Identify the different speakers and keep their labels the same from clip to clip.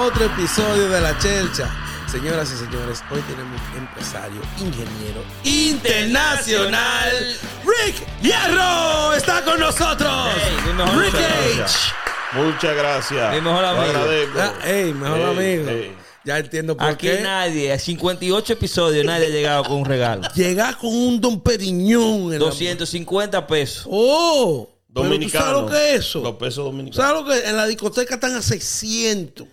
Speaker 1: otro episodio de La Chelcha. Señoras y señores, hoy tenemos empresario, ingeniero internacional, Rick Hierro, está con nosotros.
Speaker 2: Hey, mi mejor
Speaker 1: Rick
Speaker 2: amigo.
Speaker 1: H.
Speaker 3: Muchas gracias.
Speaker 2: Mi mejor
Speaker 3: Lo
Speaker 2: amigo.
Speaker 3: agradezco.
Speaker 1: Ah, hey, mejor
Speaker 3: Ey,
Speaker 1: amigo.
Speaker 3: ey.
Speaker 1: Ya entiendo por
Speaker 2: Aquí
Speaker 1: qué.
Speaker 2: nadie, 58 episodios, nadie ha llegado con un regalo.
Speaker 1: Llegar con un Don Periñón. en la-
Speaker 2: 250 pesos.
Speaker 1: Oh,
Speaker 3: Dominicano.
Speaker 1: Pero tú sabes lo que es eso.
Speaker 3: Los pesos dominicanos.
Speaker 1: ¿Sabes lo que? En la discoteca están a 600.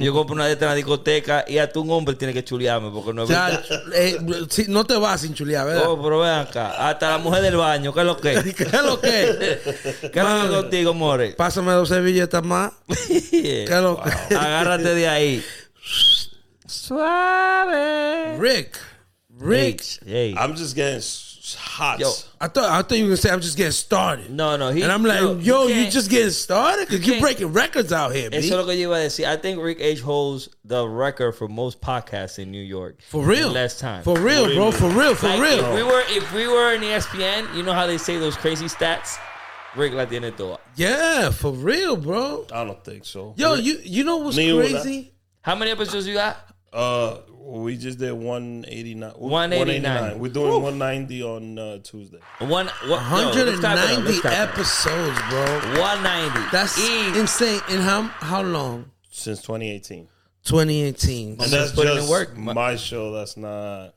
Speaker 2: Yo compro una de estas en la discoteca y hasta un hombre tiene que chulearme porque no
Speaker 1: O
Speaker 2: es
Speaker 1: sea,
Speaker 2: verdad.
Speaker 1: eh, si- no te vas sin chulear, ¿verdad?
Speaker 2: Oh, pero ven acá, hasta la mujer del baño, ¿qué es lo que?
Speaker 1: ¿Qué es lo que?
Speaker 2: ¿Qué es lo que
Speaker 1: Madre.
Speaker 2: contigo, more?
Speaker 1: Pásame dos servilletas más. ¿Qué es lo que?
Speaker 2: Agárrate de ahí. Suave.
Speaker 1: Rick. Rick.
Speaker 2: Rich. Hey.
Speaker 3: I'm just getting s- hot.
Speaker 2: Yo.
Speaker 1: I thought I thought you were gonna say I'm just getting started.
Speaker 2: No, no. he-
Speaker 1: and I'm like,
Speaker 2: no,
Speaker 1: yo, you
Speaker 2: can't-
Speaker 1: just getting started? Cause you're
Speaker 2: can't-
Speaker 1: breaking records out here, B.
Speaker 2: Eso es lo que yo iba a decir. I think Rick H holds the record for most podcasts in New York.
Speaker 1: for real.
Speaker 2: Last time.
Speaker 1: For real, bro. For real, for
Speaker 2: Like,
Speaker 1: real.
Speaker 2: If we were if we were in E ESPN, you know how they say those crazy stats? Rick la tiene toda.
Speaker 1: yeah, for real, bro.
Speaker 3: I don't think so.
Speaker 1: Yo, you you know what's
Speaker 3: Ni una.
Speaker 1: crazy?
Speaker 2: How many episodes you got?
Speaker 3: Uh, we just did 189.
Speaker 2: 189.
Speaker 3: We're doing 190 on uh, Tuesday.
Speaker 2: One, one
Speaker 1: 190 episodes, bro.
Speaker 2: One ninety.
Speaker 1: That's
Speaker 2: E.
Speaker 1: insane. And how how long?
Speaker 3: Since 2018.
Speaker 1: 2018.
Speaker 3: And that's
Speaker 2: putting in
Speaker 3: just
Speaker 2: work.
Speaker 3: my show. That's not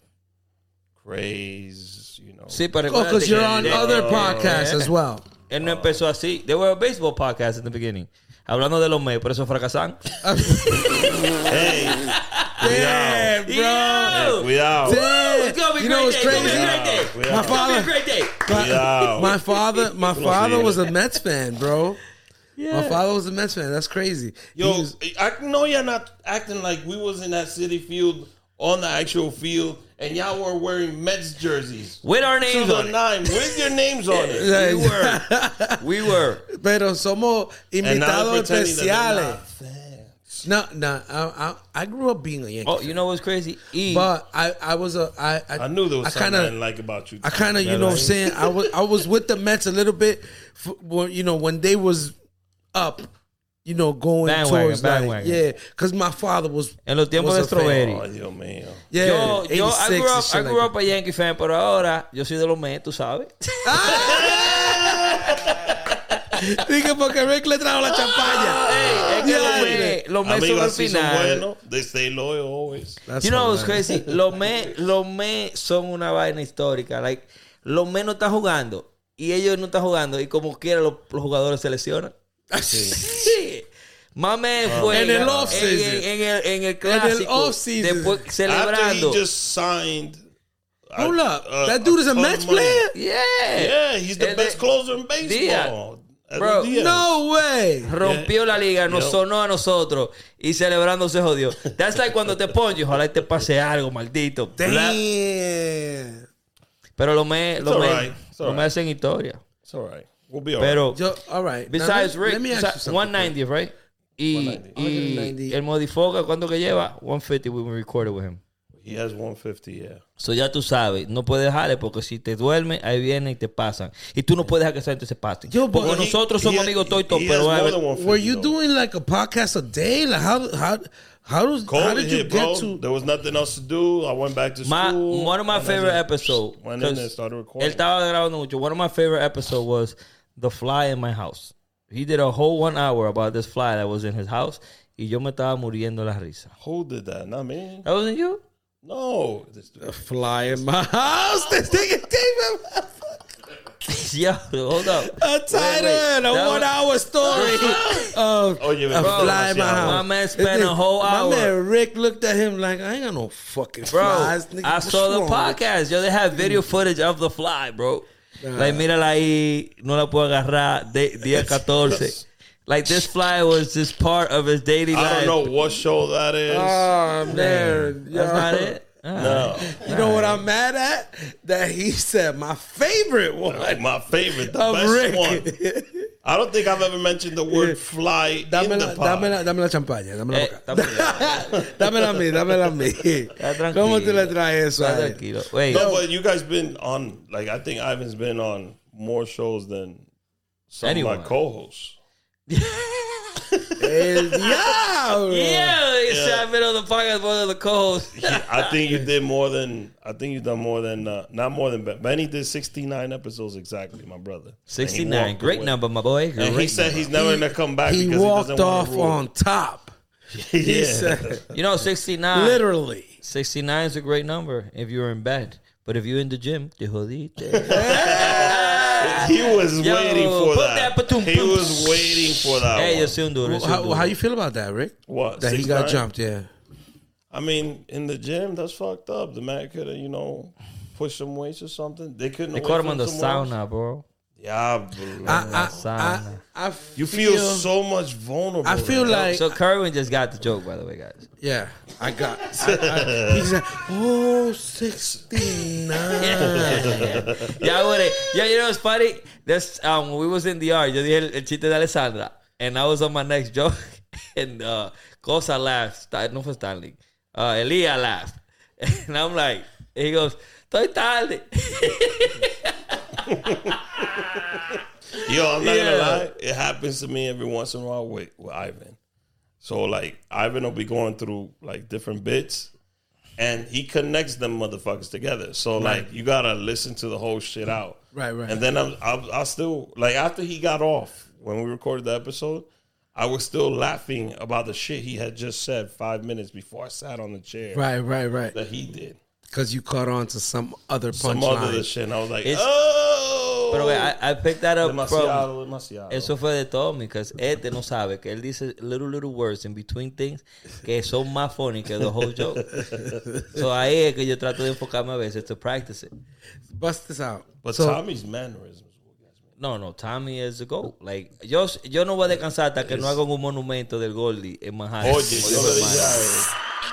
Speaker 3: crazy, you know.
Speaker 2: Sí, pero
Speaker 1: Oh, because you're on
Speaker 2: recuérdate que-
Speaker 1: other
Speaker 2: Eh,
Speaker 1: podcasts as well.
Speaker 2: Él no empezó así. They were a baseball podcast in the beginning. Hablando de los medios, por eso fracasan.
Speaker 3: Hey,
Speaker 1: Yeah, bro.
Speaker 3: cuidado.
Speaker 1: Yeah.
Speaker 2: It's gonna be
Speaker 1: You
Speaker 2: great
Speaker 1: know what's
Speaker 2: day. It's gonna be
Speaker 1: crazy?
Speaker 2: a
Speaker 1: My father,
Speaker 2: great day. It's gonna be a great
Speaker 3: Cuidado.
Speaker 2: day.
Speaker 1: my,
Speaker 3: Cuidado.
Speaker 1: my father, my
Speaker 3: Los
Speaker 1: father
Speaker 3: Tigres.
Speaker 1: was a Mets fan, bro. My father was a Mets fan. That's crazy. He
Speaker 3: Yo, eh,
Speaker 1: was-
Speaker 3: I know y'all not acting like we was in that city field on the actual field, and y'all were wearing Mets jerseys.
Speaker 2: With our
Speaker 3: To
Speaker 2: names
Speaker 3: the
Speaker 2: on it.
Speaker 3: nine, with your names on it.
Speaker 1: Yeah.
Speaker 2: We were. We were.
Speaker 1: pero somos
Speaker 3: And now
Speaker 1: invitados
Speaker 3: they're pretending that they're
Speaker 1: especiales.
Speaker 3: not fans.
Speaker 1: No, no. I, I, I grew up being a Yankee,
Speaker 2: Oh, you know what's crazy? E.
Speaker 1: but I, I was a, I, I,
Speaker 3: I knew there
Speaker 1: I
Speaker 3: was something I
Speaker 1: kinda,
Speaker 3: didn't like about you.
Speaker 1: I kind of, you know, what I'm saying, I was, I was with the Mets a little bit, f- when, you know, when they was up, you know, going
Speaker 2: Bandwagon,
Speaker 1: towards like,
Speaker 2: bandwagon.
Speaker 1: yeah, because my father was
Speaker 2: En los tiempos de
Speaker 1: was a fan.
Speaker 2: Strawberry.
Speaker 3: Oh, Dios mío.
Speaker 1: Yeah,
Speaker 2: Yo, yo, I
Speaker 1: 86
Speaker 2: grew
Speaker 1: and
Speaker 2: up,
Speaker 1: shit
Speaker 2: I
Speaker 1: like
Speaker 2: grew
Speaker 1: that.
Speaker 2: up a Yankee fan, pero ahora yo soy de los Mets, tú sabes.
Speaker 1: Dije porque Rick le trajo
Speaker 2: Ah,
Speaker 1: la champaña.
Speaker 2: es que los
Speaker 1: Diantre.
Speaker 2: Mets, los Mets son
Speaker 3: Amigos
Speaker 2: al
Speaker 3: así son
Speaker 2: final.
Speaker 3: buenos. They stay loyal always.
Speaker 2: You know what's
Speaker 1: That's hilarious.
Speaker 2: crazy? Los Mets, los Mets son una vaina histórica. Like, los Mets no están jugando y ellos no están jugando y como quiera los, los jugadores se lesionan. Sí. Mame fue
Speaker 1: En el
Speaker 2: en-
Speaker 1: off-season.
Speaker 2: en, en el en el
Speaker 1: el
Speaker 2: clásico,
Speaker 1: off-season.
Speaker 2: después
Speaker 3: After he
Speaker 2: celebrando.
Speaker 3: just signed. a-
Speaker 1: Hold up.
Speaker 2: Uh,
Speaker 3: a-
Speaker 1: that dude is a
Speaker 3: ton of
Speaker 1: Mets
Speaker 3: money.
Speaker 1: player?
Speaker 2: yeah.
Speaker 3: Yeah, he's the
Speaker 2: And
Speaker 3: best
Speaker 2: then-
Speaker 3: closer in baseball.
Speaker 2: Bro,
Speaker 3: Diaz.
Speaker 1: No way.
Speaker 2: Rompió la liga, nos
Speaker 3: Yo.
Speaker 2: sonó a nosotros y celebrando se jodió. That's like cuando te pongo, ojalá te pase algo, maldito. Bla-
Speaker 1: Damn.
Speaker 2: Pero lo me, lo
Speaker 3: It's
Speaker 2: me,
Speaker 3: alright, it's
Speaker 2: lo me
Speaker 3: alright.
Speaker 2: hacen historia.
Speaker 3: It's all right. We'll be all right.
Speaker 2: Pero
Speaker 1: Yo, all right. Now,
Speaker 2: besides
Speaker 1: let-
Speaker 2: Rick,
Speaker 1: let me ask you
Speaker 2: besides-
Speaker 1: something.
Speaker 2: 190, right? Y,
Speaker 3: 190.
Speaker 2: y
Speaker 1: 190.
Speaker 2: el modifoca, ¿cuánto que lleva? 150 when we recorded with him.
Speaker 3: He has 150, yeah.
Speaker 2: So ya tú sabes, no puedes dejarle porque si te duermes, ahí vienen y te pasan. Y tú no puedes dejar que esa gente se pase.
Speaker 1: Yo,
Speaker 2: porque
Speaker 1: but he-
Speaker 2: nosotros somos amigos toitos,
Speaker 3: he has
Speaker 2: pero
Speaker 3: more
Speaker 2: a ver,
Speaker 3: than 150,
Speaker 1: Were you
Speaker 3: though.
Speaker 1: doing like a podcast a day? Like how how how does how
Speaker 3: COVID
Speaker 1: did you
Speaker 3: hit,
Speaker 1: get
Speaker 3: bro.
Speaker 1: to
Speaker 3: There was nothing else to do. I went back to school.
Speaker 2: My one of my
Speaker 3: and I
Speaker 2: favorite
Speaker 3: just
Speaker 2: episodes.
Speaker 3: Went in and started recording.
Speaker 2: Él estaba grabando mucho. One of my favorite episodes was The Fly in My House. He did a whole one hour about this fly that was in his house. Y yo me estaba muriendo la risa.
Speaker 3: Who did that? Not me.
Speaker 2: That wasn't you?
Speaker 3: No. This dude.
Speaker 1: fly in my house? This nigga gave him
Speaker 2: yeah, hold up.
Speaker 1: a title and a
Speaker 2: That was-
Speaker 1: one hour story of
Speaker 3: Oh, yeah,
Speaker 1: a
Speaker 3: bro,
Speaker 1: fly in my
Speaker 3: my
Speaker 1: house.
Speaker 2: man spent a whole hour.
Speaker 1: My man Rick looked at him like, I ain't got no fucking
Speaker 2: Bro,
Speaker 1: flies. Nigga,
Speaker 2: I
Speaker 1: What's
Speaker 2: saw the
Speaker 1: wrong with
Speaker 2: podcast. Yo, they have video footage of The Fly, bro. Like, mírala ahí. No la puedo agarrar. De, día 14. Like, this fly was just part of his daily
Speaker 3: I
Speaker 2: life.
Speaker 3: don't know what show that is.
Speaker 2: Uh,
Speaker 3: Ah,
Speaker 1: Oh man,
Speaker 2: That's
Speaker 1: yo.
Speaker 2: not it? Ah.
Speaker 3: no.
Speaker 1: You know what I'm mad at? That he said my favorite one.
Speaker 3: My favorite, the
Speaker 1: Of
Speaker 3: best
Speaker 1: Rick.
Speaker 3: one. I don't think I've ever mentioned the word fly
Speaker 1: Dame
Speaker 3: in
Speaker 1: la,
Speaker 3: the
Speaker 1: dame,
Speaker 3: pod.
Speaker 1: la, dame la champaña, dame la
Speaker 2: Eh,
Speaker 1: boca.
Speaker 2: dame
Speaker 1: dame la a mí, dame la a mí.
Speaker 2: tranquilo.
Speaker 1: ¿Cómo tú le traes eso?
Speaker 2: Está
Speaker 1: a él?
Speaker 2: tranquilo. Wait.
Speaker 3: No, but you guys been on. Like I think Ivan's been on more shows than some of
Speaker 2: Anyone.
Speaker 3: my co-hosts.
Speaker 1: El diablo.
Speaker 2: Yeah, it's yeah. been on the podcast one of the co-hosts.
Speaker 3: I think you did more than I think you done more than uh, not more than Ben- Benny did sixty nine episodes exactly, my brother. And he
Speaker 2: 69.
Speaker 3: walked
Speaker 2: Great
Speaker 3: away.
Speaker 2: number, my boy.
Speaker 3: And he
Speaker 2: Great
Speaker 3: said he's never gonna come back.
Speaker 1: He
Speaker 3: because
Speaker 1: walked
Speaker 3: he doesn't wanna
Speaker 1: off
Speaker 3: rule.
Speaker 1: on top. He
Speaker 2: uh,
Speaker 3: yeah.
Speaker 1: said,
Speaker 2: number. You know, 69.
Speaker 1: literally.
Speaker 2: 69 is a great number if you're in bed. But if you're in the gym, te jodiste.
Speaker 3: He was
Speaker 2: Yo,
Speaker 3: waiting for
Speaker 2: put
Speaker 3: that.
Speaker 2: that patum-
Speaker 3: he was waiting for that.
Speaker 2: hey,
Speaker 3: one.
Speaker 2: yo soy un duro. yo soy un
Speaker 1: How,
Speaker 2: duro.
Speaker 1: how you feel about that, Rick?
Speaker 3: what?
Speaker 1: That he got
Speaker 3: 69?
Speaker 1: jumped, yeah.
Speaker 3: I mean, in the gym, that's fucked up. The man could have, you know, pushed some weights or something. They couldn't.
Speaker 2: They
Speaker 3: away
Speaker 2: caught him
Speaker 3: from
Speaker 2: on the
Speaker 3: some weights?
Speaker 2: sauna, bro.
Speaker 3: Yeah, bro.
Speaker 1: I, I,
Speaker 2: Sauna.
Speaker 1: I, I
Speaker 3: you feel so much vulnerable.
Speaker 1: I feel
Speaker 3: right now.
Speaker 1: like
Speaker 2: So Kerwin just got the joke, by the way, guys.
Speaker 1: yeah. I got. I, I, he's like, oh, 69.
Speaker 2: Ya, güey. Ya, you know, it's funny. That's, um, when we was in the yard, yo dije el, el chiste de Alessandra. And I was on my next joke. And uh, Cosa laughed. Sta- No fue Stanley. Uh, Elia laughed. And I'm like, he goes, estoy tarde.
Speaker 3: Yo, I'm not
Speaker 2: Yeah.
Speaker 3: gonna lie. It happens to me every once in a while with, with Ivan. So like Ivan will be going through like different bits, and he connects them motherfuckers together. So like you gotta listen to the whole shit out.
Speaker 1: Right, right.
Speaker 3: And then I'm I'm- I still like after he got off when we recorded the episode, I was still laughing about the shit he had just said five minutes before I sat on the chair
Speaker 1: right, right, right.
Speaker 3: that he did.
Speaker 1: Because you caught on to some other
Speaker 3: Some other
Speaker 1: punchline.
Speaker 3: shit. And I was like,
Speaker 2: It's-
Speaker 3: oh,
Speaker 2: Pero, güey, I, uh, I picked that up from...
Speaker 3: demasiado, demasiado.
Speaker 2: Eso fue de Tommy, because este no sabe que él dice little, little words in between things que son más funny que the whole joke. so ahí es que yo trato de enfocarme a veces to practice it.
Speaker 1: Bust this out.
Speaker 3: But
Speaker 1: So-
Speaker 3: Tommy's mannerisms.
Speaker 2: No, no, Tommy es the GOAT. Like, yo, yo no voy a descansar hasta que no hagan un monumento del Goldie en Manhattan.
Speaker 3: Oye,
Speaker 2: Como
Speaker 3: yo
Speaker 2: dijo
Speaker 3: le
Speaker 2: el
Speaker 3: dije
Speaker 2: man.
Speaker 3: a él.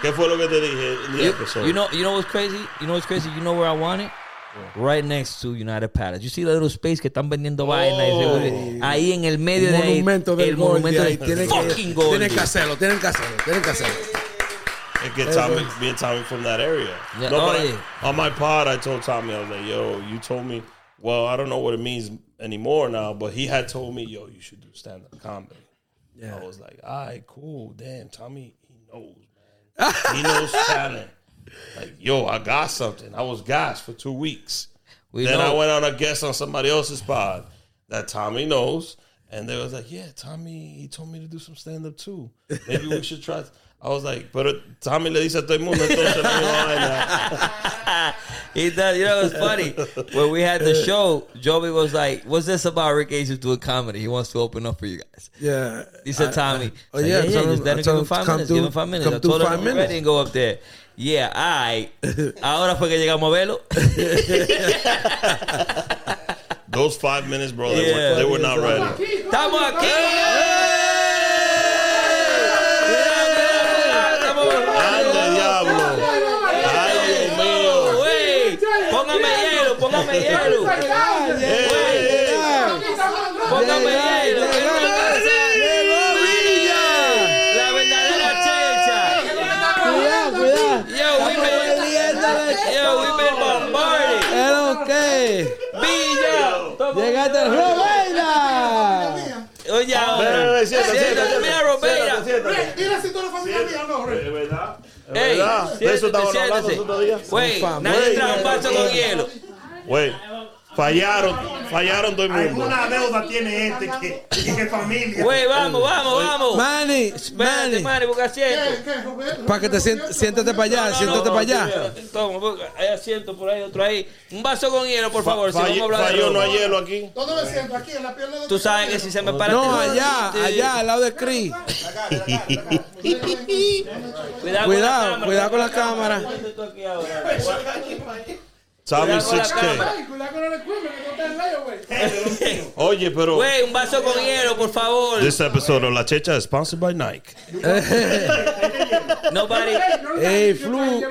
Speaker 3: ¿Qué fue lo que te dije en el episodio?
Speaker 2: You know, you know what's crazy? You know what's crazy? You know where I want it? Right next to United Palace. You see the little space que están vendiendo vaina. y
Speaker 3: Oh.
Speaker 2: se- Ahí en el medio de ahí.
Speaker 1: monumento del
Speaker 2: el
Speaker 1: gol
Speaker 2: monumento
Speaker 1: de ahí.
Speaker 2: del
Speaker 1: Tienen que,
Speaker 2: fucking Goldie.
Speaker 1: tienen que hacerlo, tienen que hacerlo, tienen que hacerlo.
Speaker 3: and get Tommy, me and Tommy from that area.
Speaker 2: Yeah,
Speaker 3: No,
Speaker 2: oh,
Speaker 3: but I-
Speaker 2: yeah.
Speaker 3: on my pod, I told Tommy, I was like, yo, you told me, well, I don't know what it means anymore now, but he had told me, yo, you should do stand up comedy.
Speaker 1: Yeah.
Speaker 3: I was like, all right, cool. Damn, Tommy, he knows, man. he knows talent. Like, yo, I got something. I was gas for two weeks.
Speaker 2: We
Speaker 3: then
Speaker 2: know-
Speaker 3: I went on a guest on somebody else's pod that Tommy knows. And they was like, yeah, Tommy, he told me to do some stand up too. Maybe we should try. I was like, pero Tommy le dice a todo el mundo, entonces no hay vaina."
Speaker 2: He does. You know, it's funny. When we had the show, Joby was like, What's this about Rick Asian doing comedy? He wants to open up for you guys.
Speaker 1: Yeah.
Speaker 2: He said, Tommy.
Speaker 1: oh,
Speaker 2: I said,
Speaker 1: yeah, I told
Speaker 2: just
Speaker 1: him- I
Speaker 2: let him give
Speaker 1: told
Speaker 2: him
Speaker 1: him,
Speaker 2: five
Speaker 1: "Come
Speaker 2: minutes.
Speaker 1: through-
Speaker 2: Give him five minutes.
Speaker 1: come
Speaker 2: I
Speaker 1: through
Speaker 2: told him
Speaker 1: five
Speaker 2: I'm ready
Speaker 1: minutes."
Speaker 2: and go up there. Yeah, I. Ahora fue que llegamos a verlo.
Speaker 3: Those five minutes, bro, they,
Speaker 2: Yeah.
Speaker 3: were, they were not ready.
Speaker 2: ¡Estamos aquí! ¡Eh! Cuidado, cuidado,
Speaker 3: Ande, diablo. Ay, Dios mío.
Speaker 2: güey. Póngame hielo, póngame hielo.
Speaker 3: Hey.
Speaker 2: Póngame hielo.
Speaker 1: de
Speaker 2: ¿Qué
Speaker 1: la-
Speaker 2: me pasa? La verdadera chelcha.
Speaker 1: Cuidado, cuidado.
Speaker 2: Yo, we've been, yo, we've been bombarded.
Speaker 1: Era qué?
Speaker 2: Villa.
Speaker 1: Llegaste a Robaina.
Speaker 2: Oye, ahora.
Speaker 3: Ven, siéntate,
Speaker 2: Siéntate, mira, Robeira.
Speaker 4: Mira si tú eres familia mía o no, Rick.
Speaker 3: Es verdad. Es
Speaker 2: Ey,
Speaker 3: verdad. De eso estaban
Speaker 2: siéntate,
Speaker 3: hablando los otros días.
Speaker 2: Güey,
Speaker 1: Son
Speaker 2: nadie
Speaker 1: fan-
Speaker 2: trajo un vaso con hielo.
Speaker 3: Güey, fallaron, fallaron todo el mundo.
Speaker 4: Alguna deuda tiene este que tiene familia.
Speaker 2: Güey, vamos, vamos, vamos.
Speaker 1: Manny,
Speaker 2: Espérate,
Speaker 1: Manny.
Speaker 2: Mari, busca asiento.
Speaker 1: Para que te sien- siéntate para allá, siéntate para allá.
Speaker 2: Toma, busca. Hay asiento por ahí, otro ahí. Un vaso con hielo, por favor, si vamos a
Speaker 3: Falló,
Speaker 2: hablar de
Speaker 3: falló, no
Speaker 2: robo.
Speaker 3: hay hielo aquí.
Speaker 4: ¿Dónde me siento? Aquí, en la pierna de
Speaker 2: Tú sabes que si se me para... este
Speaker 1: No,
Speaker 2: te-
Speaker 1: allá,
Speaker 2: te-
Speaker 1: allá, al lado de Chris.
Speaker 2: este, Cuidado,
Speaker 1: Cuidado, cuidado con la cámara.
Speaker 2: Ponte tú aquí ahora, güey.
Speaker 3: Tommy
Speaker 2: Cuidado con la
Speaker 3: 6K.
Speaker 2: cámara.
Speaker 4: Cuidado con el equipment, que no está en medio, güey.
Speaker 3: Oye, pero
Speaker 2: Güey, un vaso con hielo, por favor.
Speaker 3: this episode of La Checha is sponsored by Nike.
Speaker 2: Nobody.
Speaker 1: Ey, Flu.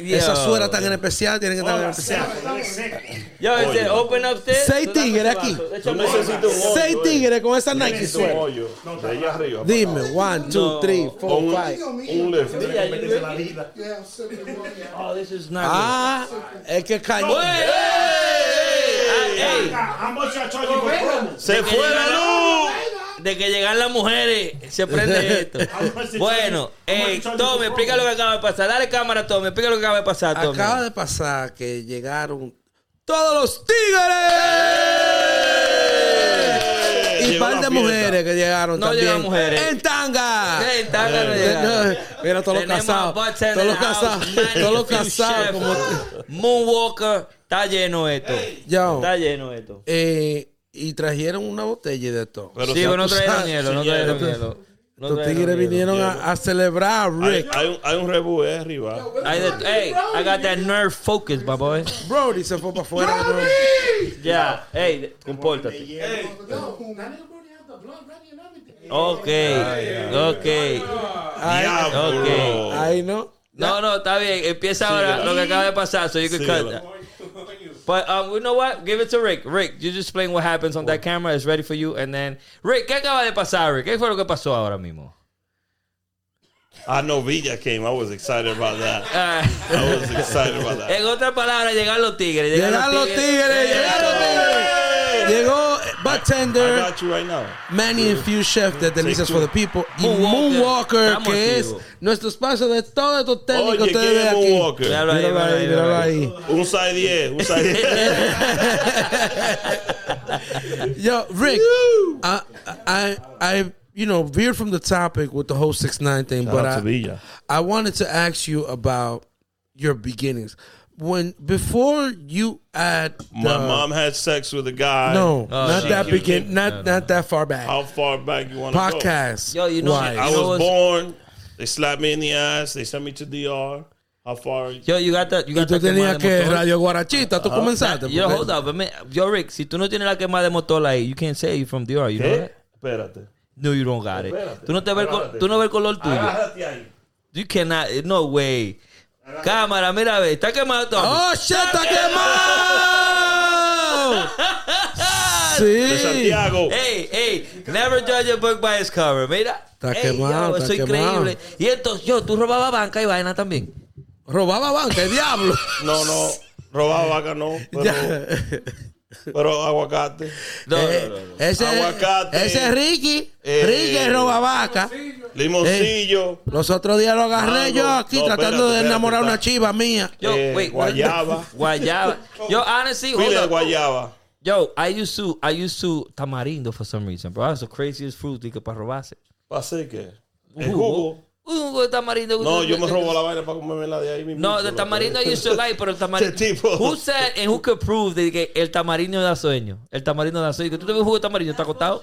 Speaker 1: Esa
Speaker 2: Yo.
Speaker 1: suera tan en especial tiene que estar en especial.
Speaker 4: Dale,
Speaker 2: Yo, este, open up this.
Speaker 1: Seis
Speaker 2: Tú dame
Speaker 1: tigres
Speaker 2: tu
Speaker 1: aquí.
Speaker 2: vaso.
Speaker 3: Yo
Speaker 2: Échame eso.
Speaker 3: necesito un hoyo.
Speaker 1: Seis
Speaker 3: eh.
Speaker 1: tigres con esa Nike
Speaker 3: Necesito un
Speaker 1: suera.
Speaker 3: hoyo. De allá arriba.
Speaker 1: Dime, one, two, three,
Speaker 3: Con
Speaker 1: four,
Speaker 3: un,
Speaker 1: five.
Speaker 3: un lift.
Speaker 2: Yeah, you ready? Oh, this is not
Speaker 1: Ah, es que cañó.
Speaker 2: good. Hey, hey, hey, hey.
Speaker 5: Ah,
Speaker 4: I'm gonna try to charge you for promo.
Speaker 3: Se fue la luz.
Speaker 2: de que llegan las mujeres, se prende esto. bueno, eh, Tommy, explica lo que acaba de pasar. Dale cámara, Tommy, explica lo que acaba de pasar, Tommy.
Speaker 1: Acaba de pasar que llegaron todos los tigres. Y
Speaker 3: Llegó
Speaker 1: par
Speaker 3: la
Speaker 1: de
Speaker 3: fiesta.
Speaker 1: mujeres que llegaron
Speaker 2: No
Speaker 1: también.
Speaker 2: llegan mujeres.
Speaker 1: En tanga.
Speaker 2: Sí, en tanga no llegaron.
Speaker 1: Mira, todos los
Speaker 2: Tenemos
Speaker 1: casados.
Speaker 2: a Butts in
Speaker 1: Todos los
Speaker 2: the house,
Speaker 1: casados.
Speaker 2: Manny,
Speaker 1: Todos los
Speaker 2: Phil
Speaker 1: casados. Como,
Speaker 2: Shepard, Moonwalker, está lleno esto.
Speaker 1: Yo,
Speaker 2: Está lleno esto.
Speaker 1: eh, y trajeron una botella de todo.
Speaker 3: Pero
Speaker 2: sí,
Speaker 3: se-
Speaker 2: pero no
Speaker 1: tú
Speaker 2: trajeron
Speaker 1: sabes,
Speaker 2: hielo, no trajeron
Speaker 1: señores,
Speaker 2: hielo. No
Speaker 1: Los
Speaker 2: trajeron
Speaker 1: tigres
Speaker 2: hielo.
Speaker 1: vinieron a, a celebrar,
Speaker 3: hay,
Speaker 1: Rick.
Speaker 3: hay un, hay un rebú eh, arriba.
Speaker 2: Ahí de- hey, I got that nerve focus, my boy.
Speaker 1: Brody se fue para afuera. bro.
Speaker 2: Ya, hey, compórtate. Ok,
Speaker 1: Ah,
Speaker 2: ok.
Speaker 3: Diablo.
Speaker 2: ok.
Speaker 1: Ahí no.
Speaker 2: No, no, está bien. Empieza ahora lo que acaba de pasar, so you can cut
Speaker 3: Síguelo.
Speaker 2: that. But um, you know what? Give it to Rick. Rick, you just explain what happens on that camera. It's ready for you. And then, Rick, ¿qué acaba de pasar, Rick? ¿Qué fue lo que pasó ahora mismo?
Speaker 3: I know Villa came. I was excited about that.
Speaker 2: Ah,
Speaker 3: I was excited about that.
Speaker 2: en otras palabras, llegan los tigres.
Speaker 1: Llegaron los tigres, llegaron los tigres. Llegó
Speaker 3: I
Speaker 1: Bartender,
Speaker 3: got you right now.
Speaker 1: Manny and Few Chef de Delicias
Speaker 3: two.
Speaker 1: for the People y
Speaker 2: Moonwalker.
Speaker 1: Moonwalker,
Speaker 2: Estamos
Speaker 1: que es
Speaker 2: activos.
Speaker 1: nuestro espacio de todos estos técnicos que
Speaker 3: Oye,
Speaker 1: ustedes
Speaker 3: ¿quién
Speaker 1: ven
Speaker 3: es
Speaker 1: aquí.
Speaker 3: Moonwalker?
Speaker 2: Míralo ahí,
Speaker 1: Míralo ahí, míralo ahí.
Speaker 3: Un side 10, un side 10.
Speaker 1: Yo, Rick, I, I, I, you know, veered from the topic with the whole 6 9 thing, but I,
Speaker 3: Villa.
Speaker 1: I wanted to ask you about your beginnings. When before you had
Speaker 3: My
Speaker 1: the-
Speaker 3: mom had Oh, sex with a guy.
Speaker 1: no, not
Speaker 2: she-
Speaker 1: that
Speaker 3: you
Speaker 1: begin,
Speaker 3: can-
Speaker 1: not not that far back.
Speaker 3: How far back you want to go?
Speaker 1: podcast.
Speaker 2: Yo, you know-
Speaker 1: wise.
Speaker 3: I
Speaker 2: You know what's-
Speaker 3: was born. They slapped me in the ass. They sent me to DR. How far?
Speaker 2: Yo, you got that. You got
Speaker 1: Tú
Speaker 2: that
Speaker 1: tenías
Speaker 2: quemada de
Speaker 1: que
Speaker 2: motor.
Speaker 1: Radio Guarachita, tú comenzaste.
Speaker 2: Yo,
Speaker 1: porque-
Speaker 2: hold up. I mean, yo, Rick, si tú no tienes la quema de motor ahí, you can't say you from DR. You know
Speaker 3: ¿Qué?
Speaker 2: that?
Speaker 3: Espérate.
Speaker 2: No, you don't got it.
Speaker 3: Espérate.
Speaker 2: Tú no, te ves el col-
Speaker 3: Agárrate.
Speaker 2: tú no ves el color tuyo.
Speaker 3: Agárrate ahí.
Speaker 2: You cannot, eh, no way. Cámara, mira, a ver, está quemado Tommy.
Speaker 1: ¡Oh, shit, está quemado!
Speaker 3: De
Speaker 1: Sí. Eh.
Speaker 3: Santiago.
Speaker 2: Ey, ey, never judge a book by its cover, mira.
Speaker 1: Está
Speaker 2: Ey,
Speaker 1: quemado,
Speaker 2: diablo,
Speaker 1: está
Speaker 2: eso es
Speaker 1: quemado.
Speaker 2: increíble. Y entonces, yo, tú robabas banca y vaina también.
Speaker 1: Robaba banca, el diablo.
Speaker 3: No, no. Robaba vaca, no. Pero, pero aguacate.
Speaker 2: No,
Speaker 1: Eh,
Speaker 2: no, no, no.
Speaker 1: Ese,
Speaker 3: Aguacate.
Speaker 1: ese es Ricky.
Speaker 3: Eh.
Speaker 1: Ricky roba vaca.
Speaker 3: Limoncillo.
Speaker 1: Los otros días lo agarré
Speaker 3: Mango.
Speaker 1: yo aquí
Speaker 3: No,
Speaker 1: tratando
Speaker 3: espérate,
Speaker 1: de enamorar
Speaker 3: espérate,
Speaker 1: una chiva mía.
Speaker 2: Yo,
Speaker 3: eh,
Speaker 2: wait, no, no.
Speaker 3: guayaba.
Speaker 2: Guayaba. Yo, honestly, hold
Speaker 3: Pila de
Speaker 2: up.
Speaker 3: guayaba.
Speaker 2: Yo, I used to, I used to tamarindo for some reason, bro. That was the craziest fruit que para robarse.
Speaker 3: ¿Pasé qué? El jugo.
Speaker 2: Un jugo de tamarindo.
Speaker 3: No, yo me robo la vaina para comerme la de ahí mismo.
Speaker 2: No, de tamarindo I used to like, pero el tamarindo.
Speaker 3: Este tipo.
Speaker 2: Who said and who could prove de que el tamarindo da sueño? El tamarindo da sueño. ¿Tú te ves un jugo de tamarindo? ¿Está acostado?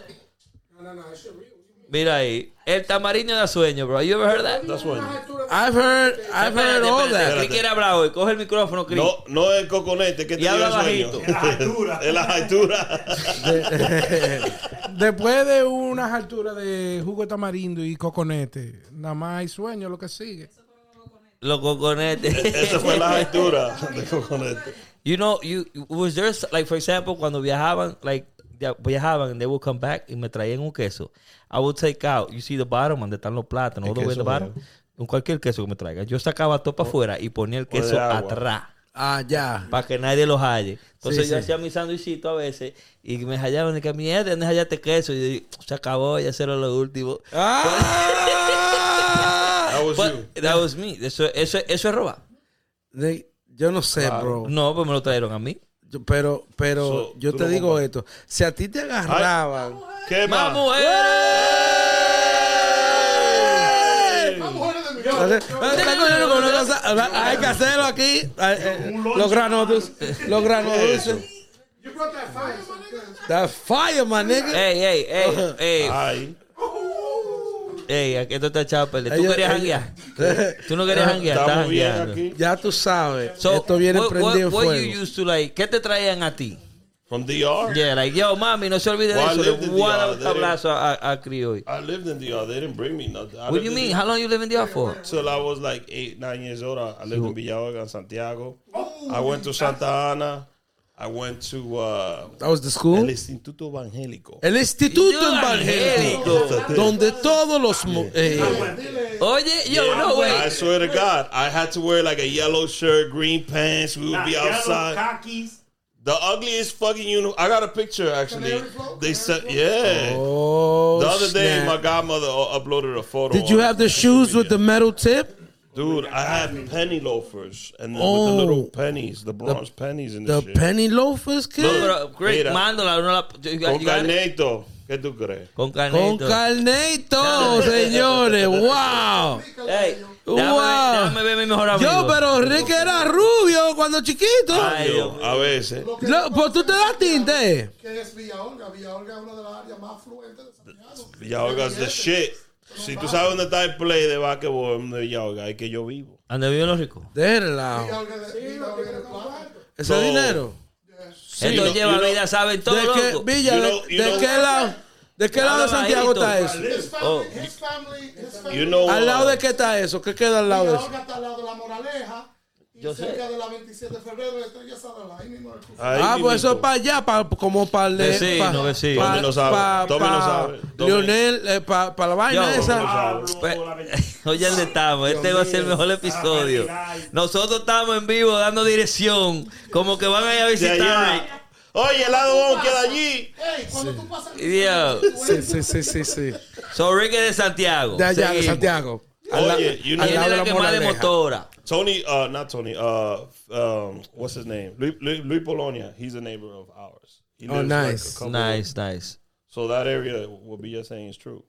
Speaker 2: Mira ahí. El tamarindo da sueño, bro. You ever heard that?
Speaker 3: Da sueño.
Speaker 4: Ah,
Speaker 1: I've heard, I've heard
Speaker 2: Espérate,
Speaker 1: all
Speaker 2: espérate.
Speaker 1: that.
Speaker 2: Crick era bravo. eh. Coge el micrófono, Crick.
Speaker 3: No, no es el coconete, que te
Speaker 2: Y habla
Speaker 3: lleva el sueño.
Speaker 2: bajito.
Speaker 3: Es la altura.
Speaker 6: Después de unas alturas de jugo de tamarindo y coconete, nada más hay sueño lo que sigue.
Speaker 2: Los coconetes.
Speaker 3: Esa fue la altura del coconete.
Speaker 2: you know, you was there like for example cuando viajaban like ya- viajaban and they would come back y me traían un queso. I would take out, you see the bottom donde están los plátanos, all the way in the
Speaker 3: queso
Speaker 2: bottom. Un cualquier queso que me traiga. Yo sacaba todo para afuera y ponía el
Speaker 3: de
Speaker 2: queso
Speaker 3: agua.
Speaker 2: atrás.
Speaker 1: Ah, ya.
Speaker 2: para que nadie los halle. Entonces
Speaker 1: Sí,
Speaker 2: yo
Speaker 1: sí.
Speaker 2: hacía mis sandwichitos a veces y me hallaban y que mierda, ¿dónde hallaste queso? Y yo digo, se acabó, ya será lo último.
Speaker 1: Ah.
Speaker 2: Ah.
Speaker 3: That was you.
Speaker 2: But that was me. Eso, eso, eso es robar.
Speaker 1: De- yo no sé, bro.
Speaker 2: No, pues me lo trajeron a mí.
Speaker 1: Yo- Pero, pero
Speaker 3: So,
Speaker 1: yo
Speaker 3: tú
Speaker 1: te
Speaker 3: no
Speaker 1: digo
Speaker 3: compras.
Speaker 1: esto: si a ti te agarraban,
Speaker 3: ¿Qué
Speaker 2: ¡Más
Speaker 3: más?
Speaker 1: ¡Eh!
Speaker 2: mujeres!
Speaker 1: Está cogiendo con una cosa, hay que hacerlo aquí. eh, eh, Los granos dulces. Los granos dulces. That fire, my nigga.
Speaker 2: ¡Ey, ey, ey! ¡Ey,
Speaker 3: Ay,
Speaker 2: ey! Aquí esto está echado a perder. ¿Tú
Speaker 1: Ellos-
Speaker 2: querías
Speaker 1: ellos-
Speaker 2: janguear? ¿Tú no querías janguear? Estás
Speaker 3: estamos bien
Speaker 2: jangueando.
Speaker 3: aquí.
Speaker 1: Ya tú sabes.
Speaker 2: So,
Speaker 1: esto viene
Speaker 2: what- what-
Speaker 1: prendido en
Speaker 2: what
Speaker 1: fuego.
Speaker 2: you used to like, ¿Qué te traían a ti?
Speaker 3: From DR.
Speaker 2: Yeah, like, yo, mami, no se olvide de
Speaker 3: Well, I
Speaker 2: eso.
Speaker 3: lived
Speaker 2: Le
Speaker 3: in
Speaker 2: voy a
Speaker 3: DR,
Speaker 2: dar un
Speaker 3: they
Speaker 2: tablazo a, a, a Crioy.
Speaker 3: I lived in DR. They didn't bring me nothing.
Speaker 2: What
Speaker 3: I
Speaker 2: do
Speaker 3: lived
Speaker 2: you
Speaker 3: in
Speaker 2: mean?
Speaker 3: DR
Speaker 2: How long you live in DR for?
Speaker 3: Till I was like eight, nine years old. I I lived in Villavega, Santiago. I went to Santa Ana. I went to uh,
Speaker 1: That was the school.
Speaker 3: El Instituto Evangélico.
Speaker 2: Eh,
Speaker 1: El Instituto Evangélico. Donde todos los. mu- eh,
Speaker 2: Ah, Oye, yo, no,
Speaker 3: I
Speaker 2: wait.
Speaker 3: swear to God, I had to wear like a yellow shirt, green pants. We would be outside. The ugliest fucking uniform. I got a picture actually.
Speaker 4: Canary float?
Speaker 3: They
Speaker 4: Canary
Speaker 3: said,
Speaker 4: float?
Speaker 3: yeah.
Speaker 1: Oh,
Speaker 3: the other day,
Speaker 1: snap.
Speaker 3: my godmother uh, uploaded a photo.
Speaker 1: Did you
Speaker 3: on
Speaker 1: have the
Speaker 3: social
Speaker 1: shoes with the
Speaker 3: media.
Speaker 1: metal tip?
Speaker 3: Dude, I had penny loafers and then with
Speaker 1: Oh.
Speaker 3: the little pennies, the bronze pennies and
Speaker 1: The
Speaker 3: the shit.
Speaker 1: penny loafers,
Speaker 2: No,
Speaker 1: kid.
Speaker 2: pero Greg,
Speaker 3: Mira.
Speaker 2: mándala. No la, you- you
Speaker 3: Con
Speaker 2: got it?
Speaker 3: carneto. ¿Qué tú crees?
Speaker 1: Con
Speaker 2: Con carnito.
Speaker 1: carnito, señores. Wow.
Speaker 2: Ey, déjame,
Speaker 1: Wow.
Speaker 2: ver- déjame ver mi mejor amigo.
Speaker 1: Yo, pero Rick era rubio cuando chiquito.
Speaker 2: Ay, Dios
Speaker 3: Yo, a veces.
Speaker 4: Lo que
Speaker 1: Lo- pues tú te das tinte.
Speaker 4: ¿Qué es Villa Olga? Villa Olga es una de las áreas más fluentes de Santiago.
Speaker 3: Yaoga's the shit. Si tú sabes dónde está el play de basketball de Yaoga, es que yo vivo.
Speaker 2: ¿Dónde viven los ricos?
Speaker 1: De
Speaker 4: Villa
Speaker 1: lado.
Speaker 4: Olga de- Villa Olga de Plata.
Speaker 1: Ese
Speaker 3: No.
Speaker 1: dinero.
Speaker 2: Esto
Speaker 3: no,
Speaker 2: lleva
Speaker 3: you know-
Speaker 2: vida, saben todo,
Speaker 1: ¿De qué,
Speaker 2: loco.
Speaker 1: Villa,
Speaker 3: You
Speaker 1: de,
Speaker 3: know- you
Speaker 1: de
Speaker 3: know-
Speaker 1: qué lado? ¿De qué lado de Santiago está
Speaker 2: bajito.
Speaker 1: eso?
Speaker 4: His family, his family, his family.
Speaker 3: You know,
Speaker 1: ¿Al lado
Speaker 3: uh,
Speaker 1: de qué está eso? ¿Qué queda al lado de
Speaker 4: Villa
Speaker 1: eso?
Speaker 4: Olga está al lado de la Moraleja. Y
Speaker 2: Yo sé.
Speaker 4: cerca de la 27 de febrero, la estrella Sadala. Ahí mismo.
Speaker 3: ahí
Speaker 1: Ah, pues eso es
Speaker 3: vivito.
Speaker 1: para allá, pa- como para el.
Speaker 2: Vecino,
Speaker 1: pa-
Speaker 2: vecino.
Speaker 1: pa-
Speaker 3: Tommy lo sabe,
Speaker 1: pa-
Speaker 3: Tommy lo
Speaker 1: pa-
Speaker 3: sabe, Tommy.
Speaker 1: Lionel, para la vaina
Speaker 2: Yo.
Speaker 1: esa.
Speaker 2: Pe-
Speaker 1: Pues,
Speaker 2: Oye, ¿dónde estamos? Este va a ser el mejor episodio. Nosotros estamos en vivo dando dirección. Como que van a ir a
Speaker 3: De
Speaker 2: visitar a Rick.
Speaker 3: allá. Oye, el lado queda allí.
Speaker 4: Ey, cuando tú pasas.
Speaker 2: Yeah.
Speaker 4: Sí,
Speaker 1: Sí, sí, sí, sí.
Speaker 2: So Rick es de Santiago.
Speaker 1: De allá, de
Speaker 2: Seguimos.
Speaker 1: Santiago. Al la-
Speaker 3: Oye, you
Speaker 1: al
Speaker 2: Tiene
Speaker 3: know,
Speaker 1: lado de
Speaker 2: la,
Speaker 1: la
Speaker 2: que más de
Speaker 1: Moraleja.
Speaker 2: motora.
Speaker 3: Tony, uh, not Tony, uh, um, what's his name? Luis, Luis, Luis Polonia. He's a neighbor of ours. He
Speaker 1: Oh,
Speaker 3: lives,
Speaker 1: nice.
Speaker 3: couple-
Speaker 2: Nice, nice.
Speaker 3: So that area, what Villa saying is true.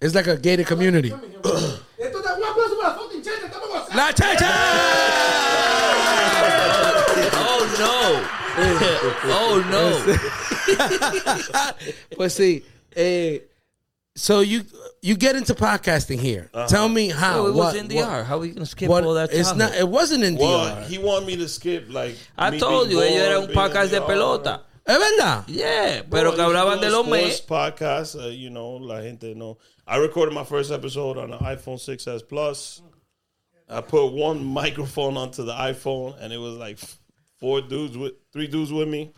Speaker 1: It's like a gated community.
Speaker 4: Esto está un aplauso para la fucking cheta, estamos gozando.
Speaker 1: ¡La chacha!
Speaker 2: Oh no. Oh no.
Speaker 1: But see, eh, so you you get into podcasting here. Tell me how.
Speaker 2: Oh,
Speaker 1: what,
Speaker 2: it was in
Speaker 1: what-
Speaker 2: DR. How are you gonna skip
Speaker 1: what-
Speaker 2: all that?
Speaker 1: it's
Speaker 2: childhood?
Speaker 1: not. It wasn't in
Speaker 3: Well,
Speaker 1: DR.
Speaker 3: he wanted me to skip, like.
Speaker 2: I
Speaker 3: me
Speaker 2: told
Speaker 3: being
Speaker 2: you, ellos
Speaker 3: born,
Speaker 2: eran un
Speaker 3: being in
Speaker 2: podcast de
Speaker 3: DR.
Speaker 2: pelota.
Speaker 1: Es verdad.
Speaker 2: Yeah, pero
Speaker 3: Well,
Speaker 2: que
Speaker 3: I used to
Speaker 2: hablaban
Speaker 3: do
Speaker 2: de
Speaker 3: a
Speaker 2: los
Speaker 3: sports
Speaker 2: meses.
Speaker 3: podcast, uh, you know, la gente no. I recorded my first episode on the iPhone 6s Plus. I put one microphone onto the iPhone, and it was like four dudes with three dudes with me,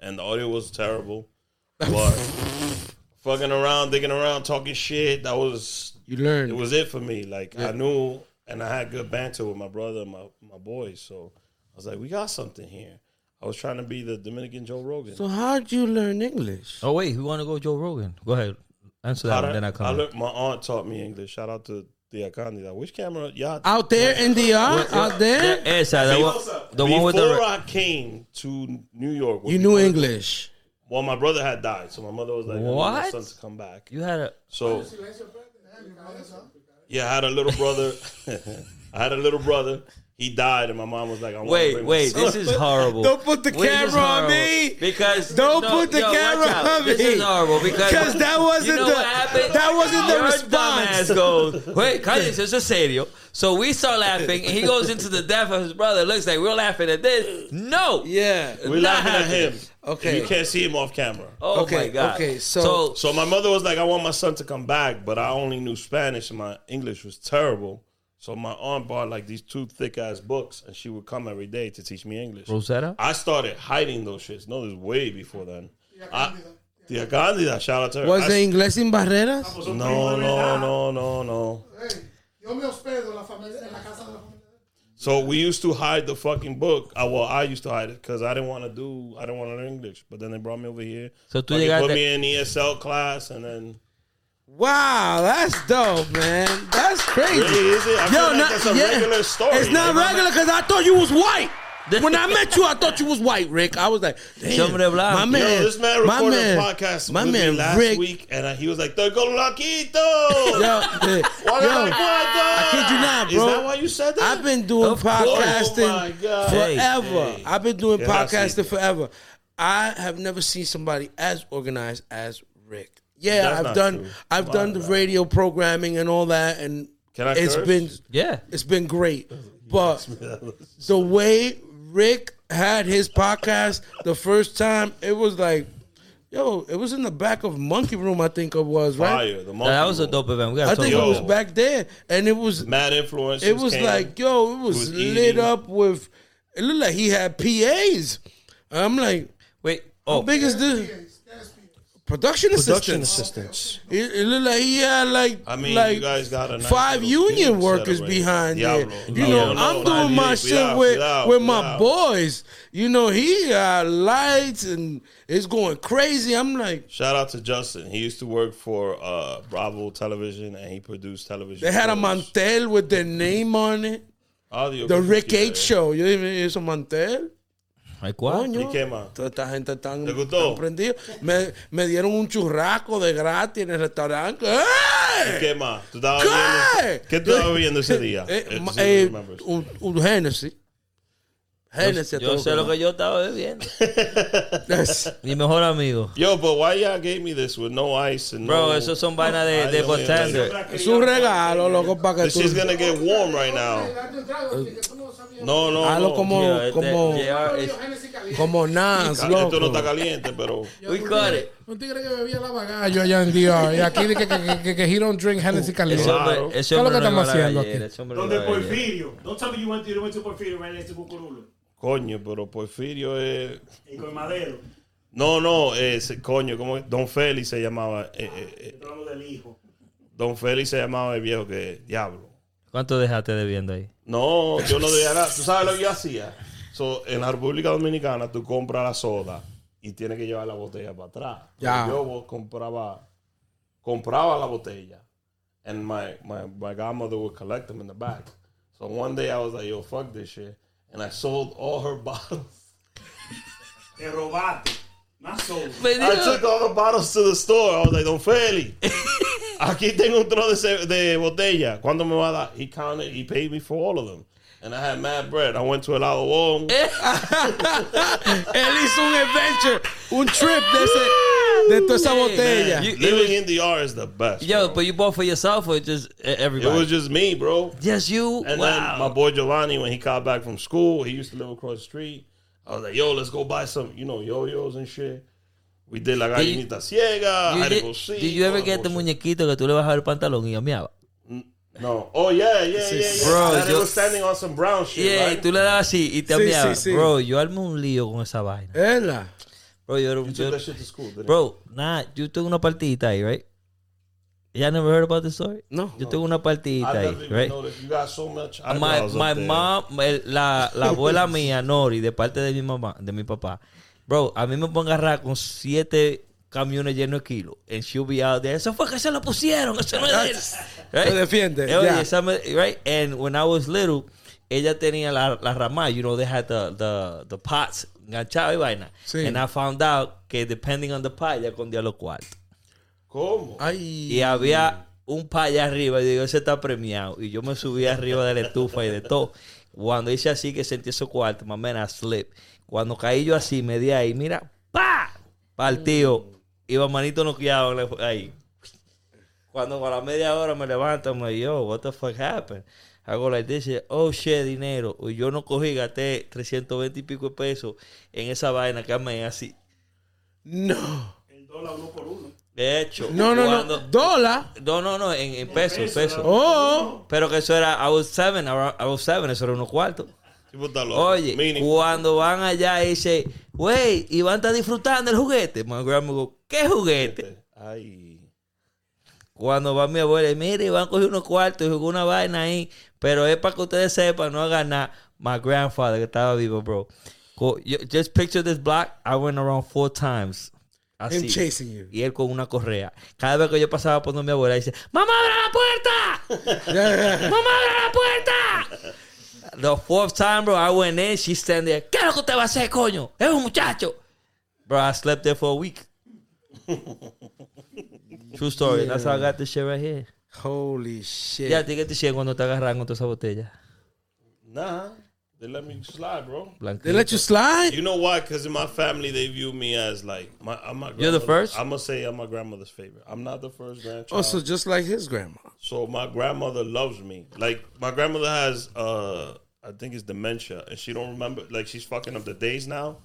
Speaker 3: and the audio was terrible. But fucking around, digging around, talking shit, that was
Speaker 1: You learned.
Speaker 3: it was it for me. Like I knew, and I had good banter with my brother and my my boys. So I was like, we got something here. I was trying to be the Dominican Joe Rogan.
Speaker 1: so how'd you learn English?
Speaker 2: Oh wait, who wanna go Joe Rogan? Go ahead. Answer
Speaker 3: I
Speaker 2: that one,
Speaker 3: learned,
Speaker 2: then I
Speaker 3: I
Speaker 2: come.
Speaker 3: learned- my aunt taught me English. Shout out to the Akandi. Like, which camera? Y'all.
Speaker 1: Out there in DR, out there,
Speaker 2: Eh, Esa, the one, the
Speaker 3: Before
Speaker 2: one with the
Speaker 3: I came to New York,
Speaker 1: you knew English.
Speaker 3: Well, my brother had died, so my mother was like, "I need
Speaker 2: What?
Speaker 3: my son to come back."
Speaker 2: you had a
Speaker 3: So, yeah, I had a little brother. I had a little brother. He died, and my mom was like, "I want to
Speaker 2: Wait,
Speaker 3: bring
Speaker 2: wait,
Speaker 3: my son.
Speaker 2: this is horrible.
Speaker 1: Don't put the
Speaker 2: This is
Speaker 1: camera on
Speaker 2: horrible.
Speaker 1: me.
Speaker 2: Because
Speaker 1: Don't put the
Speaker 2: watch
Speaker 1: camera
Speaker 2: out.
Speaker 1: on
Speaker 2: This
Speaker 1: me.
Speaker 2: is horrible because
Speaker 1: 'Cause that wasn't
Speaker 2: you know
Speaker 1: the-
Speaker 2: what happened?
Speaker 1: that wasn't the
Speaker 2: Your
Speaker 1: response.
Speaker 2: dumbass goes, wait, Carlos, this is serio. So we start laughing, and he goes into the death of his brother. Looks like we're laughing at this. No,
Speaker 1: Yeah.
Speaker 3: We're
Speaker 2: Not
Speaker 3: laughing at him.
Speaker 2: happening.
Speaker 1: Okay.
Speaker 3: you can't see him off camera.
Speaker 2: Oh
Speaker 1: Okay,
Speaker 2: my god.
Speaker 1: okay, so-
Speaker 3: So my mother was like, "I want my son to come back," but I only knew Spanish, and my English was terrible. So my aunt bought like these two thick ass books, and she would come every day to teach me English.
Speaker 2: Rosetta.
Speaker 3: I started hiding those shits. No, this is way before then. I- Tia Candida, shout out to her.
Speaker 1: Was
Speaker 3: I-
Speaker 1: the English in barreras?
Speaker 3: no, no, no, no, no.
Speaker 4: Ey, yo me hospedo en la familia, en la casa de la familia.
Speaker 3: So we used to hide the fucking book. I, well, I used to hide it because I didn't want to do, I didn't want to learn English. But then they brought me over here.
Speaker 2: So tú
Speaker 3: Fucking put
Speaker 2: llegaste-
Speaker 3: me in ESL class, and then
Speaker 1: Wow, that's dope, man. That's crazy.
Speaker 3: Really, is it? I feel like that's a regular story.
Speaker 1: It's not
Speaker 3: Like, I'm
Speaker 1: regular because I thought you was white. when I met you, I thought you was white, Rick. I was like, damn,
Speaker 2: Hombre blanco.
Speaker 1: my man,
Speaker 3: yo, this man
Speaker 1: my
Speaker 3: recorded
Speaker 1: man,
Speaker 3: a podcast
Speaker 1: my
Speaker 3: with
Speaker 1: man,
Speaker 3: me last
Speaker 1: Rick.
Speaker 3: week, and I, he was like, "They're going loquito."
Speaker 1: Yo, eh, yo,
Speaker 3: I
Speaker 1: kid you not, bro.
Speaker 3: Is that why you said that?
Speaker 1: I've been doing
Speaker 2: Of course.
Speaker 3: Oh my
Speaker 1: podcasting
Speaker 3: God.
Speaker 2: Hey,
Speaker 1: forever.
Speaker 3: hey.
Speaker 1: I've been doing
Speaker 3: Yeah, I see
Speaker 1: podcasting
Speaker 3: that.
Speaker 1: forever. I have never seen somebody as organized as Rick. Yeah,
Speaker 3: That's
Speaker 1: I've
Speaker 3: not
Speaker 1: done
Speaker 3: true.
Speaker 1: I've
Speaker 3: Wow,
Speaker 1: done the
Speaker 3: wow.
Speaker 1: radio programming and all that and
Speaker 3: Can I
Speaker 1: it's
Speaker 3: curse?
Speaker 1: been
Speaker 2: Yeah.
Speaker 1: it's been great. But the way Rick had his podcast the first time, it was like, yo, it was in the back of Monkey Room, I think it was, right?
Speaker 3: Fire, the
Speaker 2: That was a
Speaker 3: monkey
Speaker 2: dope event. We
Speaker 1: I
Speaker 2: gotta talk
Speaker 1: think
Speaker 3: Yo.
Speaker 1: it
Speaker 2: about
Speaker 1: was
Speaker 2: it.
Speaker 1: back there. And it was
Speaker 3: room. Mad influence.
Speaker 1: it was like, yo, it was,
Speaker 3: was
Speaker 1: lit
Speaker 3: eating.
Speaker 1: up with it looked like he had PAs. I'm like,
Speaker 2: Wait.
Speaker 1: how
Speaker 2: Oh,
Speaker 1: big is this?
Speaker 4: Yes, yes, yes.
Speaker 1: production
Speaker 7: Production
Speaker 1: assistants.
Speaker 7: assistants.
Speaker 1: It, it looked like he had like
Speaker 3: I mean,
Speaker 1: like
Speaker 3: you guys got a nice
Speaker 1: five
Speaker 3: little team
Speaker 1: union
Speaker 3: set
Speaker 1: workers
Speaker 3: already.
Speaker 1: behind
Speaker 3: Diablo.
Speaker 1: it. You know,
Speaker 3: Diablo.
Speaker 1: I'm doing my
Speaker 3: Cuidado,
Speaker 1: shit with
Speaker 3: cuidado,
Speaker 1: with my
Speaker 3: cuidado.
Speaker 1: boys. You know, he got lights and it's going crazy. I'm like,
Speaker 3: Shout out to Justin. He used to work for uh, Bravo Television, and he produced television.
Speaker 1: they had a
Speaker 3: shows.
Speaker 1: mantel with their name on it.
Speaker 3: Audio
Speaker 1: The
Speaker 3: cookie
Speaker 1: Rick
Speaker 3: there.
Speaker 1: H show. You didn't even eso mantel.
Speaker 2: Ay, ¿cuál?
Speaker 1: Coño.
Speaker 3: ¿Y qué más?
Speaker 1: Toda esta gente tan,
Speaker 3: ¿Te
Speaker 1: tan
Speaker 3: gustó?
Speaker 1: prendida. Me, me dieron un churrasco de gratis en el restaurante.
Speaker 3: ¿Y
Speaker 1: ¡Ey!
Speaker 3: qué más? ¿Tú estabas
Speaker 1: ¿Qué?
Speaker 3: viendo? ¿Qué tú estabas viendo ese día?
Speaker 1: Eh,
Speaker 3: Eh,
Speaker 1: ma-
Speaker 3: sí,
Speaker 1: eh,
Speaker 3: remembers.
Speaker 1: un, un Hennessy. Hennessy a
Speaker 2: Yo
Speaker 1: todo
Speaker 2: sé lo que yo estaba bebiendo.
Speaker 1: da.
Speaker 2: Mi mejor amigo.
Speaker 3: Yo, but why y'all gave me this with no ice and
Speaker 2: Bro,
Speaker 3: no...
Speaker 2: eso son vainas de, de
Speaker 3: Ay, Dios mío,
Speaker 2: bartender.
Speaker 1: eh, Es un regalo, loco, para que
Speaker 3: This
Speaker 1: tú...
Speaker 3: is gonna get warm right now. No, no,
Speaker 1: Hazlo
Speaker 3: no.
Speaker 1: como,
Speaker 2: Yeah, este-
Speaker 1: como,
Speaker 2: yeah, it's-
Speaker 1: como Nas,
Speaker 3: Ca-
Speaker 1: loco.
Speaker 3: Esto no está caliente, pero...
Speaker 2: We got it.
Speaker 6: Un tigre que bebía la bagallo allá en Dios. Y aquí de que, que, que, que, que he don't drink Hennessy caliente.
Speaker 2: Ese hombre,
Speaker 3: Claro.
Speaker 2: ese
Speaker 6: ¿Qué es lo
Speaker 2: hombre
Speaker 6: que
Speaker 2: no
Speaker 6: estamos
Speaker 2: iba a la
Speaker 6: haciendo
Speaker 2: gallera,
Speaker 6: aquí?
Speaker 2: ese hombre no
Speaker 5: Donde
Speaker 2: iba a la gallera.
Speaker 5: Porfirio. Don't tell me you went to, you went to Porfirio right next to Cucurulo.
Speaker 3: Coño, pero Porfirio es...
Speaker 5: En Colmadero.
Speaker 3: No, no, ese coño, ¿cómo es? Don Félix se llamaba... eh, eh, eh,
Speaker 5: Hablamos del hijo.
Speaker 3: Don Félix se llamaba el viejo que... Diablo.
Speaker 2: ¿Cuánto dejaste debiendo ahí?
Speaker 3: No, yo no debía nada. ¿Tú sabes lo que yo hacía? So, en la República Dominicana tú compras la soda y tienes que llevar la botella para atrás.
Speaker 1: Ya.
Speaker 3: Yo bo- compraba, compraba la botella. And my, my, my godmother would collect them in the back. So one day I was like, yo, fuck this shit. And I sold all her bottles.
Speaker 5: Te robaste. Más solo.
Speaker 3: I took all the bottles to the store. I was like, Don Feli, aquí tengo un trozo de, ce- de botella. ¿Cuándo me va a dar? He counted, he paid me for all of them. And I had mad bread. I went to El Wong.
Speaker 1: ¿eh? Él hizo un adventure, un trip de, ese, de toda esa
Speaker 2: Hey,
Speaker 1: botella.
Speaker 2: man, you-
Speaker 3: Living in the R is the best.
Speaker 2: Yo,
Speaker 3: bro.
Speaker 2: but you bought for yourself or just eh,
Speaker 3: it was
Speaker 2: everybody?
Speaker 3: just me, bro.
Speaker 2: Just you?
Speaker 3: And then my
Speaker 2: Wow.
Speaker 3: boy Giovanni, when he got back from school, he used to live across the street. I was like, yo, let's go buy some, you know, yo-yos and shit. We did La
Speaker 2: Did you-
Speaker 3: Gallinita Ciega,
Speaker 2: You did,
Speaker 3: Arigocito,
Speaker 2: did you ever get the
Speaker 3: Arigocito.
Speaker 2: muñequito que tú le bajabas el pantalón y llameaba?
Speaker 3: No. Oh, yeah, yeah, yeah, yeah.
Speaker 2: Bro,
Speaker 3: and it
Speaker 2: yo-
Speaker 3: was standing on some brown shit,
Speaker 2: Yeah, y
Speaker 3: right?
Speaker 2: tú le dabas así y te
Speaker 1: Sí,
Speaker 2: llameaba.
Speaker 1: sí, sí.
Speaker 2: Bro, yo armo un lío con esa vaina.
Speaker 1: Ella.
Speaker 2: Bro, yo era un...
Speaker 3: You took
Speaker 2: yo-
Speaker 3: that shit to school, didn't you?
Speaker 2: Bro, nah, yo tuve una partidita ahí, right? Y'all never heard about this story?
Speaker 1: No.
Speaker 2: Yo tuve una partidita
Speaker 3: I never
Speaker 2: ahí,
Speaker 3: even
Speaker 2: right?
Speaker 3: noticed. You got so much
Speaker 2: My,
Speaker 3: eyebrows
Speaker 2: my
Speaker 3: up there.
Speaker 2: mom, el- la, la abuela mía, Nori, de parte de mi mamá, de mi papá. Bro, a mí me pongo a agarrar con siete camiones llenos de kilos. And she'll be out there. Eso fue que se lo pusieron. Eso no es de él.
Speaker 1: Lo defiende,
Speaker 2: Eh, oye,
Speaker 1: ya.
Speaker 2: esa me- right? And when I was little, ella tenía la, la rama. You know, they had the, the, the pots enganchados y vaina.
Speaker 1: Sí.
Speaker 2: And I found out que depending on the pot, ella escondía los cuartos.
Speaker 3: ¿Cómo?
Speaker 1: Ay.
Speaker 2: Y había un pa allá arriba. Y digo, ese está premiado. Y yo me subí arriba de la estufa y de todo. Cuando hice así que sentí esos cuartos, más o menos slip. Cuando caí yo así, me di ahí, mira, ¡pa! Partido. Iba manito noqueado en la- ahí. Cuando a la media hora me levanto, me digo, yo, what the fuck happened? Hago la dice, oh shit, dinero. Y Yo no cogí, gasté 320 y pico de pesos en esa vaina que amé así.
Speaker 1: No.
Speaker 5: El dólar uno por uno.
Speaker 2: De hecho,
Speaker 1: No, no,
Speaker 2: cuando-
Speaker 1: no. Dólar.
Speaker 2: no, no, no, en, en pesos, pesos.
Speaker 1: Oh.
Speaker 2: Pero que eso era, I was seven, ahora- I was seven, eso era unos cuartos.
Speaker 3: Tipo, está loco.
Speaker 2: Oye,
Speaker 3: Meaning-
Speaker 2: cuando van allá y dice, wey, Iván está disfrutando el juguete. My grandma go, ¿qué juguete?
Speaker 3: Ay.
Speaker 2: Cuando va mi abuela, mire, Iván cogió unos cuartos y jugó una vaina ahí, pero es para que ustedes sepan, no hagan nada. My grandfather, que estaba vivo, bro. Co- yo- Just picture this block, I went around four times. Así.
Speaker 1: Him chasing you.
Speaker 2: Y él con una correa. Cada vez que yo pasaba por donde mi abuela, dice, ¡Mamá, abre la puerta!
Speaker 1: Ya,
Speaker 2: ¡Mamá, abre la puerta! The fourth time, bro, I went in. She stand there. ¿Qué es lo que usted va a hacer, coño? Es un muchacho. Bro, I slept there for a week. True story. That's how I got this shit right here.
Speaker 1: Holy shit.
Speaker 2: Ya, te que te llega cuando te agarran con toda esa botella.
Speaker 3: Nah. They let me slide, bro.
Speaker 1: They
Speaker 2: Blanquita.
Speaker 1: let you slide?
Speaker 3: You know why? Because in my family, they view me as like my. I'm my
Speaker 2: You're the
Speaker 3: grandmother-
Speaker 2: first?
Speaker 3: I'm gonna say I'm my grandmother's favorite. I'm not the first grandchild.
Speaker 1: Also, Oh, just like his grandma.
Speaker 3: so my grandmother loves me. Like my grandmother has, uh, I think it's dementia, and she don't remember. Like she's fucking up the days now,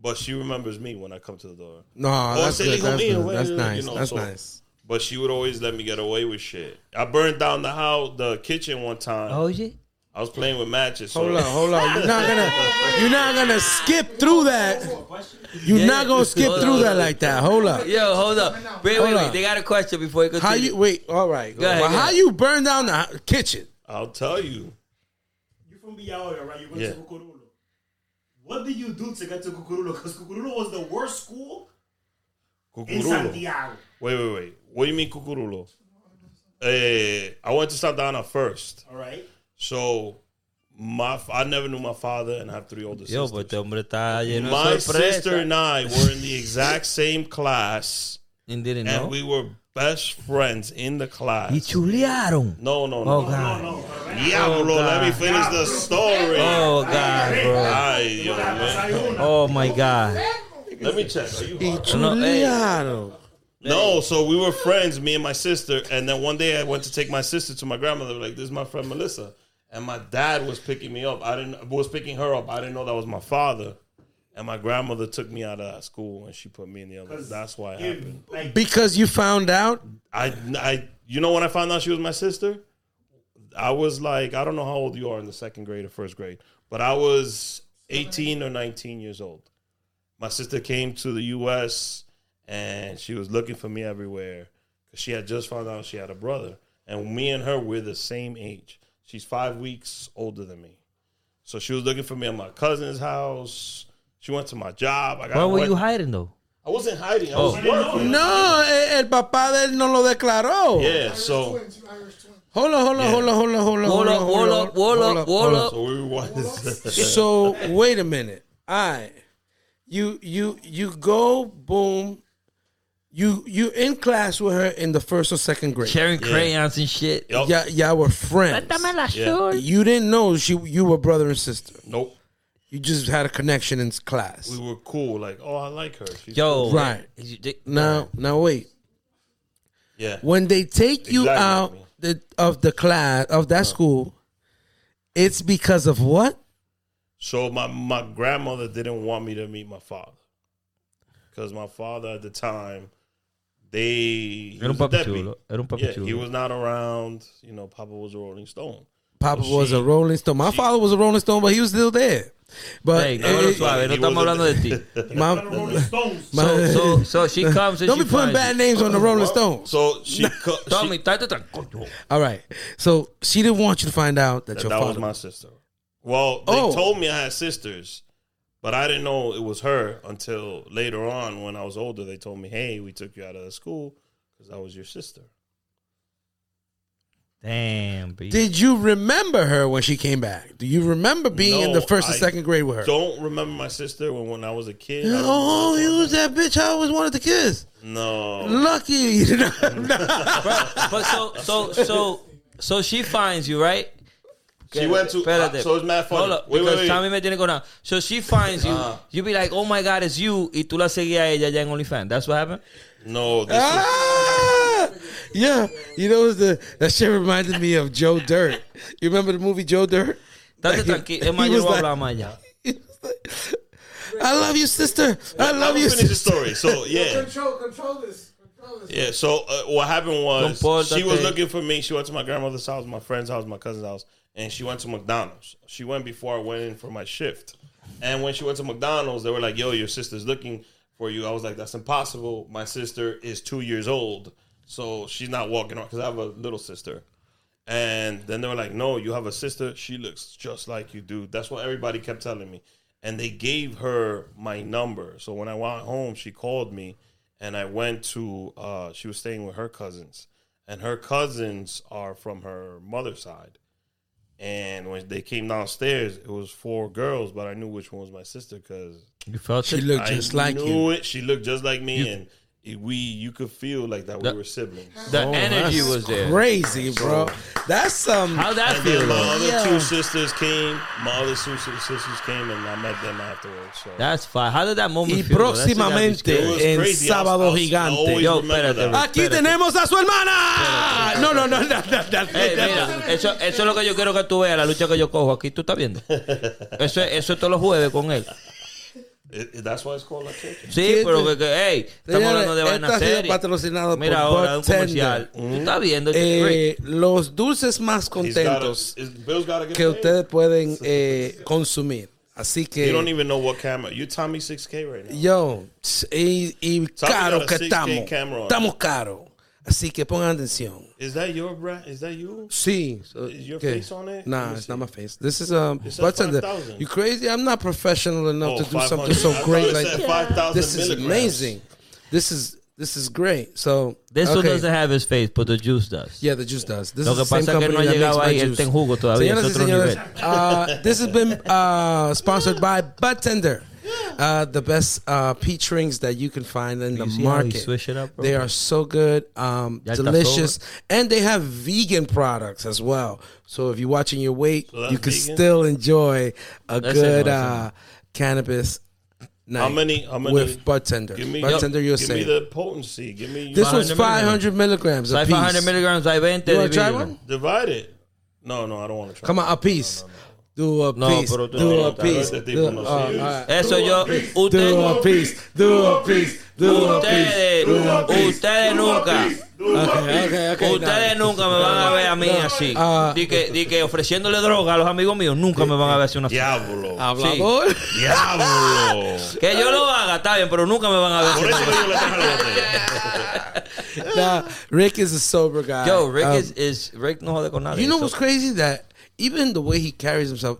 Speaker 3: but she remembers me when I come to the door.
Speaker 1: No,
Speaker 3: Oh,
Speaker 1: that's
Speaker 3: say
Speaker 1: good.
Speaker 3: legal
Speaker 1: That's,
Speaker 3: me,
Speaker 1: good.
Speaker 3: well,
Speaker 1: that's
Speaker 3: you
Speaker 1: nice.
Speaker 3: know,
Speaker 1: that's
Speaker 3: so-
Speaker 1: nice.
Speaker 3: But she would always let me get away with shit. I burned down the house, the kitchen one time.
Speaker 2: Oye,
Speaker 3: I was playing with matches.
Speaker 1: Oh.
Speaker 3: So
Speaker 1: Hold on, hold on. You're not gonna, you're not gonna skip through that. You're not gonna skip through that like that. Hold up.
Speaker 2: Yo, hold up. Wait,
Speaker 1: Hold
Speaker 2: wait, wait.
Speaker 1: up.
Speaker 2: They got a question before you continue.
Speaker 1: How you wait? All right.
Speaker 2: ahead,
Speaker 1: Well,
Speaker 2: go
Speaker 1: how
Speaker 2: ahead.
Speaker 1: you burn down the ho- kitchen?
Speaker 3: I'll tell you.
Speaker 5: You're from Villahoya, right? You went
Speaker 3: Yeah.
Speaker 5: to Cucurulo. What did you do to get to Cucurulo? Because Cucurulo was the worst school in
Speaker 3: Cucurulo.
Speaker 5: Santiago.
Speaker 3: Wait, wait, wait. What do you mean cucurulo? Eh, I went to Saldana first.
Speaker 5: All right.
Speaker 3: So my f- I never knew my father and I have three older
Speaker 2: Yo,
Speaker 3: sisters.
Speaker 2: pues este hombre está lleno
Speaker 3: my
Speaker 2: de sorpresa.
Speaker 3: sister and I were in the exact same class
Speaker 2: And didn't
Speaker 3: and
Speaker 2: know.
Speaker 3: we were best friends in the class.
Speaker 2: Y chulearon.
Speaker 3: No, no,
Speaker 2: Oh,
Speaker 3: no.
Speaker 5: No,
Speaker 2: God.
Speaker 5: no. pero ven.
Speaker 3: Diablo,
Speaker 2: Oh,
Speaker 3: let me
Speaker 2: God.
Speaker 3: finish the story.
Speaker 2: Oh, God, bro.
Speaker 3: Ay, Dios
Speaker 5: Para
Speaker 3: mío.
Speaker 5: pasar una.
Speaker 2: Oh, my God.
Speaker 3: Let me check. Are you hot?
Speaker 2: No, hey.
Speaker 1: Juliano.
Speaker 3: No, so we were friends, me and my sister. And then one day I went to take my sister to my grandmother. Like, this is my friend Melissa. And my dad was picking me up. I didn't was picking her up. I didn't know that was my father. And my grandmother took me out of that school and she put me in the other. That's why it happened.
Speaker 5: Like,
Speaker 1: Because you found out.
Speaker 3: I, I, you know, when I found out she was my sister, I was like, I don't know how old you are in the second grade or first grade, but I was 18 or 19 years old. My sister came to the U.S. and she was looking for me everywhere because she had just found out she had a brother, and me and her were the same age. She's five weeks older than me, so she was looking for me at my cousin's house. She went to my job. I got.
Speaker 2: Where were
Speaker 3: went-
Speaker 2: you Oh. hiding, though?
Speaker 3: I wasn't hiding. I was working.
Speaker 1: No, eh, el papá de él no lo declaró.
Speaker 3: Yeah. So.
Speaker 4: Twins, you Irish twins.
Speaker 1: Hold on, hold on, hold on, hold on, hold on,
Speaker 2: Wall
Speaker 1: hold on,
Speaker 2: up,
Speaker 1: hold
Speaker 2: wall
Speaker 1: on,
Speaker 2: up, wall
Speaker 1: hold
Speaker 2: up,
Speaker 1: hold
Speaker 2: wall up.
Speaker 3: So we was.
Speaker 1: So wait a minute. All right. You you you go boom. You you in class with her in the first or second grade.
Speaker 2: Sharing crayons and shit.
Speaker 3: Yup.
Speaker 1: Yeah, y'all were friends.
Speaker 3: Yeah.
Speaker 1: You didn't know she you were brother and sister.
Speaker 3: Nope.
Speaker 1: You just had a connection in class.
Speaker 3: We were cool. Like, oh, I like her. She's
Speaker 2: Yo.
Speaker 3: cool.
Speaker 1: Right.
Speaker 2: You dick-
Speaker 1: Now now wait.
Speaker 3: Yeah.
Speaker 1: When they take you
Speaker 3: Exactly.
Speaker 1: out the, of the class of that school, it's because of what?
Speaker 3: So my my grandmother didn't want me to meet my father because my father at the time they he
Speaker 2: Era un
Speaker 1: um
Speaker 3: was a
Speaker 2: papi
Speaker 3: deadbeat.
Speaker 2: chulo. Era un papi
Speaker 3: yeah, he
Speaker 2: chulo.
Speaker 3: was not around. You know, Papa was a Rolling Stone.
Speaker 1: Papa
Speaker 3: Well,
Speaker 1: was
Speaker 3: she-
Speaker 1: a Rolling Stone. My father was a Rolling Stone, but he was still there. But eh,
Speaker 2: Hey,
Speaker 1: eh,
Speaker 2: cógelo suave. No
Speaker 3: He
Speaker 2: estamos
Speaker 3: was a-
Speaker 2: hablando de ti.
Speaker 1: my-
Speaker 5: the Rolling Stones.
Speaker 1: my-
Speaker 2: So, so, so she comes and
Speaker 1: don't
Speaker 2: she
Speaker 1: be putting
Speaker 2: finds
Speaker 1: bad
Speaker 2: you.
Speaker 1: names on the Rolling Stones.
Speaker 3: So she, co- she-
Speaker 2: Tommy, estate tranquilo.
Speaker 1: All right. So she didn't want you to find out that,
Speaker 3: that,
Speaker 1: your
Speaker 3: that was
Speaker 1: father.
Speaker 3: my sister. Well, they
Speaker 1: Oh.
Speaker 3: told me I had sisters, but I didn't know it was her until later on when I was older. They told me, "Hey, we took you out of the school because I was your sister."
Speaker 2: Damn, B.
Speaker 1: Did you remember her when she came back? Do you remember being in
Speaker 3: No,
Speaker 1: the first and
Speaker 3: I
Speaker 1: second grade with her?
Speaker 3: Don't remember my sister when, when I was a kid. I don't
Speaker 1: Oh,
Speaker 3: remember-
Speaker 1: you was that bitch I always wanted to kiss.
Speaker 3: No.
Speaker 1: Lucky. you know?
Speaker 2: But so, so, so, so she finds you, right?
Speaker 3: She went to. uh,
Speaker 2: Espérate.
Speaker 3: so it's mad funny.
Speaker 2: Hold up,
Speaker 3: wait,
Speaker 2: because
Speaker 3: wait, Ah. wait.
Speaker 2: Tommy me tiene con nada. So she finds you. You be like, oh my God, it's you. Y tú la seguías a ella ya en OnlyFans. That's what happened?
Speaker 3: No, this is.
Speaker 1: Ah! yeah. You know, it was the, that shit reminded me of Joe Dirt. You remember the movie Joe Dirt?
Speaker 2: Estate tranquilo. Es más,
Speaker 1: He
Speaker 2: yo
Speaker 1: was
Speaker 2: no voy
Speaker 1: like-
Speaker 2: a hablar más ya.
Speaker 1: I love you, sister. I
Speaker 3: Let
Speaker 1: love
Speaker 3: me
Speaker 1: you,
Speaker 3: finish the
Speaker 1: sister.
Speaker 3: story. So yeah,
Speaker 4: Control, control this. Control this.
Speaker 3: yeah. So uh, what happened was
Speaker 2: Compórtate.
Speaker 3: she was looking for me. She went to my grandmother's house, my friend's house, my cousin's house, and she went to McDonald's. She went before I went in for my shift. And when she went to McDonald's, they were like, "Yo, your sister's looking for you." I was like, "That's impossible. My sister is two years old, so she's not walking around because I have a little sister." And then they were like, "No, you have a sister. She looks just like you, dude." That's what everybody kept telling me. And they gave her my number. So when I went home, she called me, and I went to. Uh, she was staying with her cousins, and her cousins are from her mother's side. And when they came downstairs, it was four girls, but I knew which one was my sister because
Speaker 2: You felt
Speaker 1: She
Speaker 2: it.
Speaker 1: looked
Speaker 3: I
Speaker 1: just like you.
Speaker 3: knew it. She looked just like me, and it, we you could feel like that we
Speaker 2: That-
Speaker 3: were siblings.
Speaker 2: The energy
Speaker 1: that's
Speaker 2: was there.
Speaker 1: Crazy, bro. That's some.
Speaker 2: How that
Speaker 3: And
Speaker 2: feel?
Speaker 3: then my
Speaker 2: though?
Speaker 3: other
Speaker 1: Yeah.
Speaker 3: two sisters came. My other two si- sisters came, and I met them afterwards. So
Speaker 2: That's fine. How did that moment
Speaker 1: Y
Speaker 2: feel? though? That shit gotta be
Speaker 1: próximamente-
Speaker 2: scary.
Speaker 1: It en Sábado Gigante.
Speaker 3: always
Speaker 2: Yo,
Speaker 3: remember
Speaker 2: espérate,
Speaker 3: that.
Speaker 1: Aquí
Speaker 2: Espérate.
Speaker 1: tenemos a su hermana. No, no, no, no, no, no, no.
Speaker 2: Ey, mira, eso, eso es lo que yo quiero que tú veas, la lucha que yo cojo aquí. ¿Tú estás viendo? Eso, es- eso es todos los jueves con él.
Speaker 3: It- it- that's why it's called La Cheche.
Speaker 2: Sí, pero que, que, hey, estamos
Speaker 1: Señores,
Speaker 2: hablando de
Speaker 1: esto ha
Speaker 2: vaina
Speaker 1: sido
Speaker 2: seria.
Speaker 1: patrocinado
Speaker 2: Mira
Speaker 1: por
Speaker 2: ahora, un
Speaker 1: Bartender.
Speaker 2: comercial. Tú estás viendo. este
Speaker 1: Eh, los dulces más
Speaker 3: He's gotta-
Speaker 1: contentos
Speaker 3: is- Bill's gotta get
Speaker 1: que
Speaker 3: paid.
Speaker 1: ustedes pueden eh, consumir. Así
Speaker 3: You don't
Speaker 1: que,
Speaker 3: even know what camera. You Tommy 6K right now.
Speaker 1: yo, ts- y, y caro
Speaker 3: got a
Speaker 1: que
Speaker 3: 6K
Speaker 1: estamos.
Speaker 3: camera on.
Speaker 1: Estamos caros. Así que pongan atención.
Speaker 3: Is that your brand? Is that you?
Speaker 1: Sí. so-
Speaker 3: Is your
Speaker 1: ¿qué?
Speaker 3: face on it? Let
Speaker 1: Nah,
Speaker 3: me
Speaker 1: it's
Speaker 3: see.
Speaker 1: not my face. This is um,
Speaker 3: It says
Speaker 1: bartender.
Speaker 3: 5,000.
Speaker 1: You crazy? I'm not professional enough
Speaker 3: Oh,
Speaker 1: to do something
Speaker 3: 500.
Speaker 1: so
Speaker 3: I thought
Speaker 1: great
Speaker 3: it
Speaker 1: like
Speaker 3: said
Speaker 1: that.
Speaker 3: 5,000
Speaker 1: This is
Speaker 3: milligrams.
Speaker 1: amazing. This is this is great. So
Speaker 2: This one
Speaker 1: okay.
Speaker 2: doesn't have his face, but the juice does.
Speaker 1: Yeah, the juice does. This
Speaker 2: Lo
Speaker 1: is
Speaker 2: que
Speaker 1: the same
Speaker 2: pasa es que
Speaker 1: company
Speaker 2: no ha
Speaker 1: that
Speaker 2: llegado
Speaker 1: makes my
Speaker 2: ahí, él
Speaker 1: juice.
Speaker 2: está en jugo todavía,
Speaker 1: Señoras
Speaker 2: es
Speaker 1: y
Speaker 2: otro
Speaker 1: señores,
Speaker 2: nivel.
Speaker 1: uh, this has been uh, sponsored by Buttender, uh, the best uh, peach rings that you can find in the
Speaker 2: You see how he
Speaker 1: market.
Speaker 2: switch it up, bro?
Speaker 1: they are so good, um,
Speaker 2: Ya está
Speaker 1: delicious, and they have vegan products as well. So if you're watching your weight,
Speaker 3: So that's
Speaker 1: you can
Speaker 3: vegan?
Speaker 1: still enjoy a
Speaker 2: That's
Speaker 1: good
Speaker 2: it,
Speaker 1: uh, cannabis night
Speaker 3: How many? How many?
Speaker 1: with Buttender.
Speaker 3: give me,
Speaker 1: Buttender
Speaker 3: give me
Speaker 1: USA.
Speaker 3: the potency. Give me
Speaker 1: This was
Speaker 2: 500
Speaker 1: 500 milligrams
Speaker 2: So
Speaker 1: a
Speaker 2: hay
Speaker 1: piece.
Speaker 2: 500 milligrams, hay 20.
Speaker 1: You wanna try
Speaker 2: divídelo.
Speaker 1: one?
Speaker 3: divide it. No, no, I don't want to try.
Speaker 1: Come on, a piece. Do a
Speaker 2: No,
Speaker 1: piece.
Speaker 2: pero tú
Speaker 1: do
Speaker 2: no
Speaker 1: a
Speaker 2: estás-
Speaker 1: piece.
Speaker 3: Este
Speaker 1: Do,
Speaker 3: tipo
Speaker 1: oh,
Speaker 3: no
Speaker 1: all
Speaker 3: se usa.
Speaker 1: right.
Speaker 2: Eso yo. Usted,
Speaker 1: do a piece. Do a piece. Do a piece.
Speaker 2: ustedes, ustedes nunca.
Speaker 1: Okay, okay, okay.
Speaker 2: ustedes
Speaker 1: no.
Speaker 2: nunca me van a ver a mí así.
Speaker 1: Ah.
Speaker 2: di, que, di que ofreciéndole droga a los amigos míos, nunca me van a ver así una
Speaker 3: Diablo.
Speaker 1: Ah. Hablador.
Speaker 3: Diablo.
Speaker 2: Que yo lo haga, está bien, pero nunca me van a ver
Speaker 3: Por
Speaker 2: así.
Speaker 3: eso que yo le dejo la botella.
Speaker 1: Nah, Rick is a sober guy.
Speaker 2: Yo, Rick
Speaker 1: Um,
Speaker 2: is, is- Rick no jode con nadie.
Speaker 1: You know
Speaker 2: So-
Speaker 1: what's crazy? That even the way he carries himself,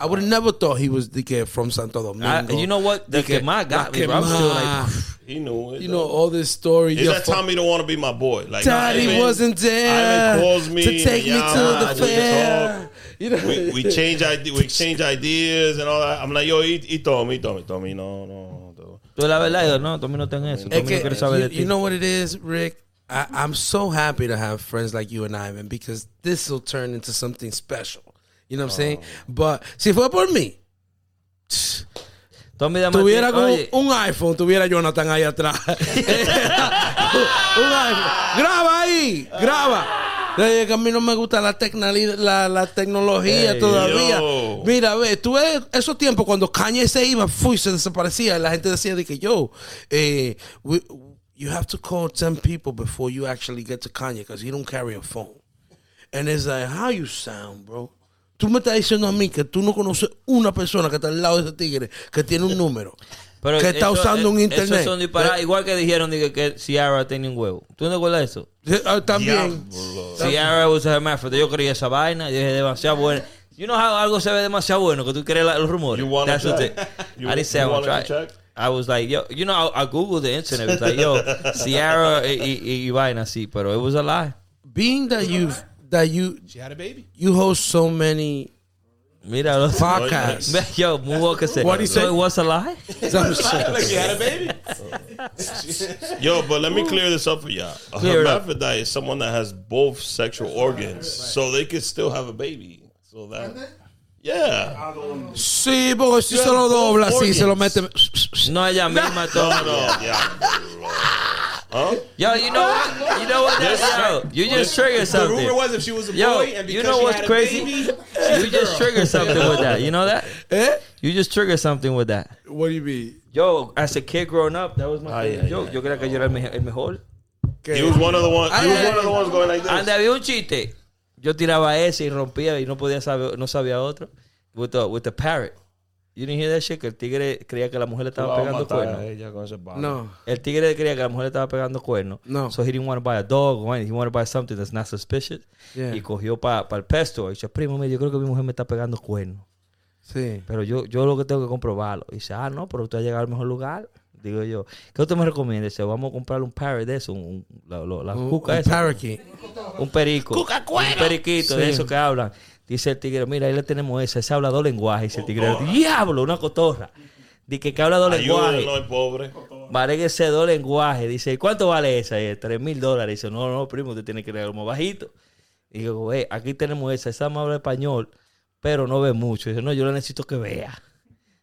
Speaker 1: I would have never thought he was the kid from Santo Domingo.
Speaker 2: I- Ah, you know what? The
Speaker 1: Dike,
Speaker 2: Kemah got
Speaker 1: La
Speaker 2: me, bro. I'm still like,
Speaker 1: Kemah.
Speaker 3: He knew it.
Speaker 1: You know all this story.
Speaker 3: Is
Speaker 1: your
Speaker 3: that
Speaker 1: fa-
Speaker 3: Tommy don't want to be my boy? Like
Speaker 1: Daddy
Speaker 3: Ivan-
Speaker 1: wasn't there
Speaker 3: Ivan calls me
Speaker 1: to take me
Speaker 3: yeah,
Speaker 1: to
Speaker 3: we
Speaker 1: the fair.
Speaker 3: talk.
Speaker 1: You know,
Speaker 3: We, we change ide- we exchange ideas and all that. I'm like, yo, he, he told me, he told me, told me, no, no, no.
Speaker 2: Tú la verdad, yo, no, Tommy no ten eso. Tommy
Speaker 1: Es
Speaker 2: no
Speaker 1: que,
Speaker 2: quiere saber de
Speaker 1: you, you
Speaker 2: ti.
Speaker 1: know what it is, Rick? I, I'm so happy to have friends like you and Ivan because this will turn into something special. You
Speaker 2: Oh.
Speaker 1: know what I'm saying? But si fue por mí,
Speaker 2: Tommy, dame
Speaker 1: tuviera
Speaker 2: ti-
Speaker 1: con
Speaker 2: oye,
Speaker 1: un iPhone, tuviera Jonathan ahí atrás. un iPhone. Graba ahí, graba. Eh, que a mí no me gusta la, tecnali- la, la tecnología
Speaker 2: Ey,
Speaker 1: todavía.
Speaker 3: yo.
Speaker 1: Mira, ve, tú ves esos tiempos cuando Kanye se iba, fui, se desaparecía. La gente decía de que yo, eh, we- you have to call 10 people before you actually get to Kanye because he don't carry a phone. And it's like, how you sound, bro. Tú me estás diciendo a mí que tú no conoces una persona que está al lado de ese tigre que tiene un número.
Speaker 2: pero
Speaker 1: que está
Speaker 2: eso-
Speaker 1: usando un
Speaker 2: eh,
Speaker 1: internet.
Speaker 2: Esos son disparados. Igual que dijeron dije, que Ciara tenía un huevo. ¿Tú no te acuerdas de eso?
Speaker 1: Eh, ah, También.
Speaker 3: Diablo.
Speaker 2: Ciara was a hermaphrodite. Yo creí esa vaina. Yo dije, demasiado bueno. You know how algo se ve demasiado bueno que tú crees la- los rumores.
Speaker 3: You wanna
Speaker 2: That's the
Speaker 3: check?
Speaker 2: thing.
Speaker 3: You-
Speaker 2: I didn't say
Speaker 3: you
Speaker 2: I want to
Speaker 3: wanted to
Speaker 2: try. it.
Speaker 3: check?
Speaker 2: I was like, yo, you know, I, I googled the internet. It was like, yo, Ciara y, y, y vaina así, pero it was a lie.
Speaker 1: Being that you've that you
Speaker 6: She had a baby.
Speaker 1: you host so many
Speaker 2: Míralo.
Speaker 1: podcasts.
Speaker 2: Yo, Moonwalker said,
Speaker 1: What he
Speaker 2: so
Speaker 1: said?
Speaker 2: it was a lie?
Speaker 1: Some shit.
Speaker 6: Like she had a baby.
Speaker 3: Yo, but let me clear this up for y'all. A
Speaker 2: Clear it up.
Speaker 3: hermaphrodite is someone that has both sexual organs, so they could still have a baby. So that, yeah.
Speaker 1: Sí, porque si se lo
Speaker 3: have both
Speaker 1: dobla, sí, se lo
Speaker 3: organs.
Speaker 1: mete.
Speaker 2: No, ella misma
Speaker 3: No,
Speaker 2: todo.
Speaker 3: no, yeah.
Speaker 2: Yo, you know what? You know what? That, yo, you just triggered
Speaker 7: The
Speaker 2: something.
Speaker 7: rumor was if she was a
Speaker 2: Yo,
Speaker 7: boy and because
Speaker 2: you know
Speaker 7: she
Speaker 2: what's
Speaker 7: had
Speaker 2: crazy?
Speaker 7: a baby,
Speaker 2: You just triggered something with that. You know that?
Speaker 1: Eh?
Speaker 2: You just triggered something with that.
Speaker 1: What do you mean?
Speaker 2: Yo, as a kid growing up, that was my
Speaker 3: Ay,
Speaker 2: favorite
Speaker 3: ay,
Speaker 2: joke.
Speaker 3: ay.
Speaker 2: Yo creía que yo era el, meje- el mejor.
Speaker 3: He was one of the ones. He was
Speaker 1: I-
Speaker 3: one of the ones going like
Speaker 2: Donde
Speaker 3: this.
Speaker 2: había un chiste, yo tiraba ese y rompía y no podía saber, no sabía otro. With the, with the parrot. You didn't hear that shit? Que el tigre creía que la mujer le estaba pegando cuernos.
Speaker 1: No.
Speaker 2: El tigre creía que la mujer le estaba pegando cuerno.
Speaker 1: No.
Speaker 2: So he didn't want to buy a dog or anything. He wanted to buy something that's not suspicious.
Speaker 1: Yeah.
Speaker 2: Y cogió para el pet store. Y dice, primo, mira, yo creo que mi mujer me está pegando cuerno.
Speaker 1: Sí.
Speaker 2: Pero yo, yo lo que tengo que comprobarlo. Y dice, ah, no, pero usted ha llegado al mejor lugar. Digo yo, ¿qué usted me recomienda? Dice, vamos a comprar un parrot de eso. Un, un- la, lo- la cuca
Speaker 1: Un
Speaker 2: esa.
Speaker 1: parakeet.
Speaker 2: Un perico. un periquito de
Speaker 1: Sí.
Speaker 2: eso que hablan. Dice el tigre, mira, ahí le tenemos esa. Ese habla dos lenguajes. Dice el tigre,
Speaker 1: Oh.
Speaker 2: diablo, una cotorra. Dice que habla dos lenguajes.
Speaker 3: Ayúdenlo al pobre.
Speaker 2: Maréguese dos lenguajes. Dice, ¿y ¿cuánto vale esa? Y, Tres mil dólares. Dice, no, no, primo, usted tiene que leerlo más bajito. Y digo, güey, aquí tenemos esa. Esa me habla español, pero no ve mucho. Dice, no, yo la necesito que vea.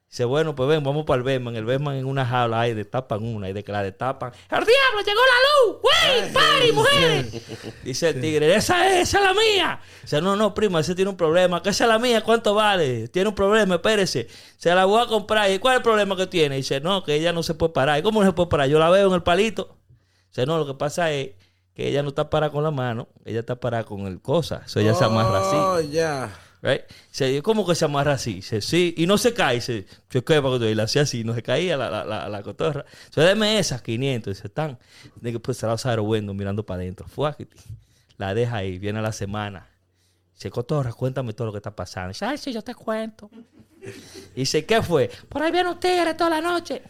Speaker 2: Dice, bueno, pues ven, vamos para el Batman. El Batman en una jaula ahí destapan una y de que la destapan. ¡El diablo! ¡Llegó la luz! ¡Wey! ¡Pari, mujeres! Dice el tigre, esa es, esa es la mía. Dice, no, no, prima, ese tiene un problema. ¿Qué esa es la mía? ¿Cuánto vale? Tiene un problema, espérese. Se la voy a comprar. ¿Y cuál es el problema que tiene? Dice, no, que ella no se puede parar. ¿Y cómo no se puede parar? Yo la veo en el palito. Dice, no, lo que pasa es que ella no está parada con la mano, ella está parada con el cosa. Eso ella se amarra así.
Speaker 1: Oh, ya.
Speaker 2: Right? Dice, "¿Y ¿cómo que se amarra así? Dice, sí, y no se cae. Dice, yo qué, porque yo la hacía así, no se caía la, la, la, la cotorra. Dice, deme esas 500. Dice, están. Tiene que pues a el window mirando para adentro. Fuáquete. La deja ahí, viene la semana. Dice, cotorra, cuéntame todo lo que está pasando. Dice, ay, sí, yo te cuento. Dice, ¿qué fue? Por ahí viene un tigre toda la noche.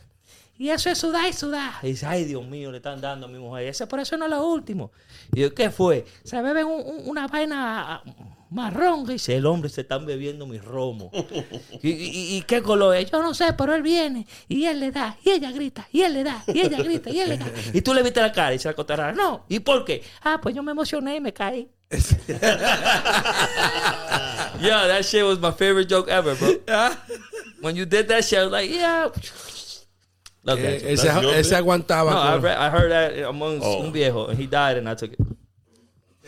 Speaker 2: Y eso es sudar y sudar. Y dice, ay, Dios mío, le están dando a mi mujer. Y dice, por eso no es lo último. Y yo, ¿qué fue? Se beben un- un- una vaina ah, marrón. Y dice, el hombre se están bebiendo mi romo. ¿Y, y- y qué color es? Yo no sé, pero él viene. Y él le da. Y ella grita. Y él le da. Y ella grita. Y él le da. Y tú le viste la cara y se la contará. No. ¿Y por qué? Ah, pues yo me emocioné y me caí. yeah, that shit was my favorite joke ever, bro. When you did that shit, I was like, yeah. Love that.
Speaker 1: Eh, ese,
Speaker 3: that's your
Speaker 1: ese
Speaker 3: bit?
Speaker 1: aguantaba.
Speaker 2: No, I,
Speaker 1: con-
Speaker 2: read, I heard that amongst
Speaker 3: Oh.
Speaker 2: un viejo, and he died, and I took it.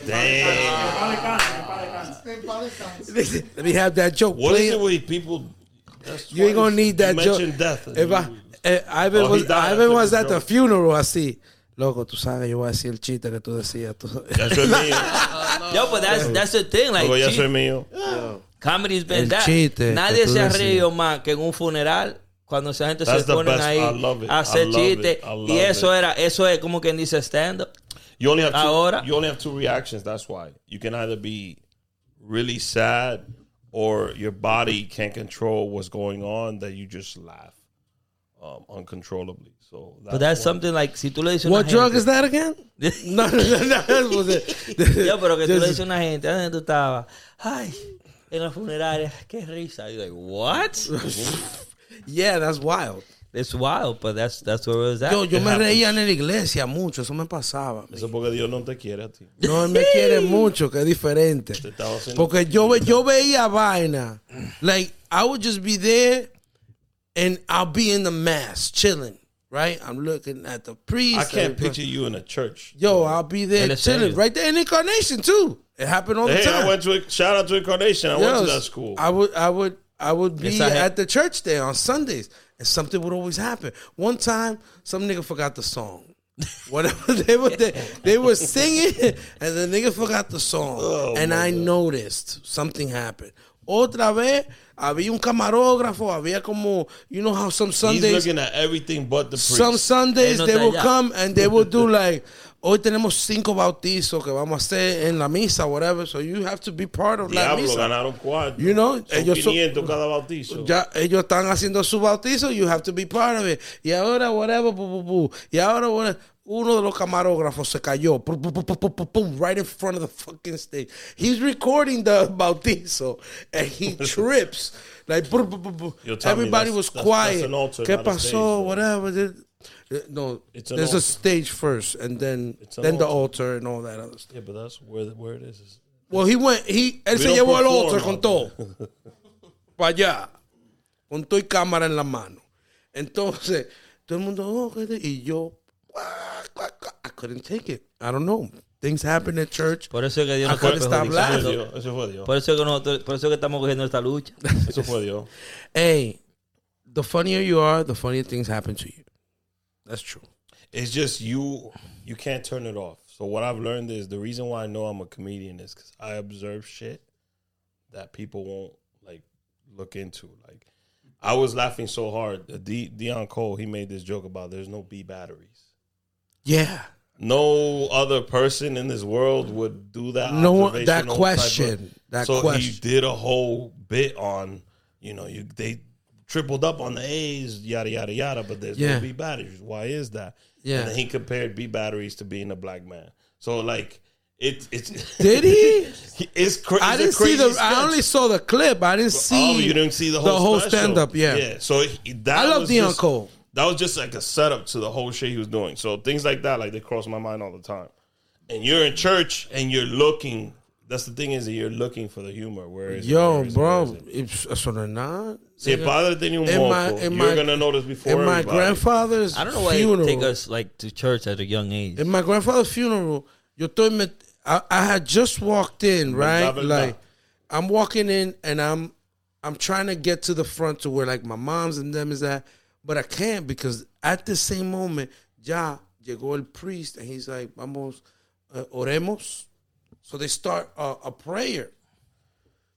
Speaker 3: Damn.
Speaker 4: En paz descanse.
Speaker 1: Let me have that joke.
Speaker 3: What
Speaker 1: please.
Speaker 3: is it with people? That's
Speaker 1: You ain't
Speaker 3: twice.
Speaker 1: gonna need that
Speaker 3: You
Speaker 1: joke.
Speaker 3: mentioned death.
Speaker 1: If I, eh, Ivan
Speaker 3: Oh, he
Speaker 1: was,
Speaker 3: died
Speaker 1: Ivan
Speaker 3: after
Speaker 1: was
Speaker 3: the
Speaker 1: at the
Speaker 3: joke.
Speaker 1: funeral así. Loco, tú sabes, yo voy a decir el chiste que tú decías. tú-
Speaker 3: Ya soy mío.
Speaker 2: Yo, but that's, that's the thing. Like,
Speaker 3: Luego ya
Speaker 2: chi-
Speaker 3: soy mío.
Speaker 2: comedy's been
Speaker 1: El
Speaker 2: that.
Speaker 1: chiste
Speaker 2: Nadie
Speaker 1: que tú
Speaker 2: se ha
Speaker 1: decías.
Speaker 2: reído más que en un funeral cuando esa gente
Speaker 3: That's
Speaker 2: se
Speaker 3: the
Speaker 2: ponen
Speaker 3: best.
Speaker 2: ahí
Speaker 3: I love it.
Speaker 2: a
Speaker 3: I
Speaker 2: hacer
Speaker 3: love
Speaker 2: chiste.
Speaker 3: it. I love
Speaker 2: Y eso
Speaker 3: it.
Speaker 2: era, eso es como quien dice stand-up.
Speaker 3: You only have two,
Speaker 2: Ahora-
Speaker 3: You only have two reactions. That's why you can either be really sad or your body can't control what's going on. That you just laugh um, uncontrollably. So
Speaker 2: But that's
Speaker 3: why-
Speaker 2: something like, si tú le dices a una
Speaker 1: What drug
Speaker 2: gente-
Speaker 1: is that again? No, no, no, no.
Speaker 2: Yo, pero que tú le
Speaker 1: Just-
Speaker 2: dices a una gente, ¿dónde tú estabas? Ay, en la funeraria, qué risa. You're like, what?
Speaker 1: Yeah, that's wild.
Speaker 2: It's wild, but that's, that's where it was at.
Speaker 1: Yo, yo me reía en la iglesia mucho, eso me pasaba.
Speaker 3: Eso porque Dios no te quiere a ti.
Speaker 1: No, él me quiere mucho, que es diferente.
Speaker 3: Te estaba haciendo-
Speaker 1: Porque yo, ve- yo veía vaina. Like, I would just be there and I'll be in the mass, chilling, right? I'm looking at the priest.
Speaker 3: I can't
Speaker 1: everybody.
Speaker 3: picture you in a church.
Speaker 1: Yo, I'll be there
Speaker 2: En
Speaker 1: chilling,
Speaker 2: serio.
Speaker 1: right there in Incarnation, too. It happened all the
Speaker 3: Hey,
Speaker 1: time.
Speaker 3: I went to a, shout out to Incarnation. I went to
Speaker 1: Yes.
Speaker 3: that school.
Speaker 1: I would, I would, I would be
Speaker 2: Yes, I had-
Speaker 1: at the church there on Sundays, and something would always happen. One time, some nigga forgot the song. Whatever they were, they, they were singing, and the nigga forgot the song,
Speaker 3: Oh,
Speaker 1: and I noticed something happened. Otra vez, había un camarógrafo, había como, you know how some
Speaker 3: He's
Speaker 1: Sundays
Speaker 3: looking at everything but the priest.
Speaker 1: some Sundays
Speaker 2: Él no
Speaker 1: they
Speaker 2: está
Speaker 1: will
Speaker 2: allá.
Speaker 1: come and they will do like, hoy tenemos cinco bautizos que vamos a hacer en la misa, whatever. So you have to be part of la
Speaker 3: Diablo,
Speaker 1: misa.
Speaker 3: ganaron cuatro.
Speaker 1: You know,
Speaker 3: Son
Speaker 1: ellos son-
Speaker 3: 500 cada bautizo.
Speaker 1: Ya ellos están haciendo su bautizo, you have to be part of it. Y ahora, whatever, bu, bu, bu. Y ahora, whatever. uno de los camarógrafos se cayó, Pu, pu, pu, pu, pu, pu, pu, right in front of the fucking stage. He's recording the bautizo and he trips. Like, pu, pu, pu, pu.
Speaker 3: You're telling me
Speaker 1: everybody
Speaker 3: that's-
Speaker 1: was
Speaker 3: that's-
Speaker 1: quiet.
Speaker 3: that's an altar,
Speaker 1: ¿Qué
Speaker 3: not a
Speaker 1: pasó?
Speaker 3: stage, though.
Speaker 1: whatever. Did- uh, No,
Speaker 3: It's an
Speaker 1: there's a
Speaker 3: altar.
Speaker 1: stage first, and then
Speaker 3: It's an
Speaker 1: then the altar and all that other stuff.
Speaker 3: Yeah, but that's where the, where it is.
Speaker 1: Well, he went, he, él
Speaker 3: We
Speaker 1: se
Speaker 3: don't
Speaker 1: llevó el
Speaker 3: perform
Speaker 1: otro con
Speaker 3: out
Speaker 1: todo. Para allá. Con todo y cámara en la mano. Entonces, todo el mundo, oh, ¿qué te-? y yo, ah, ah, ah, I couldn't take it. I don't know. Things happen at church.
Speaker 2: Por eso es que Dios
Speaker 1: I
Speaker 2: nos está
Speaker 1: couldn't stop
Speaker 2: perjudicando.
Speaker 1: laughing.
Speaker 3: Dios, Eso fue Dios.
Speaker 2: Por eso, que nosotros- por eso que estamos cogiendo esta lucha.
Speaker 3: Eso fue Dios.
Speaker 1: Hey, the funnier you are, the funnier things happen to you. That's true.
Speaker 3: It's just you you can't turn it off. So what I've learned is the reason why I know I'm a comedian is because I observe shit that people won't like look into. Like I was laughing so hard. Uh, De- Dion Cole he made this joke about there's no B batteries.
Speaker 1: Yeah.
Speaker 3: No other person in this world would do that.
Speaker 1: No one- that
Speaker 3: observational
Speaker 1: question,
Speaker 3: type of-
Speaker 1: that
Speaker 3: so he
Speaker 1: question.
Speaker 3: did a whole bit on you know you they tripled up on the A's yada yada yada, but there's
Speaker 1: Yeah.
Speaker 3: no B batteries. Why is that?
Speaker 1: Yeah.
Speaker 3: And then he compared B batteries to being a black man. So like it, it's
Speaker 1: Did he?
Speaker 3: it's crazy.
Speaker 1: I didn't see the, I only saw the clip. I didn't see,
Speaker 3: Oh, you didn't see the whole, special.
Speaker 1: stand up. Yeah.
Speaker 3: yeah. So he- that
Speaker 1: I love
Speaker 3: was
Speaker 1: Dion
Speaker 3: just-
Speaker 1: Cole.
Speaker 3: That was just like a setup to the whole shit he was doing. So things like that, like they cross my mind all the time. And you're in church and you're looking. that's the thing is that you're looking for the humor. Where is it,
Speaker 1: Yo,
Speaker 3: where is it, where is
Speaker 1: bro,
Speaker 3: it?
Speaker 1: it's- eso no es nada.
Speaker 3: Si el padre tenía un
Speaker 1: In my-
Speaker 3: moco,
Speaker 1: in
Speaker 3: you're
Speaker 1: my-
Speaker 3: gonna notice before
Speaker 1: In my
Speaker 3: everybody.
Speaker 1: grandfather's
Speaker 2: I don't know why
Speaker 1: funeral,
Speaker 2: they take us like to church at a young age.
Speaker 1: in my grandfather's funeral, yo estoy met- I, I had just walked in, right?
Speaker 3: verdad.
Speaker 1: Like I'm walking in and I'm I'm trying to get to the front to where like my mom's and them is at, but I can't because at the same moment, ya llegó el priest and he's like, vamos, uh, oremos. So they start a, a prayer.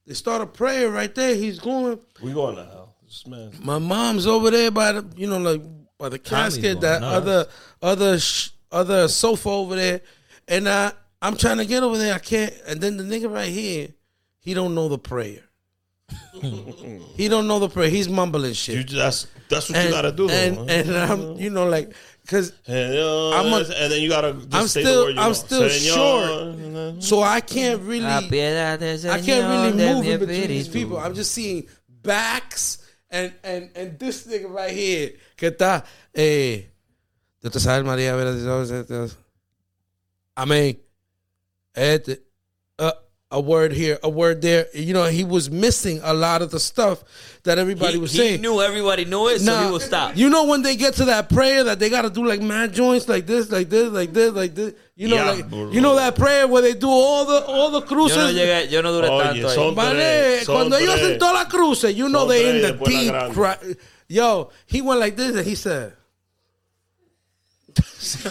Speaker 1: They start a prayer right there. He's going.
Speaker 3: we going to hell. This man-
Speaker 1: My mom's over there by the, you know, like by the casket.
Speaker 2: going
Speaker 1: That
Speaker 2: nuts.
Speaker 1: other, other, sh- other sofa over there, and I, I'm trying to get over there. I can't. And then the nigga right here, he don't know the prayer. he don't know the prayer. He's mumbling shit.
Speaker 3: you just, that's that's what
Speaker 1: and,
Speaker 3: you gotta do.
Speaker 1: and,
Speaker 3: though, huh?
Speaker 1: and I'm, you know, like, cause
Speaker 3: and, uh,
Speaker 1: I'm a-
Speaker 3: and then you gotta. Just
Speaker 1: I'm
Speaker 3: say
Speaker 1: still-
Speaker 3: The word you
Speaker 1: I'm
Speaker 3: know.
Speaker 1: still
Speaker 3: Señor.
Speaker 1: so I can't really.
Speaker 2: La piedad del
Speaker 1: I can't really
Speaker 2: Señor
Speaker 1: move
Speaker 2: de
Speaker 1: in
Speaker 2: mi
Speaker 1: between these
Speaker 2: espíritu.
Speaker 1: people. I'm just seeing backs and and and this nigga right here que está eh Dios te salve María, vera de Dios, eh, Dios. Amén. Este, uh, a word here, a word there. You know, he was missing a lot of the stuff that everybody
Speaker 2: He,
Speaker 1: was
Speaker 2: he
Speaker 1: saying.
Speaker 2: knew everybody knew it, so
Speaker 1: Nah,
Speaker 2: he will stop.
Speaker 1: You know when they get to that prayer that they gotta do like mad joints like this, like this, like this, like this. You know,
Speaker 3: Yeah,
Speaker 1: like,
Speaker 3: bro.
Speaker 1: you know that prayer where they do all the all the
Speaker 2: yo no
Speaker 1: cruces.
Speaker 2: llegué, yo no duré
Speaker 3: Oye,
Speaker 2: tanto ahí.
Speaker 3: son-
Speaker 1: Vale,
Speaker 3: tres, son
Speaker 1: cuando ellos
Speaker 3: tres.
Speaker 1: en todas las cruces, you know
Speaker 3: Son
Speaker 1: they in
Speaker 3: tres,
Speaker 1: the
Speaker 3: después la
Speaker 1: deep
Speaker 3: grande.
Speaker 1: cri- Yo, he went like this and he said.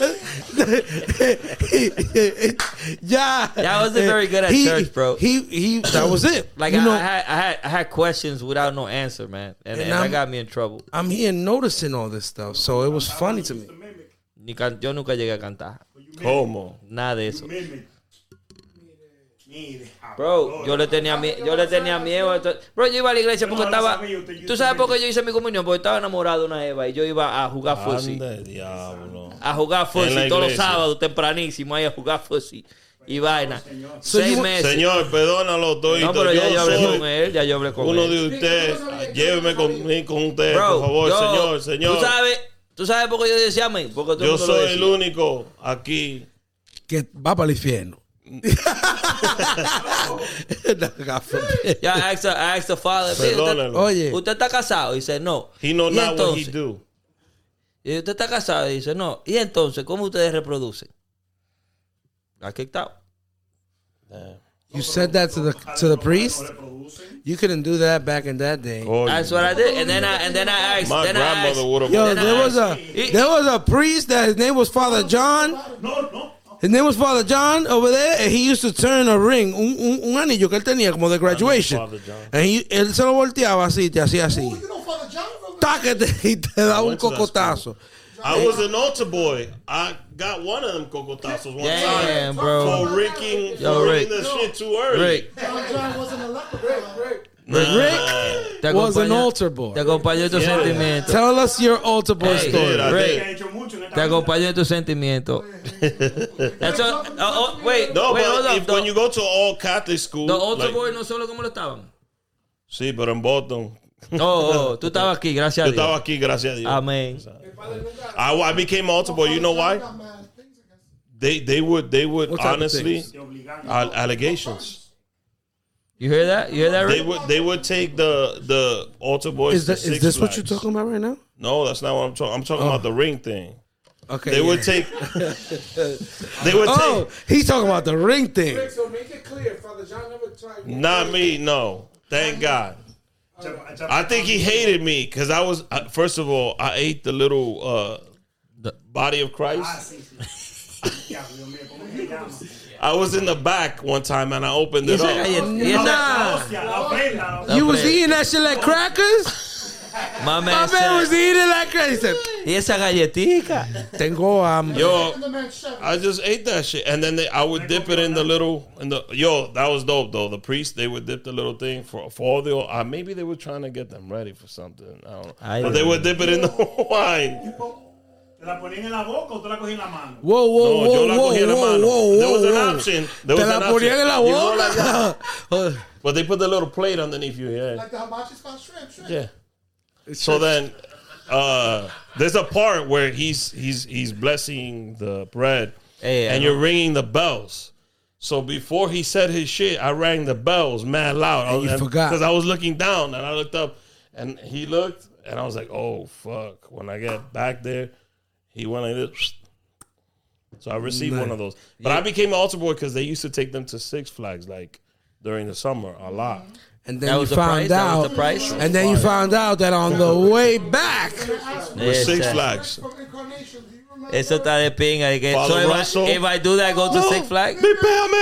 Speaker 1: yeah,
Speaker 2: Yeah, I wasn't very good at
Speaker 1: Eh, he,
Speaker 2: church, bro.
Speaker 1: He he, that was it.
Speaker 2: Like
Speaker 1: you
Speaker 2: I,
Speaker 1: know,
Speaker 2: I, had, I had I had questions without no answer, man, and,
Speaker 1: And
Speaker 2: and that
Speaker 1: I'm-
Speaker 2: got me in trouble.
Speaker 1: I'm here noticing all this stuff, so it was funny to me.
Speaker 5: Used mimic,
Speaker 2: Ni can, yo nunca llegué a cantar
Speaker 5: but you
Speaker 3: ¿Cómo?
Speaker 2: nada de eso.
Speaker 5: mimic, you mimic. Mire, ah,
Speaker 2: Bro,
Speaker 5: no,
Speaker 2: yo le tenía miedo, yo le tenía miedo. a esto. Bro, yo iba a la iglesia porque
Speaker 5: No, no
Speaker 2: estaba.
Speaker 5: sabía, usted-
Speaker 2: ¿Tú sabes por qué yo hice mi comunión? Porque estaba enamorado de una Eva y yo iba a jugar
Speaker 3: Ah,
Speaker 2: fusi.
Speaker 3: Anda, diablo.
Speaker 2: A jugar
Speaker 3: En la
Speaker 2: fusi todos los
Speaker 3: iglesia.
Speaker 2: sábados tempranísimo ahí a jugar fusi y vaina.
Speaker 1: So
Speaker 2: Seis
Speaker 1: you-
Speaker 2: meses.
Speaker 3: Señor, perdónalo,
Speaker 2: no,
Speaker 3: Toito.
Speaker 2: pero ya yo hablé
Speaker 3: soy
Speaker 2: con él, ya yo hablé con
Speaker 3: Uno
Speaker 2: él.
Speaker 3: de ustedes, Ah, lléveme con, con usted,
Speaker 2: Bro,
Speaker 3: por favor,
Speaker 2: yo-
Speaker 3: señor, señor.
Speaker 2: ¿Tú sabes, tú sabes por qué yo decía amén? Porque todo el
Speaker 3: Yo
Speaker 2: mundo lo
Speaker 3: soy
Speaker 2: decía.
Speaker 3: el único aquí.
Speaker 1: Que va para el infierno. No, God forbid.
Speaker 2: Yeah, I asked, the- I asked the father, "Mire,
Speaker 3: Perdónalo.
Speaker 1: Oye,
Speaker 2: usted, usted está casado? Y dice, no.
Speaker 3: He know
Speaker 2: Y
Speaker 3: not what he
Speaker 2: entonces-
Speaker 3: do.
Speaker 2: Y usted está casado y dice, no. Y entonces, ¿cómo ustedes reproducen? La kicked out.
Speaker 3: Damn.
Speaker 1: you said that to the to the priest.
Speaker 5: reproducen.
Speaker 1: You couldn't do that back in that day.
Speaker 3: Coño.
Speaker 2: That's what I did. And then I, and then I asked,
Speaker 3: My
Speaker 2: then I asked,
Speaker 3: grandmother would have.
Speaker 1: Yo,
Speaker 2: Then I
Speaker 1: there was a
Speaker 2: actually-
Speaker 1: there was a priest that his name was Father John.
Speaker 5: No, no.
Speaker 1: His name was Father John over there, and he used to turn a ring, un, un, un anillo que él tenía como de graduation.
Speaker 3: Father John.
Speaker 1: And he, él se lo volteaba así, te hacía así.
Speaker 4: You know Father John from the
Speaker 1: Táquete y te da un
Speaker 3: went to that
Speaker 1: cocotazo.
Speaker 3: I was an altar boy. I got one of them cocotazos one time
Speaker 2: damn, bro.
Speaker 3: for raking,
Speaker 2: Yo,
Speaker 3: for raking
Speaker 2: Rick.
Speaker 3: the shit too early.
Speaker 2: Rick,
Speaker 4: Father John wasn't a leprechaun.
Speaker 1: Rick
Speaker 2: te
Speaker 1: was an
Speaker 2: acompaña,
Speaker 1: altar boy.
Speaker 2: te acompaño en tus
Speaker 3: Yeah.
Speaker 2: sentimientos.
Speaker 1: Tell us your altar boy
Speaker 2: Hey,
Speaker 1: story.
Speaker 3: Did I
Speaker 2: Rick.
Speaker 5: Que
Speaker 3: did.
Speaker 5: ha hecho mucho en esta
Speaker 2: Te
Speaker 5: vida.
Speaker 2: acompaño en tus sentimientos. That's all- oh, oh, wait,
Speaker 3: No,
Speaker 2: wait, hold
Speaker 3: but
Speaker 2: up.
Speaker 3: if, when you go to all Catholic school,
Speaker 2: Los otros
Speaker 3: like-
Speaker 2: boys no solo como lo estaban.
Speaker 3: sí, pero en Boston,
Speaker 2: Oh, oh, tú estabas aquí, gracias a
Speaker 3: yo
Speaker 2: Dios.
Speaker 3: estaba aquí, gracias a Dios.
Speaker 2: Amén.
Speaker 3: I, I became an altar boy. You know why?
Speaker 4: Got mad things against him.
Speaker 3: They they would they would
Speaker 1: What type of
Speaker 3: honestly
Speaker 5: Te obligaron.
Speaker 2: Ah.
Speaker 3: al- allegations.
Speaker 2: You hear that? You hear that,
Speaker 3: They
Speaker 2: Rick?
Speaker 3: would they would take the the altar boys.
Speaker 1: Is,
Speaker 3: to
Speaker 1: that, is
Speaker 3: Six
Speaker 1: this what you're
Speaker 3: Flags.
Speaker 1: talking about right now?
Speaker 3: No, that's not what I'm talking. I'm talking about the ring thing.
Speaker 1: Okay.
Speaker 3: They would
Speaker 1: yeah.
Speaker 3: take. they would
Speaker 1: Oh,
Speaker 3: take.
Speaker 1: he's talking about the ring thing.
Speaker 6: So make it clear, Father John never tried.
Speaker 3: Not me. No. Thank God.
Speaker 5: Chapa-
Speaker 2: Ah.
Speaker 5: chapa-
Speaker 3: I think he hated me because I was uh, first of all I ate the little uh,
Speaker 2: The-
Speaker 3: body of
Speaker 5: Ah,
Speaker 3: Christ.
Speaker 5: sí, sí. Ya, Dios mío, ¿cómo se llama?
Speaker 3: I was in the back one time and I opened it
Speaker 2: Esa
Speaker 3: up.
Speaker 2: galleta- y esa-
Speaker 5: La hostia, la ofrenda, la
Speaker 1: You
Speaker 5: ofrenda.
Speaker 1: was
Speaker 2: Okay.
Speaker 1: eating that shit like crackers? My
Speaker 2: My man
Speaker 1: man was
Speaker 2: said,
Speaker 1: eating like crazy. He said,
Speaker 2: y esa galletica.
Speaker 1: Tengo hambre.
Speaker 3: Yo,
Speaker 4: The man chef.
Speaker 3: I just ate that shit, and then they, I would dip it in the little in the yo. That was dope though. The priest they would dip the little thing for for all the uh, maybe they were trying to get them ready for something. I don't know.
Speaker 2: I
Speaker 3: but they would dip it in the wine.
Speaker 5: ¿Te la ponían en la boca o tú la cogías en la mano?
Speaker 1: Whoa, whoa,
Speaker 3: No, yo
Speaker 1: whoa,
Speaker 3: la
Speaker 1: whoa,
Speaker 3: cogí en la
Speaker 1: whoa,
Speaker 3: mano.
Speaker 1: whoa,
Speaker 3: There was an
Speaker 1: whoa.
Speaker 3: option. There
Speaker 1: Te
Speaker 3: was
Speaker 1: la
Speaker 3: an
Speaker 1: ponían en la
Speaker 3: option. You know, like that.
Speaker 1: boca.
Speaker 3: But they put the little plate underneath you. Yeah,
Speaker 4: Like the hibachi's called shrimp. shrimp.
Speaker 3: yeah. So then, uh, there's a part where he's he's he's blessing the bread,
Speaker 2: Hey, I
Speaker 3: and
Speaker 2: know.
Speaker 3: you're ringing the bells. So before he said his shit, I rang the bells mad loud.
Speaker 1: And you forgot.
Speaker 3: Because I was looking down and I looked up and he looked and I was like, oh, fuck. When I get back there, he went like this. So I received one of those. But I became an altar boy because they used to take them to Six Flags like during the summer a lot.
Speaker 1: And
Speaker 2: That
Speaker 1: then you
Speaker 2: was the
Speaker 1: found
Speaker 2: price, that was
Speaker 1: out.
Speaker 2: the price.
Speaker 1: And then you found out that on the way back,
Speaker 3: With
Speaker 2: Yes,
Speaker 3: Six
Speaker 2: sir.
Speaker 3: Flags.
Speaker 4: From Incarnation, do you remember?
Speaker 2: Eso está de pinga. de que-
Speaker 3: Father
Speaker 2: so if,
Speaker 3: Russell.
Speaker 2: I, if I do that, go to Six Flags.
Speaker 3: Mi pea,
Speaker 4: You know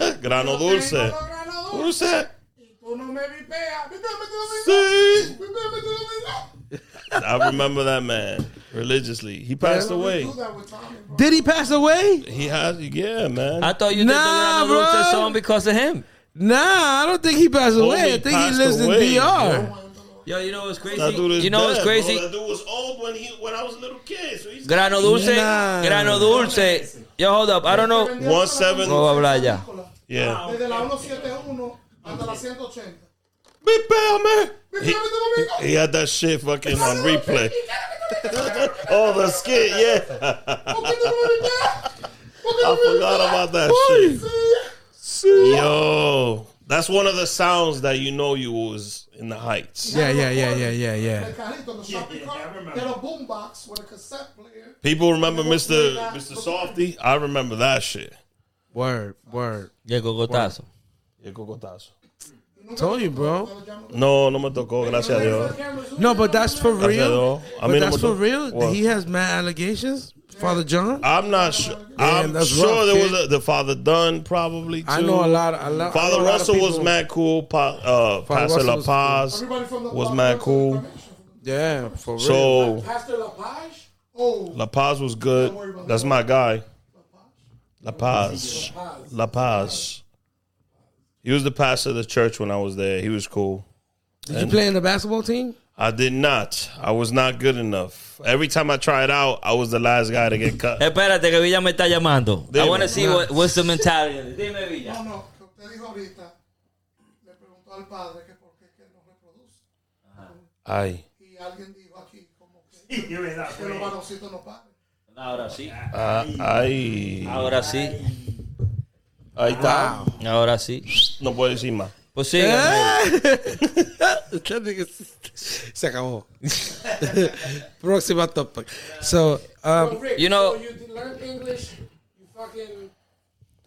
Speaker 4: lo
Speaker 3: me. Grano dulce.
Speaker 4: Tengo grano dulce.
Speaker 3: Dulce.
Speaker 4: Tú no me vipeas. Vipeame tú no me
Speaker 3: Sí.
Speaker 4: Vipeame tú no
Speaker 3: I remember that man religiously. He passed
Speaker 4: me
Speaker 3: away.
Speaker 4: Do that with Tommy, bro.
Speaker 1: did he pass away?
Speaker 3: He has, yeah, man.
Speaker 2: I thought you did
Speaker 1: Nah,
Speaker 2: the Grano Dulce
Speaker 1: bro.
Speaker 2: song because of him.
Speaker 1: Nah, I don't think he passed away. I
Speaker 3: Homie
Speaker 1: think he
Speaker 3: passed
Speaker 1: lives
Speaker 3: away,
Speaker 1: in DR.
Speaker 3: bro.
Speaker 2: Yo, you know what's crazy?
Speaker 3: That dude is
Speaker 2: You know what's
Speaker 3: dead,
Speaker 2: crazy?
Speaker 3: Bro. That dude was old when he when I was a little kid. So he's
Speaker 2: Grano Dulce.
Speaker 1: Nah.
Speaker 2: Grano Dulce. Yo, hold up. I don't know.
Speaker 4: Vendieron
Speaker 3: One
Speaker 4: la
Speaker 3: seven-
Speaker 2: No voy a hablar ya.
Speaker 3: yeah.
Speaker 4: Desde la 171 hasta la 180.
Speaker 3: Big Bell, man.
Speaker 4: Vipeame
Speaker 3: He,
Speaker 4: tú no me
Speaker 3: he had that shit fucking on replay. Oh, the skit, yeah.
Speaker 4: ¿Por qué tú no me vipeas? ¿Por
Speaker 3: I
Speaker 4: qué tú no me
Speaker 3: forgot
Speaker 4: vipeas?
Speaker 3: about that shit. Yo, that's one of the sounds that you know you was in the heights.
Speaker 1: Yeah, yeah, yeah, yeah, yeah, yeah.
Speaker 4: El carrito, the shopping
Speaker 5: yeah, I
Speaker 4: cart,
Speaker 5: remember.
Speaker 4: they had a boombox with a cassette player.
Speaker 3: People remember Mr. Mr. Softy. I remember that shit.
Speaker 1: Word, word.
Speaker 2: Y el cocotazo.
Speaker 1: Told you, bro.
Speaker 3: No, no me tocó, gracias a Dios.
Speaker 1: No, but that's for
Speaker 3: That's it,
Speaker 1: real.
Speaker 3: though. I
Speaker 1: But
Speaker 3: mean,
Speaker 1: that's
Speaker 3: I'm
Speaker 1: for
Speaker 3: a-
Speaker 1: real.
Speaker 3: What?
Speaker 1: He has mad allegations, Father John.
Speaker 3: I'm not sure.
Speaker 1: Damn,
Speaker 3: I'm
Speaker 1: that's
Speaker 3: sure
Speaker 1: rough,
Speaker 3: there was
Speaker 1: kid.
Speaker 3: a, the Father Dunn probably too.
Speaker 1: I know a lot. Of, a lot I know
Speaker 3: Father
Speaker 1: a lot of
Speaker 3: Russell was
Speaker 1: people-
Speaker 3: mad cool. Pa, uh,
Speaker 1: Father
Speaker 3: Pastor
Speaker 1: Russell
Speaker 3: La
Speaker 1: was
Speaker 3: Paz
Speaker 4: Everybody from the
Speaker 3: was mad cool.
Speaker 1: Yeah, for real.
Speaker 3: So
Speaker 4: Pastor LaPage? Oh,
Speaker 3: La Paz was good. That's my guy. La Paz. La Paz. He was the pastor of the church when I was there. He was cool.
Speaker 1: did you play in the basketball team?
Speaker 3: I did not. I was not good enough. Every time I tried out, I was the last guy to get cut.
Speaker 2: Espérate, que Villa me está llamando. I
Speaker 3: Dime.
Speaker 2: want to see what, what's the mentality. of it. Dime,
Speaker 4: no,
Speaker 2: Villa.
Speaker 4: no, que usted dijo ahorita, le preguntó al padre que por qué que no reproduce.
Speaker 3: Ay.
Speaker 4: Y alguien dijo aquí como que,
Speaker 5: You're in that
Speaker 4: que los
Speaker 5: way.
Speaker 4: varoncitos no paren.
Speaker 2: Ahora sí.
Speaker 3: Ah, ay.
Speaker 2: Ahora sí.
Speaker 3: Ahí está.
Speaker 2: Ahora sí.
Speaker 3: No puedo decir más.
Speaker 2: Pues
Speaker 1: Eh.
Speaker 2: siga.
Speaker 1: That nigga s- se acabó. Próxima topic. So, um,
Speaker 2: You know-
Speaker 7: so you did learn English. You fucking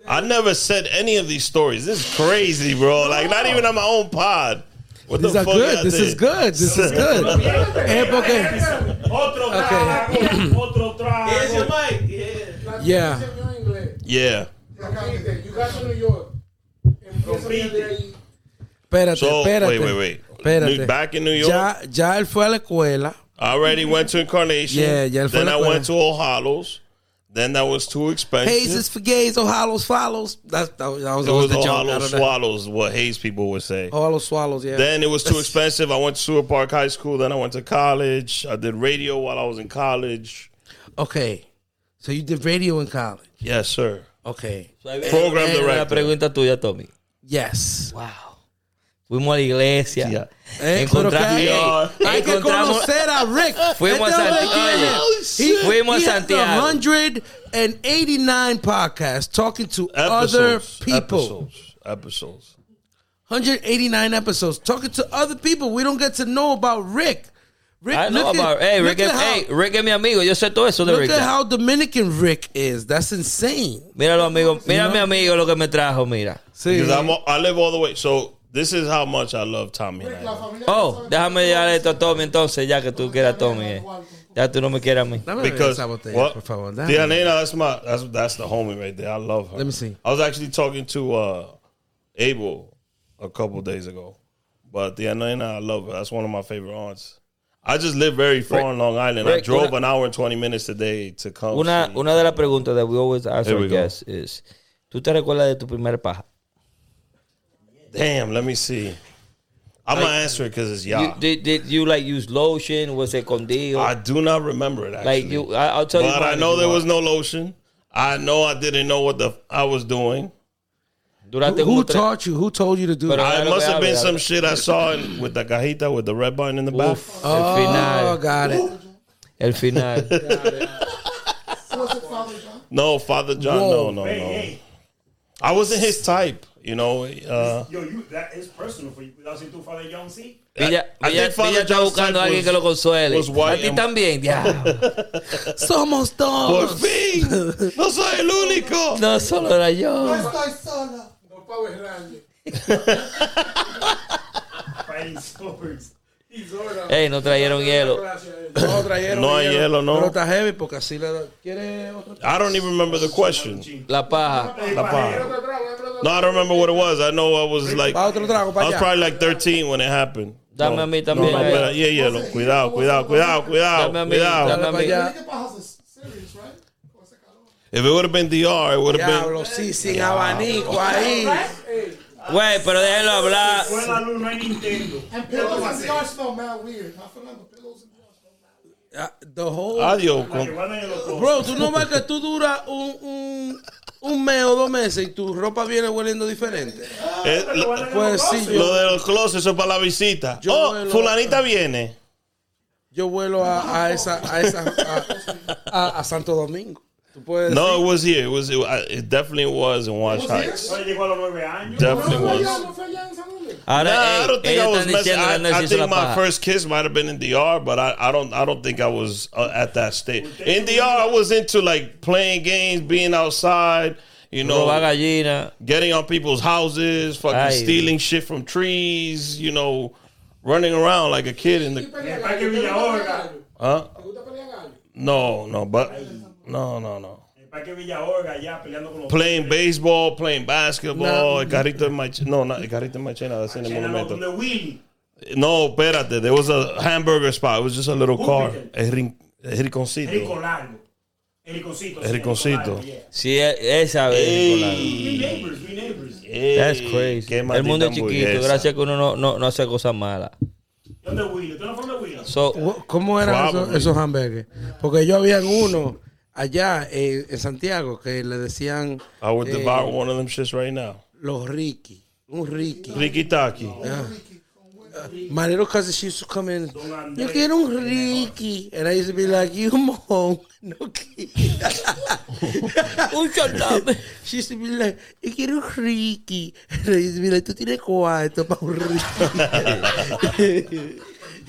Speaker 3: I never said any of these stories. This is crazy, bro. Like, not even on my own pod. What
Speaker 1: these
Speaker 3: the
Speaker 1: are
Speaker 3: fuck
Speaker 1: good.
Speaker 3: I
Speaker 1: This
Speaker 3: did?
Speaker 1: is good. This is good. Eh, porque-
Speaker 5: Otro trago. Otro trago.
Speaker 1: yeah.
Speaker 7: New England.
Speaker 3: Yeah.
Speaker 7: You got to New York. Empieza
Speaker 1: Espérate,
Speaker 3: So,
Speaker 1: espérate.
Speaker 3: wait, wait, wait.
Speaker 1: Espérate.
Speaker 3: New- back in New York?
Speaker 1: Ya, ya él fue a la escuela.
Speaker 3: I already went to Incarnation.
Speaker 1: Yeah, yeah, fue
Speaker 3: Then
Speaker 1: la
Speaker 3: I
Speaker 1: escuela.
Speaker 3: went to Old Hollows. Then that was too expensive.
Speaker 1: Hayes is for gays, O'Hallows follows. That's, that, was- that was
Speaker 3: it
Speaker 1: always
Speaker 3: was
Speaker 1: the
Speaker 3: Old
Speaker 1: joke.
Speaker 3: Hollows Swallows, what Hayes people would say.
Speaker 1: O'Hallows swallows, Oh, yeah.
Speaker 3: Then it was too expensive. I went to Sewer Park High School. Then I went to college. I did radio while I was in college.
Speaker 1: okay. So you did radio in college.
Speaker 3: Yes, sir.
Speaker 1: Okay.
Speaker 3: Program
Speaker 2: Eh, Una
Speaker 3: director.
Speaker 2: pregunta tuya, Tommy.
Speaker 1: Yes.
Speaker 2: Wow. Fuimos a la iglesia.
Speaker 3: Yeah.
Speaker 1: Eh, pero que
Speaker 2: Encontramos.
Speaker 1: hay-
Speaker 2: Ey,
Speaker 1: Hay que
Speaker 2: encontramos.
Speaker 1: conocer a Rick.
Speaker 2: Fuimos
Speaker 1: Este
Speaker 2: a
Speaker 1: hombre
Speaker 2: Santiago.
Speaker 1: tiene-
Speaker 2: Oh, shit. Fuimos a
Speaker 1: he has
Speaker 2: Santiago.
Speaker 1: 189 podcasts talking to other
Speaker 3: Episodes.
Speaker 1: people.
Speaker 3: Episodes. Episodes.
Speaker 1: 189 episodes talking to other people. We don't get to know about Rick. Rick
Speaker 2: I know
Speaker 1: look at-
Speaker 2: about. Ah, Hey,
Speaker 1: look
Speaker 2: Rick,
Speaker 1: at how-
Speaker 2: es- hey, Rick es mi amigo. Yo sé todo eso de
Speaker 1: Look
Speaker 2: Rick.
Speaker 1: at how Dominican Rick is. That's insane.
Speaker 2: Míralo, amigo. Mira mi amigo lo que me trajo, mira.
Speaker 1: Sí.
Speaker 3: Because I'm, I live all the way. So this is how much I love Tommy. and
Speaker 4: La
Speaker 3: Andy.
Speaker 4: familia
Speaker 2: Oh, déjame llevar esto a Tommy entonces, ya que tú quieras a Tommy. eh. Ya tú no me quieras a mí.
Speaker 1: Dame
Speaker 3: Because
Speaker 1: esa botella,
Speaker 3: what?
Speaker 1: por favor. Dame.
Speaker 3: Diana, that's my that's that's the homie right there. I love her.
Speaker 1: Let me see.
Speaker 3: I was actually talking to uh Abel a couple days ago, but Diana, I love her. That's one of my favorite aunts. I just live very far in Long Island. I
Speaker 2: Rick,
Speaker 3: drove
Speaker 2: una-
Speaker 3: an hour and twenty minutes today to come.
Speaker 2: Una,
Speaker 3: see.
Speaker 2: una de las preguntas that we always ask
Speaker 3: Here
Speaker 2: our
Speaker 3: we go.
Speaker 2: guests is, ¿tú te recuerdas de tu primer paja?
Speaker 3: Damn, let me see. I'm gonna answer it because it's
Speaker 2: You,
Speaker 3: y'all.
Speaker 2: did, did you like use lotion? Was it condido?
Speaker 3: I do not remember it. Ah, Actually.
Speaker 2: like you, I, I'll tell you.
Speaker 3: but
Speaker 2: mine
Speaker 3: I
Speaker 2: if
Speaker 3: know
Speaker 2: you
Speaker 3: there was
Speaker 2: want.
Speaker 3: no lotion. I know I didn't know what the f- I was doing.
Speaker 2: Durante
Speaker 1: Who
Speaker 2: como tres-
Speaker 1: taught you? Who told you to do
Speaker 2: Pero-
Speaker 1: that?
Speaker 3: I
Speaker 2: Claro,
Speaker 3: Ah, must
Speaker 2: claro,
Speaker 3: have been
Speaker 2: claro.
Speaker 3: some shit I saw in, with the cajita with the red button in the back.
Speaker 2: Uf, Ah.
Speaker 1: Oh,
Speaker 2: el final,
Speaker 1: got it.
Speaker 2: el final.
Speaker 4: Was it Father John?
Speaker 3: No, Father John.
Speaker 1: Whoa.
Speaker 3: No, no, no.
Speaker 5: Hey, hey.
Speaker 3: I wasn't his type, you know. Uh,
Speaker 5: Yo, you that is personal for you. Without saying through Father Young C.
Speaker 2: Villa,
Speaker 3: I
Speaker 2: Villa-
Speaker 3: think Father
Speaker 2: Villa está
Speaker 3: John's
Speaker 2: buscando a
Speaker 3: type
Speaker 2: alguien
Speaker 3: was-
Speaker 2: que lo consuele.
Speaker 3: was white
Speaker 2: A ti
Speaker 3: and-
Speaker 2: también, diablo.
Speaker 1: Somos
Speaker 2: Oh.
Speaker 3: por
Speaker 1: dos.
Speaker 3: fin, no soy el único.
Speaker 2: No solo era
Speaker 4: No
Speaker 2: yo.
Speaker 4: estoy sola.
Speaker 7: No Power Rangers.
Speaker 5: Fighting swords.
Speaker 7: He's all
Speaker 2: Ey, no trajeron hielo.
Speaker 7: Gracias a él.
Speaker 1: No, trajeron
Speaker 3: No hay hielo, no.
Speaker 1: Pero está heavy porque así le da. ¿Quiere otro?
Speaker 3: I don't even remember the question.
Speaker 2: La paja.
Speaker 5: Hey,
Speaker 3: La
Speaker 5: Padre,
Speaker 3: paja. No, I don't remember what it was. I know I was like,
Speaker 1: Va
Speaker 3: I
Speaker 1: otro trago para
Speaker 3: was
Speaker 1: allá.
Speaker 3: probably like 13 when it happened.
Speaker 2: Dame
Speaker 3: No,
Speaker 2: a mí
Speaker 3: no,
Speaker 2: también.
Speaker 3: no,
Speaker 2: eh.
Speaker 3: pero- yeah, yeah, no. Cuidado, cuidado, cuidado, cuidado,
Speaker 2: Dame a mí,
Speaker 1: Dale para
Speaker 2: dame
Speaker 3: cuidado.
Speaker 2: mí.
Speaker 1: allá.
Speaker 4: ¿Qué pasa? Serious, right? Con ese calor.
Speaker 3: If it would have been DR, it would have been.
Speaker 1: Diablo, sí, sin abanico ahí.
Speaker 2: Güey, pero déjenlo hablar.
Speaker 5: fue la luz, no hay Nintendo.
Speaker 4: And pillows and jars smell mad weird. Not Fernando, pillows and jars smell mad
Speaker 1: Ah,
Speaker 4: weird.
Speaker 1: The whole
Speaker 3: Adiós.
Speaker 5: La que
Speaker 3: con-
Speaker 5: guardan en los cofres.
Speaker 1: Bro, tú no ves que tú duras un, un, un mes o dos meses y tu ropa viene hueliendo diferente.
Speaker 3: eh,
Speaker 5: La que
Speaker 3: lo,
Speaker 5: guardan en
Speaker 1: Pues
Speaker 5: los
Speaker 1: sí,
Speaker 5: cofres.
Speaker 3: lo de los closets, eso es para la visita.
Speaker 1: Yo
Speaker 3: Oh,
Speaker 1: vuelo-
Speaker 3: Fulanita viene.
Speaker 1: Yo vuelo a, a esa, a, esa a, a- a Santo Domingo. Tú puedes
Speaker 3: No, it was here. It was. It, I- it definitely was in Wash Heights.
Speaker 5: Ahora llegó a los nueve años.
Speaker 3: Definitely
Speaker 7: No fue allá,
Speaker 3: was.
Speaker 7: no fue allá en San Andrés.
Speaker 2: Ahora,
Speaker 3: Nah,
Speaker 2: ey,
Speaker 3: I don't think
Speaker 2: ellos
Speaker 3: I was
Speaker 2: están
Speaker 3: messing.
Speaker 2: diciendo que
Speaker 3: I,
Speaker 2: Andrés
Speaker 3: I
Speaker 2: hizo la
Speaker 3: think my
Speaker 2: paja.
Speaker 3: first kiss might have been in DR, but I, I don't I don't think I was uh, at that stage. In DR, I was into like playing games, being outside, you know,
Speaker 2: Robar gallina.
Speaker 3: getting on people's houses, fucking
Speaker 2: Ay.
Speaker 3: stealing shit from trees, you know, running around like a kid in the
Speaker 5: En el Parque Villahorga.
Speaker 3: huh?
Speaker 7: ¿Te gusta pelear gallo?
Speaker 3: No, no, but no, no, no.
Speaker 5: En el Parque Villahorga, ya peleando con los
Speaker 3: Playing baseball, playing basketball, el carrito en machina. No, not el carrito en machina, that's in the
Speaker 5: En la
Speaker 3: monumento.
Speaker 5: donde Willy.
Speaker 3: No, espérate. There was a hamburger spot. It was just a little car.
Speaker 5: Júpiter.
Speaker 3: El, rin, el rinconcito.
Speaker 5: Erico Largo. Ericoncito. sí,
Speaker 3: Ericoncito.
Speaker 5: Erico Largo, yeah.
Speaker 2: Sí, e- esa vez. Nicolás.
Speaker 5: We neighbors, we neighbors.
Speaker 3: Ey,
Speaker 2: That's crazy.
Speaker 3: qué
Speaker 2: El
Speaker 3: maldita
Speaker 2: mundo es chiquito.
Speaker 3: hamburguesa.
Speaker 2: Gracias que uno no, no, no hace cosas malas.
Speaker 5: ¿Dónde Willy? ¿Tú no fuiste Willy?
Speaker 2: So,
Speaker 1: Wha- ¿Cómo eran
Speaker 3: Probably.
Speaker 1: esos, esos hamburgues? Porque yo había uno allá eh, en Santiago que le decían
Speaker 3: I would
Speaker 1: eh,
Speaker 3: devour one of them shits right now.
Speaker 1: los Ricky. Un Ricky.
Speaker 3: Ricky Taki.
Speaker 1: My little cousin, she used to come in.
Speaker 5: Andrés.
Speaker 1: Yo quiero un Ricky. And I used to be like, you mom. No quiero.
Speaker 2: un soldado.
Speaker 1: She used to be like, yo quiero un Ricky. And I used to be like, tú tienes cuarto para un Ricky.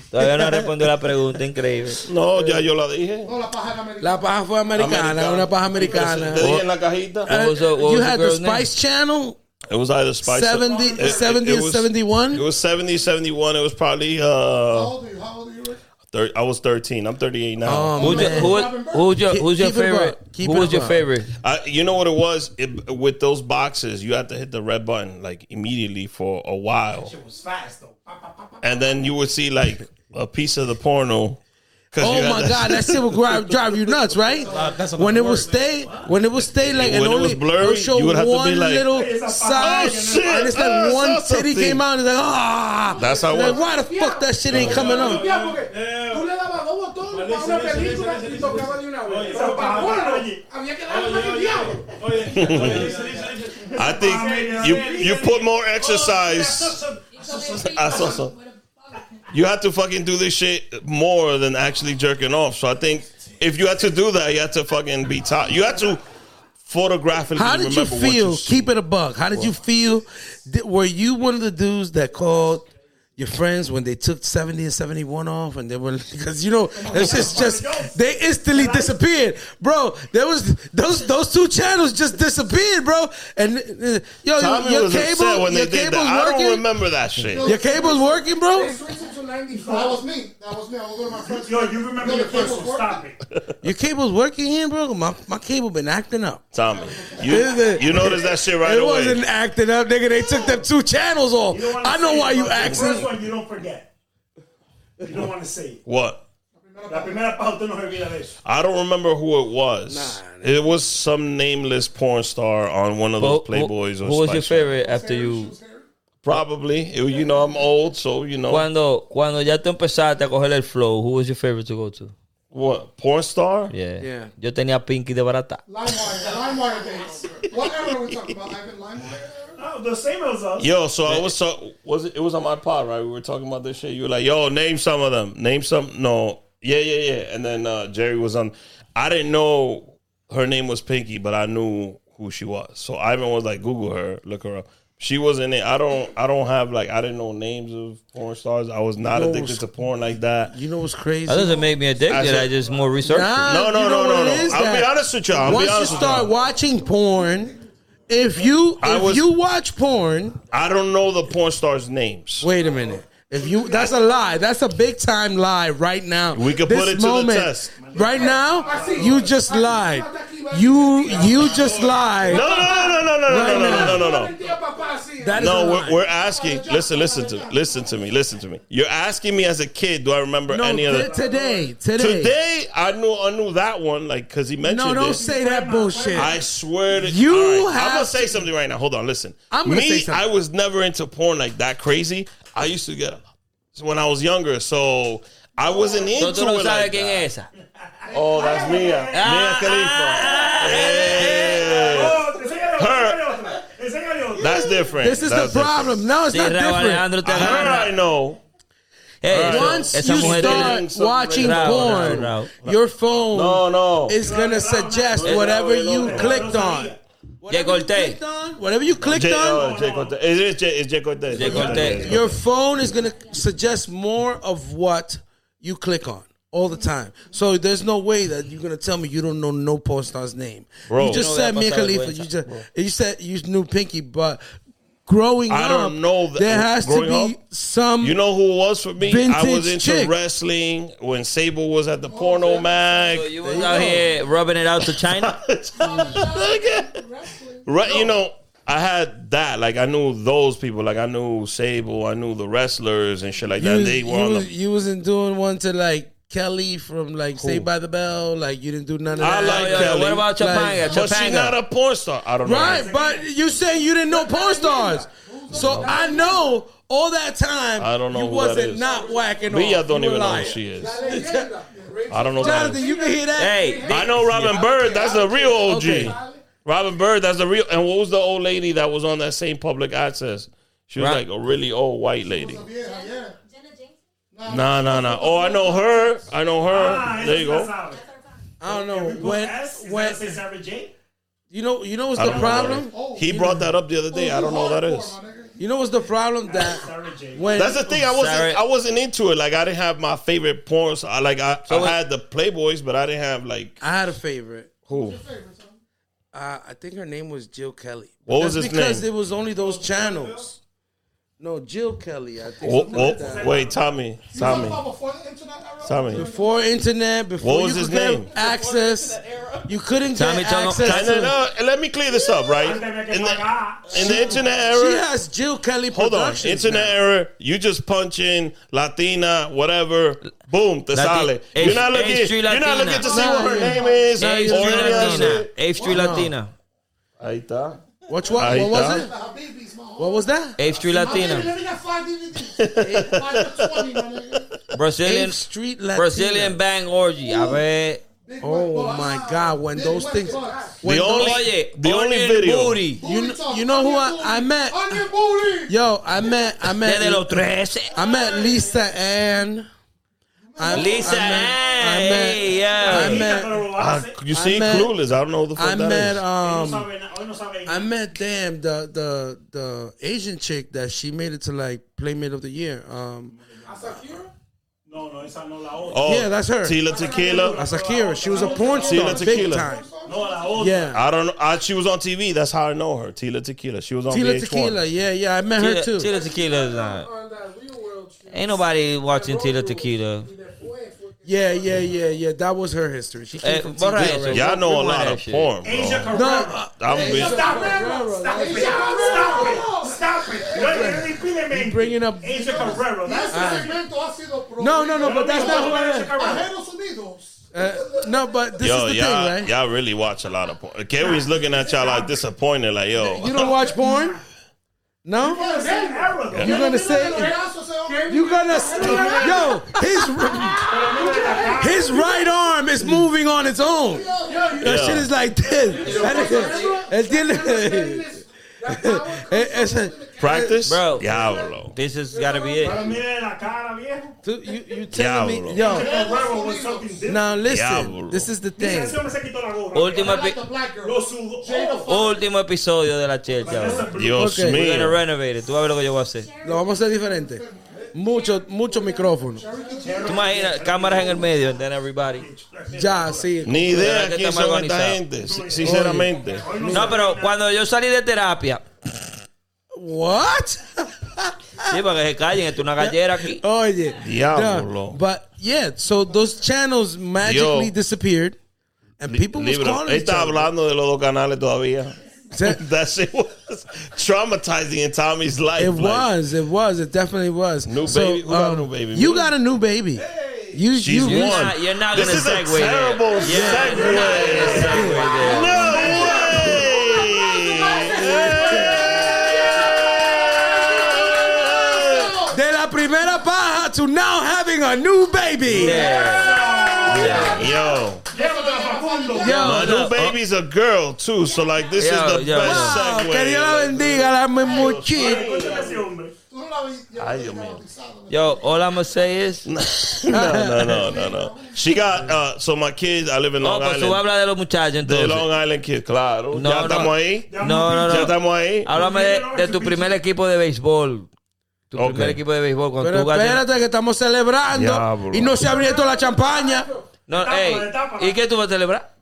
Speaker 2: Todavía no respondió la pregunta, increíble.
Speaker 3: No, ya yo la dije.
Speaker 4: No, la paja en América.
Speaker 1: la paja fue americana, una paja americana.
Speaker 3: Te dije en la cajita.
Speaker 2: What was the- what
Speaker 1: you
Speaker 2: was the
Speaker 1: had the
Speaker 2: girl's name?
Speaker 1: Spice Channel,
Speaker 3: It was either Spice.
Speaker 1: 70,
Speaker 3: it- it-
Speaker 1: 70
Speaker 3: it
Speaker 1: and
Speaker 3: was-
Speaker 1: 71.
Speaker 3: It was 70, 71. It was probably,
Speaker 4: How
Speaker 3: uh,
Speaker 4: old are you? How old are you, Rick?
Speaker 3: thir- I was 13. I'm 38 now.
Speaker 1: Oh,
Speaker 2: Who's your,
Speaker 1: man.
Speaker 2: who, who's your, who's your
Speaker 1: Keep it up.
Speaker 2: favorite?
Speaker 1: Keep
Speaker 2: who
Speaker 1: it
Speaker 2: was your
Speaker 1: up.
Speaker 2: favorite?
Speaker 3: I, you know what it was? It, with those boxes, you had to hit the red button like immediately for a while.
Speaker 5: It was fast though. Pa, pa, pa, pa.
Speaker 3: and then you would see like a piece of the porno. 'Cause you
Speaker 1: Oh
Speaker 3: had
Speaker 1: my
Speaker 3: that-
Speaker 1: God, that shit would drive, drive you nuts, right?
Speaker 3: Uh,
Speaker 1: when it would stay, when it would stay like, and
Speaker 3: When it was
Speaker 1: only
Speaker 3: blurry,
Speaker 1: it'll show
Speaker 3: you would have to be
Speaker 1: one
Speaker 3: like,
Speaker 5: It's a
Speaker 1: little
Speaker 5: fucking-
Speaker 1: side,
Speaker 5: Oh,
Speaker 3: shit,
Speaker 1: and it's like
Speaker 3: uh, I
Speaker 1: one
Speaker 3: saw
Speaker 1: titty
Speaker 3: something.
Speaker 1: came out, and it's like ah.
Speaker 3: That's how it
Speaker 1: Like,
Speaker 3: was.
Speaker 1: why the fuck that shit ain't coming on?
Speaker 7: Ya, porque tú le dabas dos botones para una película y tocaba de una vez. Pero para porno,
Speaker 5: Oye.
Speaker 7: había que darle más que diablo.
Speaker 5: Oye, oye, dice, dice, dice.
Speaker 3: I think you you put more exercise. I saw some. You had to fucking do this shit more than actually jerking off. So I think if you had to do that, you had to fucking be top. You had to photographically
Speaker 1: How did you
Speaker 3: remember what
Speaker 1: feel?
Speaker 3: saw.
Speaker 1: Keep it a buck. How did you feel? Did, were you one of the dudes that called your friends when they took 70 and 71 off and they were because you know it's just just they instantly disappeared bro there was those those two channels just disappeared bro and uh, yo
Speaker 3: Tommy
Speaker 1: your
Speaker 3: was upset
Speaker 1: cable
Speaker 3: when
Speaker 1: your
Speaker 3: they did that.
Speaker 1: cable's
Speaker 3: I don't
Speaker 1: working
Speaker 3: remember that shit.
Speaker 1: your cable's working bro
Speaker 7: They switched it to
Speaker 4: That
Speaker 7: 95.
Speaker 4: was me. That was me. I was going to my friend's.
Speaker 5: Yo, you remember
Speaker 4: Yo,
Speaker 5: your
Speaker 4: the cable
Speaker 5: first one.
Speaker 4: worked.
Speaker 5: Stop it.
Speaker 1: your cable's working here bro my, my cable been acting up
Speaker 3: Tommy,
Speaker 1: Is
Speaker 3: you
Speaker 1: it-
Speaker 3: you noticed that shit right
Speaker 1: it
Speaker 3: away.
Speaker 1: wasn't acting up nigga they took them two channels off
Speaker 5: You don't wanna
Speaker 1: I know
Speaker 5: say
Speaker 1: why
Speaker 5: it,
Speaker 1: you
Speaker 5: but the
Speaker 1: asking
Speaker 5: First one you don't forget. You don't want to say it.
Speaker 3: What?
Speaker 5: La primera paja usted no se olvida de eso.
Speaker 3: I don't remember who it was. It was some nameless porn star on one of those
Speaker 2: Who- who-
Speaker 3: Playboys or
Speaker 2: who was your
Speaker 3: Spice Channel.
Speaker 2: favorite after you?
Speaker 3: Probably. It- you know, I'm old, so you know.
Speaker 2: Cuando, cuando ya tú empezaste a coger el flow, who was your favorite to go to?
Speaker 3: What? Porn star?
Speaker 2: Yeah.
Speaker 1: Yeah.
Speaker 2: Yo tenía Pinky de barata.
Speaker 4: LimeWire. LimeWire days. What era are we talking about? I've been LimeWire.
Speaker 5: No, the same as us.
Speaker 3: Yo, so I was so was it, it was on my pod, right? We were talking about this shit. You were like, yo, name some of them. Name some no. Yeah, yeah, yeah. And then uh, Jerry was on I didn't know her name was Pinky, but I knew who she was. So Ivan was like, Google her, look her up. She wasn't it. I don't. I don't have like. I didn't know names of porn stars. I was not
Speaker 1: You know
Speaker 3: addicted
Speaker 1: what's-
Speaker 3: to porn like that.
Speaker 1: You know what's crazy?
Speaker 2: That doesn't make me
Speaker 3: I
Speaker 2: addicted.
Speaker 3: said-
Speaker 2: I just more research.
Speaker 1: Nah,
Speaker 3: No, no,
Speaker 1: you
Speaker 3: no,
Speaker 1: know
Speaker 3: no,
Speaker 1: what
Speaker 3: no.
Speaker 1: it is
Speaker 3: I'll
Speaker 1: that
Speaker 3: be honest with you. I'll
Speaker 1: Once
Speaker 3: be honest
Speaker 1: you
Speaker 3: with
Speaker 1: start
Speaker 3: you.
Speaker 1: watching porn, if you
Speaker 3: I
Speaker 1: if
Speaker 3: was-
Speaker 1: you watch porn,
Speaker 3: I don't know the porn stars' names.
Speaker 1: wait a minute. If you that's a lie. That's a big time lie right now.
Speaker 3: We could
Speaker 1: This
Speaker 3: put it to the test.
Speaker 1: Right now, you just lied. You you just lied.
Speaker 3: No, no, no, no, no, no, no, no, no, no, no, no.
Speaker 1: That is a
Speaker 3: No,
Speaker 1: lie.
Speaker 3: we're, we're asking. Listen, listen to, listen to me, listen to me. You're asking me as a kid. Do I remember
Speaker 1: no,
Speaker 3: any
Speaker 1: t-
Speaker 3: other?
Speaker 1: today, today.
Speaker 3: Today, I knew, I knew that one, like, cause he mentioned.
Speaker 1: no, don't
Speaker 3: it.
Speaker 1: say that bullshit.
Speaker 3: I swear to
Speaker 1: You
Speaker 3: All right,
Speaker 1: have
Speaker 3: I'm gonna
Speaker 1: to-
Speaker 3: say something right now. Hold on, listen.
Speaker 1: I'm gonna
Speaker 3: Me,
Speaker 1: say something.
Speaker 3: I was never into porn like that crazy. I used to get so when I was younger, so I wasn't into
Speaker 2: Tú no
Speaker 3: it
Speaker 2: sabes
Speaker 3: like
Speaker 2: quién
Speaker 3: that.
Speaker 2: es Ah, esa.
Speaker 3: Oh, that's Mia. Mia
Speaker 2: ah.
Speaker 3: Khalifa. Yeah.
Speaker 5: Oh, enséñale otra, enséñale otra. Enséñale otra.
Speaker 3: That's different.
Speaker 1: this is the
Speaker 3: That's different.
Speaker 1: problem. No, it's
Speaker 2: Sí,
Speaker 1: not
Speaker 2: Raúl
Speaker 1: different.
Speaker 2: Alejandro te
Speaker 3: I heard
Speaker 2: agarra.
Speaker 3: I know.
Speaker 2: Hey, esa-
Speaker 1: Once
Speaker 2: esa
Speaker 1: you
Speaker 2: mujer tiene-
Speaker 1: start
Speaker 3: something
Speaker 1: watching
Speaker 2: Raúl,
Speaker 1: porn,
Speaker 2: Raúl, Raúl.
Speaker 1: your phone
Speaker 3: No, no.
Speaker 1: is gonna suggest whatever you
Speaker 3: no, no,
Speaker 1: clicked on.
Speaker 2: Ya
Speaker 1: Whatever you
Speaker 2: corté.
Speaker 1: clicked on, Whatever you clicked
Speaker 3: J- oh,
Speaker 1: on,
Speaker 3: J. Cortez. Is it J- it's J. Cortez?
Speaker 2: J. Cortez.
Speaker 1: your phone is gonna suggest more of what you click on all the time. So there's no way that you're gonna tell me you don't know no porn star's name.
Speaker 3: Bro.
Speaker 1: you just
Speaker 2: No,
Speaker 1: said
Speaker 2: that
Speaker 1: Mia
Speaker 2: must have
Speaker 1: Khalifa.
Speaker 2: been-
Speaker 1: You just you said you knew Pinky, but growing
Speaker 3: I don't
Speaker 1: up,
Speaker 3: know that-
Speaker 1: there has to
Speaker 3: growing
Speaker 1: be
Speaker 3: up,
Speaker 1: some.
Speaker 3: You know who it was for me? I was
Speaker 1: Vintage
Speaker 3: into
Speaker 1: chick.
Speaker 3: wrestling when Sable was at the porno mag.
Speaker 2: So you was out here rubbing it out to China.
Speaker 3: Right, you know, I had that. Like I knew those people. Like I knew Sable. I knew the wrestlers and shit like
Speaker 1: you,
Speaker 3: that.
Speaker 1: was,
Speaker 3: They
Speaker 1: you
Speaker 3: were on
Speaker 1: was-
Speaker 3: the.
Speaker 1: you wasn't doing one to like Kelly from like Saved by the Bell. Like you didn't do none of that.
Speaker 3: I like
Speaker 2: Yo, yo,
Speaker 3: Kelly.
Speaker 2: what about Chapanga?
Speaker 1: Like,
Speaker 3: But she not
Speaker 2: Chapanga.
Speaker 3: a porn star. I don't know.
Speaker 1: Right, but you saying you didn't know porn stars. So I know all that time
Speaker 3: I don't know
Speaker 1: you
Speaker 3: who
Speaker 1: wasn't
Speaker 3: that is.
Speaker 1: not whacking
Speaker 3: Me, I
Speaker 1: off.
Speaker 3: don't
Speaker 1: You
Speaker 3: even
Speaker 1: a
Speaker 3: know
Speaker 1: liar.
Speaker 3: who she is. Ah.
Speaker 4: leyenda.
Speaker 3: I don't know. who that
Speaker 1: Jonathan,
Speaker 3: is.
Speaker 1: you can hear that?
Speaker 2: Hey,
Speaker 3: I know Robin Bird. That's the real OG.
Speaker 1: Okay.
Speaker 3: Robin Bird. That's the real. And what was the old lady that was on that same public access? She was
Speaker 2: Right.
Speaker 3: like a really old white lady.
Speaker 4: Vieja, yeah.
Speaker 8: Jenna Jameson.
Speaker 3: Nah, nah, nah. Oh, I know her. I know her.
Speaker 5: Ah, esa
Speaker 3: there you
Speaker 5: sí la
Speaker 3: go.
Speaker 5: sabe.
Speaker 8: That's our time.
Speaker 1: I don't
Speaker 5: Can we
Speaker 1: know
Speaker 5: put
Speaker 1: when
Speaker 5: S? Is that
Speaker 1: when
Speaker 5: gonna say Sarah J?
Speaker 1: you know you know what's
Speaker 3: I
Speaker 1: the
Speaker 3: don't know what
Speaker 1: problem?
Speaker 3: that is. He brought that up the other day. I don't know what that is.
Speaker 1: You know what's the problem that
Speaker 5: Sarah J.
Speaker 1: when
Speaker 3: That's the thing. I wasn't.
Speaker 2: Sorry.
Speaker 3: I wasn't into it. Like I didn't have my favorite porn. So I like I,
Speaker 2: So
Speaker 3: I
Speaker 2: it-
Speaker 3: had the Playboys, but I didn't have like
Speaker 1: I had a favorite.
Speaker 3: who.
Speaker 1: Uh, I think her name was Jill Kelly.
Speaker 3: What was
Speaker 1: That's
Speaker 3: his
Speaker 1: because
Speaker 3: name?
Speaker 1: it was only those channels. No, Jill Kelly. I think.
Speaker 3: Oh,
Speaker 1: something like
Speaker 3: oh,
Speaker 1: that.
Speaker 3: wait, Tommy, Tommy, Tommy.
Speaker 1: Before internet, before
Speaker 3: was
Speaker 1: you
Speaker 3: his
Speaker 1: could get
Speaker 3: name?
Speaker 1: access, you couldn't get
Speaker 2: Tommy Chong-
Speaker 1: access.
Speaker 3: And then,
Speaker 1: to-
Speaker 3: uh, let me clear this up, right?
Speaker 5: Antes de que
Speaker 3: In the,
Speaker 5: pagar.
Speaker 3: in the internet
Speaker 1: she
Speaker 3: era,
Speaker 1: has Jill Kelly
Speaker 3: hold on,
Speaker 1: Productions.
Speaker 3: internet
Speaker 1: now.
Speaker 3: era. You just punch in Latina, whatever, boom, te
Speaker 2: Lati-
Speaker 3: sale. You're not
Speaker 2: H-
Speaker 3: looking.
Speaker 2: H3
Speaker 3: You're not
Speaker 2: Latina.
Speaker 3: looking to see what her
Speaker 1: Nah,
Speaker 3: name is or
Speaker 2: H3
Speaker 3: any of
Speaker 2: Latina.
Speaker 3: that
Speaker 2: H3 Latina.
Speaker 3: shit.
Speaker 1: Which one? What was it? What was that?
Speaker 2: H3 Latina. Brazilian
Speaker 1: Eighth Street Latina.
Speaker 2: Brazilian bang orgy. A ver.
Speaker 1: Oh my God! When those things, when
Speaker 3: The
Speaker 1: those-
Speaker 3: only-
Speaker 2: Oye,
Speaker 3: the
Speaker 2: oye
Speaker 3: only
Speaker 2: el
Speaker 3: video.
Speaker 2: booty.
Speaker 1: You kn- you know who I- I met?
Speaker 4: On your booty.
Speaker 1: yo, I met, I met,
Speaker 2: Desde los 13.
Speaker 1: I met Lisa Ann. I-
Speaker 2: Lisa
Speaker 1: I
Speaker 2: Ann,
Speaker 1: met,
Speaker 2: hey, yeah.
Speaker 1: I met,
Speaker 5: Pero lo
Speaker 3: Uh,
Speaker 5: hace.
Speaker 3: you see,
Speaker 1: I met-
Speaker 3: clueless. I don't know who the fuck
Speaker 1: I
Speaker 3: that
Speaker 1: met,
Speaker 3: is.
Speaker 5: Hoy no
Speaker 1: um,
Speaker 5: sabe na- hoy no sabe
Speaker 1: I
Speaker 5: nada.
Speaker 1: met damn the the the Asian chick that she made it to like Playmate of the Year. Um,
Speaker 5: No, no, esa no, la otra.
Speaker 3: oh,
Speaker 1: yeah, that's her.
Speaker 3: Tila Tequila.
Speaker 1: Asakira. She was a porn star,
Speaker 3: Tila
Speaker 1: big
Speaker 3: Tequila.
Speaker 1: time.
Speaker 5: No, la otra.
Speaker 1: Oh. Yeah,
Speaker 3: I don't know. I, she was on TV. That's how I know her. Tila Tequila. She was on
Speaker 1: Tila
Speaker 3: VH1.
Speaker 1: Tequila. Yeah, yeah, I met her
Speaker 2: Tila,
Speaker 1: too.
Speaker 2: Tila Tequila is not. Ain't nobody watching Tila Tequila.
Speaker 1: Yeah, yeah, yeah, yeah. That was her history. She came
Speaker 2: Eh,
Speaker 1: from
Speaker 2: borra
Speaker 1: TV
Speaker 2: eso.
Speaker 1: already.
Speaker 3: Y'all know a
Speaker 2: Rewind
Speaker 3: lot
Speaker 2: that
Speaker 3: of
Speaker 2: shit.
Speaker 3: porn,
Speaker 5: Asia
Speaker 3: bro.
Speaker 5: Carrera.
Speaker 1: No, uh,
Speaker 3: I'm being-
Speaker 5: Stop it! Stop it! Stop it! Stop it! No, impídeme.
Speaker 1: bringing up-
Speaker 5: Asia Carrera. That's
Speaker 1: no, no, no, but that's not who I am.
Speaker 4: Ajeros Unidos.
Speaker 1: Uh, no, but this
Speaker 3: Yo,
Speaker 1: is the
Speaker 3: y'all,
Speaker 1: thing, right?
Speaker 3: y'all really watch a lot of porn. Kerry's looking at y'all like disappointed, like yo.
Speaker 1: You don't watch porn? No? You're gonna say you gonna s- yo his his right arm is moving on its own. That
Speaker 3: Yeah.
Speaker 1: shit Eh, is like this. That is- Entiende? Es- es-
Speaker 3: Practice?
Speaker 2: Bro.
Speaker 3: Diablo.
Speaker 2: This has got to be
Speaker 5: Pero
Speaker 2: it.
Speaker 5: mire la cara, viejo.
Speaker 1: Tú- you, you telling me,
Speaker 3: Diablo.
Speaker 1: yo,
Speaker 5: Era huevo was something different.
Speaker 1: now listen,
Speaker 3: Diablo.
Speaker 1: this is the
Speaker 5: Dice,
Speaker 1: thing.
Speaker 5: ese hombre se quitó la gorra.
Speaker 2: Último,
Speaker 4: like the
Speaker 2: epi-
Speaker 4: black girl.
Speaker 5: Lo sudo.
Speaker 2: último episodio de la chelcha.
Speaker 5: Vanessa
Speaker 2: bro.
Speaker 5: Blue.
Speaker 3: Dios
Speaker 1: Okay.
Speaker 2: We're gonna
Speaker 3: mío.
Speaker 2: renovate it. Tú vas a ver lo que yo voy a hacer.
Speaker 1: Lo vamos a hacer diferente. Mucho, mucho micrófono.
Speaker 2: Tú imaginas cámaras en el medio and then everybody.
Speaker 1: Ya, sí.
Speaker 3: Ni idea
Speaker 2: Pero que
Speaker 3: quién
Speaker 2: está
Speaker 3: son esta
Speaker 2: agonizado.
Speaker 3: gente, si- sinceramente.
Speaker 2: No, pero cuando yo salí de terapia,
Speaker 1: What?
Speaker 2: sí, para que se callen, esto es una gallera aquí.
Speaker 1: Oye.
Speaker 3: Diablo.
Speaker 1: Yeah, But yeah, so those channels magically
Speaker 3: Yo.
Speaker 1: disappeared and people was
Speaker 3: Libro.
Speaker 1: calling
Speaker 3: Él
Speaker 1: each
Speaker 3: está
Speaker 1: other.
Speaker 3: hablando de los dos canales todavía.
Speaker 1: Se-
Speaker 3: That shit was traumatizing in Tommy's life.
Speaker 1: It
Speaker 3: like,
Speaker 1: was. It was. It definitely was. um,
Speaker 3: New baby? Who got a new
Speaker 1: You
Speaker 3: baby? Me?
Speaker 1: got a new baby. You,
Speaker 3: She's
Speaker 1: you
Speaker 2: You're
Speaker 3: one.
Speaker 2: not, you're not
Speaker 3: This
Speaker 2: gonna
Speaker 3: is a
Speaker 2: segue there.
Speaker 3: terrible
Speaker 2: Yeah, you're not gonna
Speaker 3: segue.
Speaker 2: segue there.
Speaker 3: No way! Yeah.
Speaker 1: De la primera paja to now having a new baby.
Speaker 3: Yo,
Speaker 5: Llévatela, Facundo.
Speaker 3: my
Speaker 1: Yo.
Speaker 2: oh,
Speaker 3: new baby's a girl too, so like this is
Speaker 2: Yo,
Speaker 3: the
Speaker 2: yo, yo.
Speaker 3: best
Speaker 1: Wow, Oh, que Dios la
Speaker 3: segue.
Speaker 1: bendiga la muchachita.
Speaker 5: Escúchame a ese hombre.
Speaker 4: Tú no la vi- yo no
Speaker 3: Ay,
Speaker 4: la
Speaker 3: Dios
Speaker 4: vi
Speaker 3: mío.
Speaker 4: bautizado, ¿verdad?
Speaker 2: Yo, all I'm gonna say is. No,
Speaker 3: no, no, no, no, no. She got uh, so my kids. I live in Long
Speaker 2: pues tú vas a
Speaker 3: Island.
Speaker 2: hablar de los muchachos
Speaker 3: The
Speaker 2: entonces.
Speaker 3: Long Island kids, claro.
Speaker 2: No,
Speaker 3: ya
Speaker 2: no.
Speaker 3: estamos ahí.
Speaker 2: No, no,
Speaker 3: Ya
Speaker 2: no.
Speaker 3: estamos ahí.
Speaker 2: Háblame de, de tu primer equipo de béisbol. Tu
Speaker 3: Ok.
Speaker 2: primer equipo de béisbol. Cuando
Speaker 1: Pero
Speaker 2: tú jugaste-
Speaker 1: espérate que estamos celebrando
Speaker 3: Diablo.
Speaker 1: y no se ha abierto la champaña.
Speaker 2: No,
Speaker 5: Tápala,
Speaker 2: ey,
Speaker 5: tápala.
Speaker 2: ¿Y qué tú vas a celebrar?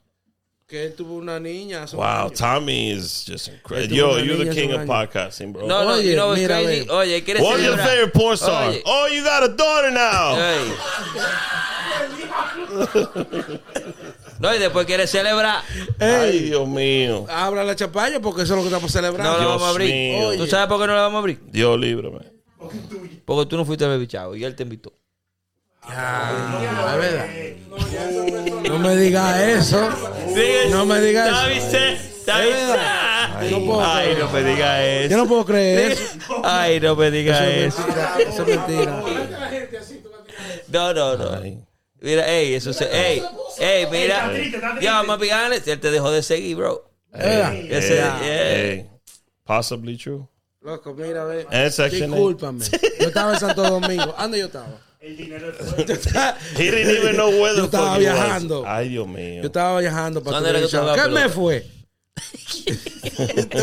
Speaker 1: Que él tuvo una niña. hace un
Speaker 3: Wow,
Speaker 1: año.
Speaker 3: Tommy is just incredible.
Speaker 1: Tuvo
Speaker 3: Yo,
Speaker 1: una
Speaker 3: you're
Speaker 1: niña
Speaker 3: the king
Speaker 1: hace un
Speaker 3: of
Speaker 1: año.
Speaker 3: podcasting, bro.
Speaker 2: No, no,
Speaker 1: Oye,
Speaker 2: you know what's
Speaker 1: mira,
Speaker 2: crazy?
Speaker 1: ve.
Speaker 2: Oye, ¿quieres
Speaker 3: What's your
Speaker 2: celebrar?
Speaker 3: favorite porn star?
Speaker 2: Oye. Eh.
Speaker 3: Oh, you got a daughter now.
Speaker 2: Ey. No, y después quieres celebrar.
Speaker 3: Ay, Dios mío.
Speaker 1: Abra la champaña porque eso es lo que estamos
Speaker 2: No
Speaker 1: celebrando.
Speaker 2: la
Speaker 3: Dios
Speaker 2: vamos a abrir.
Speaker 3: mío.
Speaker 2: ¿Tú sabes por qué no la vamos a abrir?
Speaker 3: Dios líbrame.
Speaker 2: Porque tú no fuiste al baby shower y él te invitó.
Speaker 1: Ah, ¿verdad? No me digas eso. No me digas eso. No puedo
Speaker 2: Ay, no me digas
Speaker 1: Yo
Speaker 2: eso.
Speaker 1: no puedo creer eso.
Speaker 2: Ay, no me digas
Speaker 1: Eso
Speaker 2: eso.
Speaker 1: es mentira. Eso es mentira.
Speaker 2: No, no, no.
Speaker 3: Ay.
Speaker 2: Mira, ey, eso se. Ey, ey, mira.
Speaker 5: Está triste, está triste.
Speaker 2: Ya, vamos a pegarle. Él te dejó de seguir, bro.
Speaker 1: Era.
Speaker 2: Ese, yeah.
Speaker 3: Hey, possibly true.
Speaker 1: Loco, mira, ve.
Speaker 3: And section eight.
Speaker 1: Discúlpame. Yo estaba en Santo Domingo. ¿Dónde yo estaba?
Speaker 5: El dinero es fuerte.
Speaker 3: He didn't even know where
Speaker 1: Yo
Speaker 3: the
Speaker 1: estaba
Speaker 3: fuck he
Speaker 1: viajando.
Speaker 3: was. Ay, Dios mío.
Speaker 1: Yo estaba viajando para
Speaker 2: ¿Dónde
Speaker 1: tu
Speaker 2: era que
Speaker 1: televisión.
Speaker 2: estaba la
Speaker 1: ¿Qué me
Speaker 2: pelota?
Speaker 1: fue? yo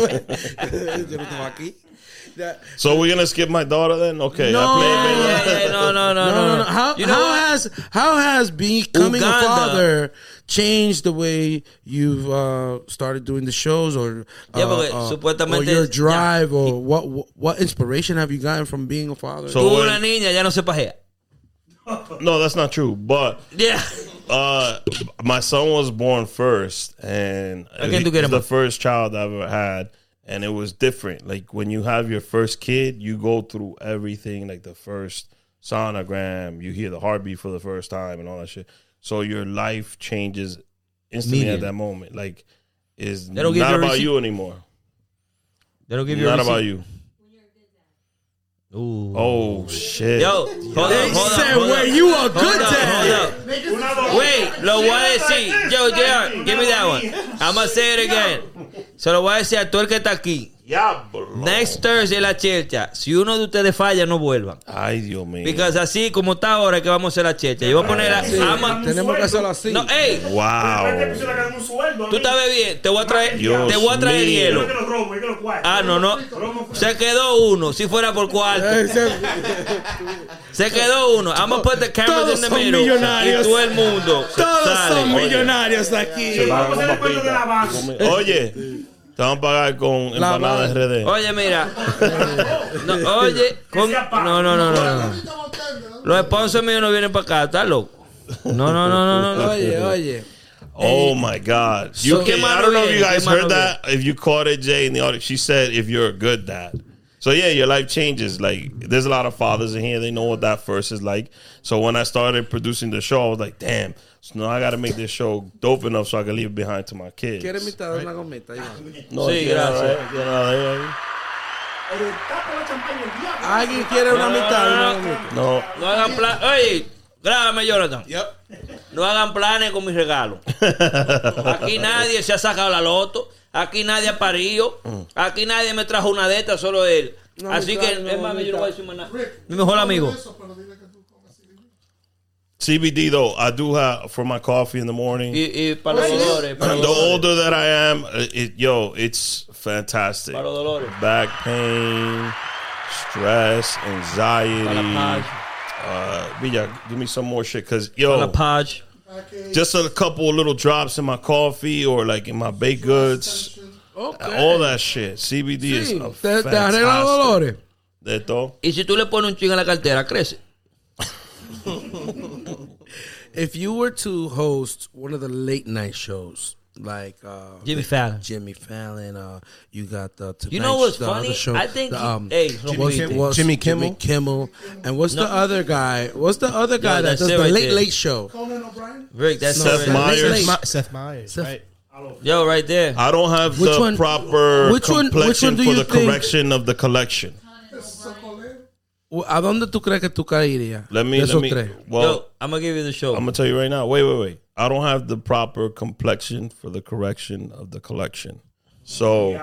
Speaker 1: no estaba aquí. Ya.
Speaker 3: So we're gonna skip my daughter then? Okay.
Speaker 1: No.
Speaker 3: I played
Speaker 2: Ey, ey, No, no, no,
Speaker 1: No, no,
Speaker 2: no.
Speaker 1: no. How,
Speaker 2: You know
Speaker 1: how
Speaker 2: what?
Speaker 1: has how has becoming
Speaker 2: Uganda.
Speaker 1: a father changed the way you've uh, started doing the shows or uh,
Speaker 2: Yeah, porque
Speaker 1: uh,
Speaker 2: supuestamente-
Speaker 1: or your
Speaker 2: ya.
Speaker 1: drive or what, what what inspiration have you gotten from being a father?
Speaker 3: So-
Speaker 2: Tú
Speaker 3: when-
Speaker 2: una niña, ya no se pajea.
Speaker 3: no, that's not true. But
Speaker 2: Yeah.
Speaker 3: uh, my son was born first, and
Speaker 2: I can do get
Speaker 3: it's
Speaker 2: him
Speaker 3: the
Speaker 2: up.
Speaker 3: first child I ever had, and it was different. Like when you have your first kid, you go through everything, like the first sonogram, you hear the heartbeat for the first time, and all that shit. So your life changes instantly
Speaker 2: Medium.
Speaker 3: at that moment. Like, is
Speaker 2: They don't give
Speaker 3: not
Speaker 2: you a
Speaker 3: about
Speaker 2: receipt?
Speaker 3: you anymore.
Speaker 2: They don't give you a
Speaker 3: Not
Speaker 2: receipt.
Speaker 3: about you.
Speaker 2: Ooh.
Speaker 3: Oh shit!
Speaker 2: Yo, hold
Speaker 1: they
Speaker 2: up, hold
Speaker 1: said,
Speaker 2: up, hold
Speaker 1: "Where
Speaker 2: up.
Speaker 1: you a
Speaker 2: Hold
Speaker 1: good
Speaker 2: up, hold
Speaker 1: dad."
Speaker 2: up.
Speaker 5: Una dos.
Speaker 2: Wait, lo voy a decir. Yo, JR, give me that one. I'm gonna say it again. Se lo voy a decir a todo el que está aquí.
Speaker 3: Diablo.
Speaker 2: Next Thursday la chelcha. Si uno de ustedes falla, no vuelvan.
Speaker 3: Ay, Dios mío.
Speaker 2: Because así como está ahora es que vamos a hacer la chelcha. Yo voy a poner la...
Speaker 5: Sí.
Speaker 2: Ama-
Speaker 1: Tenemos que hacerlo así.
Speaker 2: No, hey,
Speaker 5: Este
Speaker 3: wow.
Speaker 5: episodio le ganó un sueldo a
Speaker 2: tú
Speaker 5: mí.
Speaker 2: sabes bien. Te voy a traer,
Speaker 3: Dios
Speaker 2: te voy a traer
Speaker 3: mío.
Speaker 5: Yo
Speaker 2: hielo.
Speaker 5: que lo robo, yo que lo guardo.
Speaker 2: Ah, no, no.
Speaker 5: Romo fue-
Speaker 2: Se quedó uno. Si fuera por cuarto. Se quedó uno. I'm gonna put the cameras
Speaker 1: Todos
Speaker 2: in the
Speaker 1: son
Speaker 2: middle.
Speaker 1: millonarios.
Speaker 2: Y todo el mundo. se
Speaker 1: Todos
Speaker 2: sale.
Speaker 1: son millonarios aquí.
Speaker 5: Vamos a hacer el cuento de la base.
Speaker 3: Oye, te van a pagar con
Speaker 1: La
Speaker 3: empanada
Speaker 1: madre.
Speaker 3: RD.
Speaker 2: Oye, mira. No, oye, con- no, no, no, no, no.
Speaker 4: Ahorita no tengo, ¿no?
Speaker 2: Los sponsors míos no vienen para acá, ¿estás loco? No, no, no, no, no. no.
Speaker 1: Oye, oye.
Speaker 3: Oh my God! You
Speaker 2: So-
Speaker 3: can, I don't know if you guys
Speaker 2: Qué malo bien.
Speaker 3: heard that. If you caught it, Jay, in the audience, she said, "If you're a good dad." So yeah, your life changes. Like there's a lot of fathers in here. They know what that first is like. So when I started producing the show, I was like, "Damn!" So now I got to make this show dope enough so I can leave it behind to my kids.
Speaker 1: ¿Quieres mi tarde una gomita?
Speaker 3: No,
Speaker 2: Sí,
Speaker 3: get out
Speaker 2: gracias.
Speaker 3: of there, get out of there.
Speaker 5: Pero tapa la champaña, el diablo.
Speaker 1: ¿Alguien quiere una
Speaker 2: No, no,
Speaker 1: mitad?
Speaker 2: no,
Speaker 1: Una
Speaker 2: no.
Speaker 1: gomita.
Speaker 3: No,
Speaker 2: No hagan planes. Oye, grábame, Jonathan. No hagan planes con mis regalos. Aquí nadie se ha sacado la loto. Aquí nadie ha parido. Aquí nadie me trajo una de estas, solo él.
Speaker 1: No,
Speaker 2: Así
Speaker 1: mi
Speaker 2: que,
Speaker 1: cara,
Speaker 2: es más,
Speaker 1: mi
Speaker 2: yo no voy a
Speaker 1: cara.
Speaker 2: decir más nada.
Speaker 4: Rick,
Speaker 2: Mi mejor
Speaker 4: no
Speaker 2: amigo.
Speaker 4: eso, pero dile que tú comes cilindro.
Speaker 3: CBD though, I do have for my coffee in the morning.
Speaker 2: Y, y para los dolores. Para los
Speaker 3: the
Speaker 2: dolores.
Speaker 3: older that I am, uh, it, yo, it's fantastic.
Speaker 2: Para los dolores.
Speaker 3: Back pain, stress,
Speaker 2: Para la
Speaker 3: anxiety.
Speaker 2: paz.
Speaker 3: Uh, yeah, give me some more shit, cause
Speaker 2: Para la
Speaker 3: yo,
Speaker 2: paz.
Speaker 4: Ah, que-
Speaker 3: just a couple of little drops in my coffee or like in my baked goods,
Speaker 1: Okay.
Speaker 3: all that shit. CBD is
Speaker 1: Sí,
Speaker 3: a
Speaker 1: te, te arregla los
Speaker 3: fantastic.
Speaker 1: dolores.
Speaker 3: De todo.
Speaker 2: Y si tú le pones un ching a la cartera, crece.
Speaker 1: If you were to host one of the late night shows, like uh,
Speaker 2: Jimmy
Speaker 1: the-
Speaker 2: Fallon.
Speaker 1: Jimmy Fallon, uh, you got the Tonight
Speaker 2: You know what's
Speaker 1: Show, the other
Speaker 2: funny?
Speaker 1: Show,
Speaker 2: I think
Speaker 1: the,
Speaker 2: he-
Speaker 1: um,
Speaker 2: hey,
Speaker 1: what's-
Speaker 2: Jimmy-
Speaker 1: what's-
Speaker 6: Jimmy
Speaker 1: Jimmy Kimmel, and what's the other guy? What's the other guy that
Speaker 2: that's
Speaker 1: does
Speaker 2: it
Speaker 1: the
Speaker 2: right
Speaker 1: late
Speaker 2: there.
Speaker 1: late show?
Speaker 4: Conan O'Brien.
Speaker 2: Rick, that's
Speaker 1: No,
Speaker 2: so
Speaker 3: Seth
Speaker 1: the
Speaker 2: right.
Speaker 3: Meyers.
Speaker 1: late, late,
Speaker 6: Ma- Seth Myers,
Speaker 1: Seth-
Speaker 6: right?
Speaker 2: Yo, right there.
Speaker 3: I don't have
Speaker 1: Which
Speaker 3: the
Speaker 1: one-
Speaker 3: proper
Speaker 1: which one- which one
Speaker 3: complexion
Speaker 1: do
Speaker 3: for
Speaker 1: you
Speaker 3: the
Speaker 1: think-
Speaker 3: correction of the collection.
Speaker 4: Socolero.
Speaker 1: ¿A dónde tú crees que tú caerías?
Speaker 3: Let me,
Speaker 1: de esos
Speaker 3: let me.
Speaker 1: tres.
Speaker 3: Well,
Speaker 2: Yo, I'm going to give you the show.
Speaker 3: I'm gonna tell you right now. Wait, wait, wait. I don't have the proper complexion for the correction of the collection, so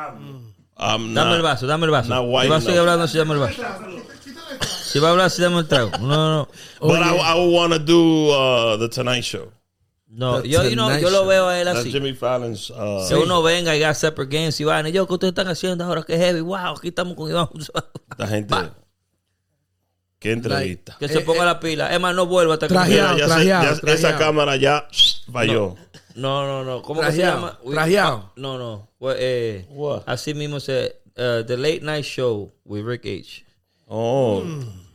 Speaker 3: I'm
Speaker 2: dame el
Speaker 3: not.
Speaker 2: vaso, dame el vaso.
Speaker 3: not white
Speaker 2: Si va a seguir
Speaker 3: enough.
Speaker 2: hablando, si dame el vaso.
Speaker 4: Quítale esta.
Speaker 2: Si va a hablar, si dame el trago. No, no, no.
Speaker 3: But I,
Speaker 1: Oye.
Speaker 3: I would want to do uh, the Tonight Show.
Speaker 2: No,
Speaker 1: The
Speaker 2: yo, you know,
Speaker 1: Tonight
Speaker 2: yo lo
Speaker 1: Show.
Speaker 2: veo a él
Speaker 3: That's
Speaker 2: así.
Speaker 3: Jimmy Fallon's. Uh,
Speaker 2: Que uno venga y haga separate games y vaina. Yo, ¿qué ustedes están haciendo ahora? que heavy. Wow, aquí estamos con Iván.
Speaker 3: La gente. Qué entrevista.
Speaker 2: que se ponga la pila. Es más, no vuelva hasta que...
Speaker 1: Trajeado.
Speaker 3: Mira, ya se-
Speaker 1: trajeado,
Speaker 3: ya- esa
Speaker 1: trajeado.
Speaker 3: cámara ya falló.
Speaker 2: No, no, no. ¿Cómo que se
Speaker 1: Trajeado,
Speaker 2: llama? We-
Speaker 1: trajeado.
Speaker 2: No, no. Well, eh,
Speaker 3: What?
Speaker 2: así mismo se... eh, the Late Night Show with Rick H.
Speaker 3: Oh,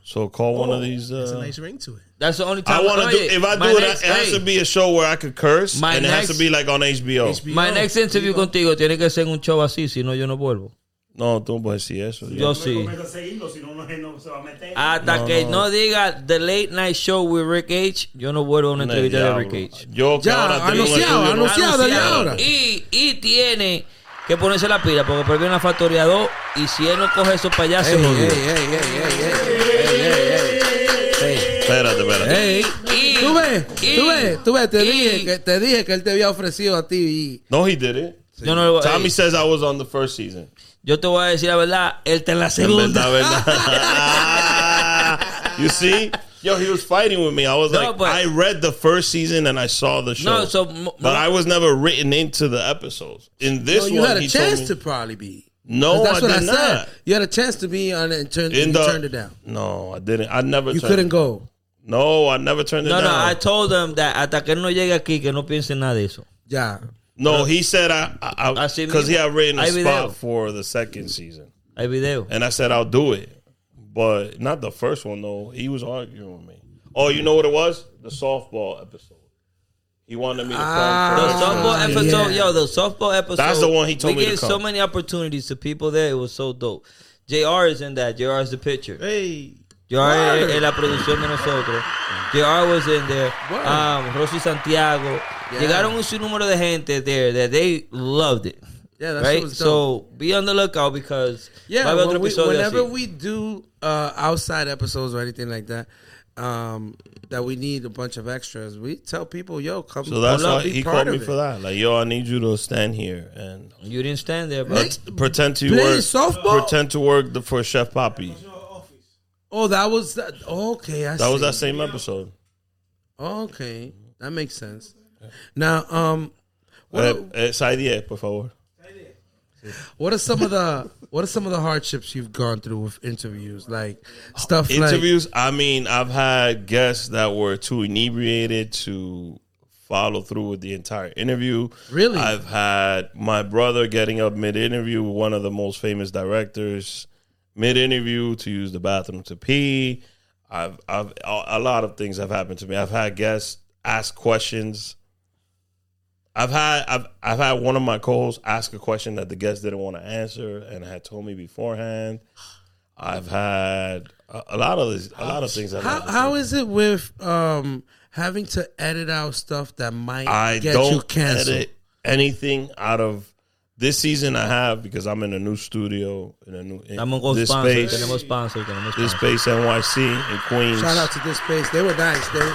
Speaker 3: so call
Speaker 2: Oh,
Speaker 3: one of these.
Speaker 6: It's a
Speaker 3: Uh,
Speaker 6: nice ring to it.
Speaker 2: That's the only time...
Speaker 3: I want to do.
Speaker 2: Oye,
Speaker 3: If I do
Speaker 2: my
Speaker 3: it,
Speaker 2: next-
Speaker 3: it has
Speaker 2: hey,
Speaker 3: to be a show where I could curse,
Speaker 2: My
Speaker 3: and it has to
Speaker 2: next-
Speaker 3: be like on HBO.
Speaker 2: My next interview contigo tiene que ser en un show así, si no yo no vuelvo.
Speaker 3: No, tú no puedes decir eso.
Speaker 2: Yo sí.
Speaker 5: Comienza a seguirlo, si no, no, no se va a meter.
Speaker 2: Hasta que no. diga The Late Night Show with Rick H, yo no vuelvo a una
Speaker 3: No,
Speaker 2: entrevista de
Speaker 3: diablo.
Speaker 2: Rick H.
Speaker 3: Yo que
Speaker 1: Ya,
Speaker 3: ahora tengo
Speaker 1: anunciado,
Speaker 3: un estudio, ¿no?
Speaker 1: anunciado. Anunciado desde ahora.
Speaker 2: Y, y tiene que ponerse la pila porque perdió en la factoría 2 y si él no coge eso para allá
Speaker 1: Hey,
Speaker 2: se
Speaker 1: hey,
Speaker 2: jodió.
Speaker 1: hey, hey, hey, hey, hey, hey, hey.
Speaker 3: Espérate, espérate.
Speaker 1: Ey,
Speaker 2: Y-
Speaker 1: tú ves,
Speaker 2: y-
Speaker 1: tú ves, tú ves, te
Speaker 2: y-
Speaker 1: dije que te dije que él te había ofrecido a ti.
Speaker 3: No, he did it.
Speaker 2: Yo no le voy a-
Speaker 3: Tommy
Speaker 2: ey,
Speaker 3: says I was on the first season.
Speaker 2: yo te voy a decir la verdad, él está en la segunda.
Speaker 3: Verdad, verdad. Ah, you see? Yo, he was fighting with me. I was
Speaker 2: No,
Speaker 3: like,
Speaker 2: but-
Speaker 3: I read the first season and I saw the show.
Speaker 2: No, so mo-
Speaker 3: but
Speaker 2: mo-
Speaker 3: I was never written into the episodes. In
Speaker 1: Y
Speaker 3: this
Speaker 1: so you
Speaker 3: one,
Speaker 1: had a
Speaker 3: he told
Speaker 1: chance
Speaker 3: me-
Speaker 1: to probably be. 'Cause
Speaker 3: no, I
Speaker 1: that's
Speaker 3: did
Speaker 1: what I said.
Speaker 3: not.
Speaker 1: You had a chance to be on it and turned,
Speaker 3: In
Speaker 1: you
Speaker 3: the-
Speaker 1: turned it down.
Speaker 3: No, I didn't. I never.
Speaker 1: You
Speaker 3: turned
Speaker 1: couldn't
Speaker 3: it-
Speaker 1: go.
Speaker 3: No, I never turned it
Speaker 2: No,
Speaker 3: down.
Speaker 2: no, I told them that hasta que él no llegue aquí que no piense en nada de eso.
Speaker 1: Ya.
Speaker 3: no, he said I
Speaker 2: I see
Speaker 3: because he
Speaker 2: me.
Speaker 3: had written a
Speaker 2: I
Speaker 3: spot
Speaker 2: be there.
Speaker 3: for the second season.
Speaker 2: Hay video.
Speaker 3: And I said, I'll do it. But not the first one, though. He was arguing with me. Oh, you know what it was? The softball episode. He wanted me to
Speaker 1: Ah.
Speaker 2: The
Speaker 3: come first.
Speaker 2: softball
Speaker 1: yeah.
Speaker 2: episode, yo, the softball episode.
Speaker 3: That's the one he told
Speaker 2: we
Speaker 3: me to
Speaker 2: gave so
Speaker 3: come.
Speaker 2: many opportunities to people there. It was so dope. JR is in that. JR is the picture.
Speaker 6: Hey,
Speaker 2: JR es la producción de nosotros. JR was in there.
Speaker 1: Word.
Speaker 2: Um, Rosy Santiago.
Speaker 1: Yeah.
Speaker 2: Llegaron un sinnúmero de gente there that they loved it.
Speaker 1: Yeah, that shit
Speaker 2: right?
Speaker 1: was
Speaker 2: So be on the lookout because va a
Speaker 1: Yeah,
Speaker 2: haber
Speaker 1: when
Speaker 2: otro
Speaker 1: we-
Speaker 2: episodio
Speaker 1: whenever
Speaker 2: así.
Speaker 1: we do uh, outside episodes or anything like that, um, that we need a bunch of extras, we tell people, yo, come
Speaker 3: So that's
Speaker 1: pull up,
Speaker 3: why
Speaker 1: be
Speaker 3: he
Speaker 1: part
Speaker 3: called me
Speaker 1: of it.
Speaker 3: for that. Like, yo, I need you to stand here and
Speaker 2: you didn't stand there, bro.
Speaker 1: Nick?
Speaker 3: pretend to
Speaker 1: Play
Speaker 3: work.
Speaker 1: softball?
Speaker 3: Pretend to work the, for Chef Poppy.
Speaker 1: Oh, that was that. Okay, I
Speaker 3: That was
Speaker 1: see.
Speaker 3: that same episode.
Speaker 1: Okay, that makes sense. Now, um, what,
Speaker 3: Eh,
Speaker 1: are-
Speaker 3: eh, esa idea, por favor.
Speaker 1: what are some of the what are some of the hardships you've gone through with interviews, like stuff like
Speaker 3: Interviews. I mean, I've had guests that were too inebriated to follow through with the entire interview.
Speaker 1: Really?
Speaker 3: I've had my brother getting up mid interview with one of the most famous directors mid interview to use the bathroom to pee. I've I've a a lot of things have happened to me. I've had guests ask questions. I've had I've I've had one of my co-hosts ask a question that the guest didn't want to answer and had told me beforehand. I've had a, a lot of this, a lot of things. Have
Speaker 1: how
Speaker 3: happened to
Speaker 1: how
Speaker 3: me.
Speaker 1: is it with um having to edit out stuff that might
Speaker 3: I
Speaker 1: get
Speaker 3: don't
Speaker 1: you canceled?
Speaker 3: edit anything out of this season I have because I'm in a new studio in a new in
Speaker 2: Estamos con
Speaker 3: this
Speaker 2: sponsor,
Speaker 3: space,
Speaker 2: tenemos sponsor, tenemos
Speaker 3: this
Speaker 2: sponsor.
Speaker 3: space NYC in Queens.
Speaker 1: Shout out to this space. They were nice. They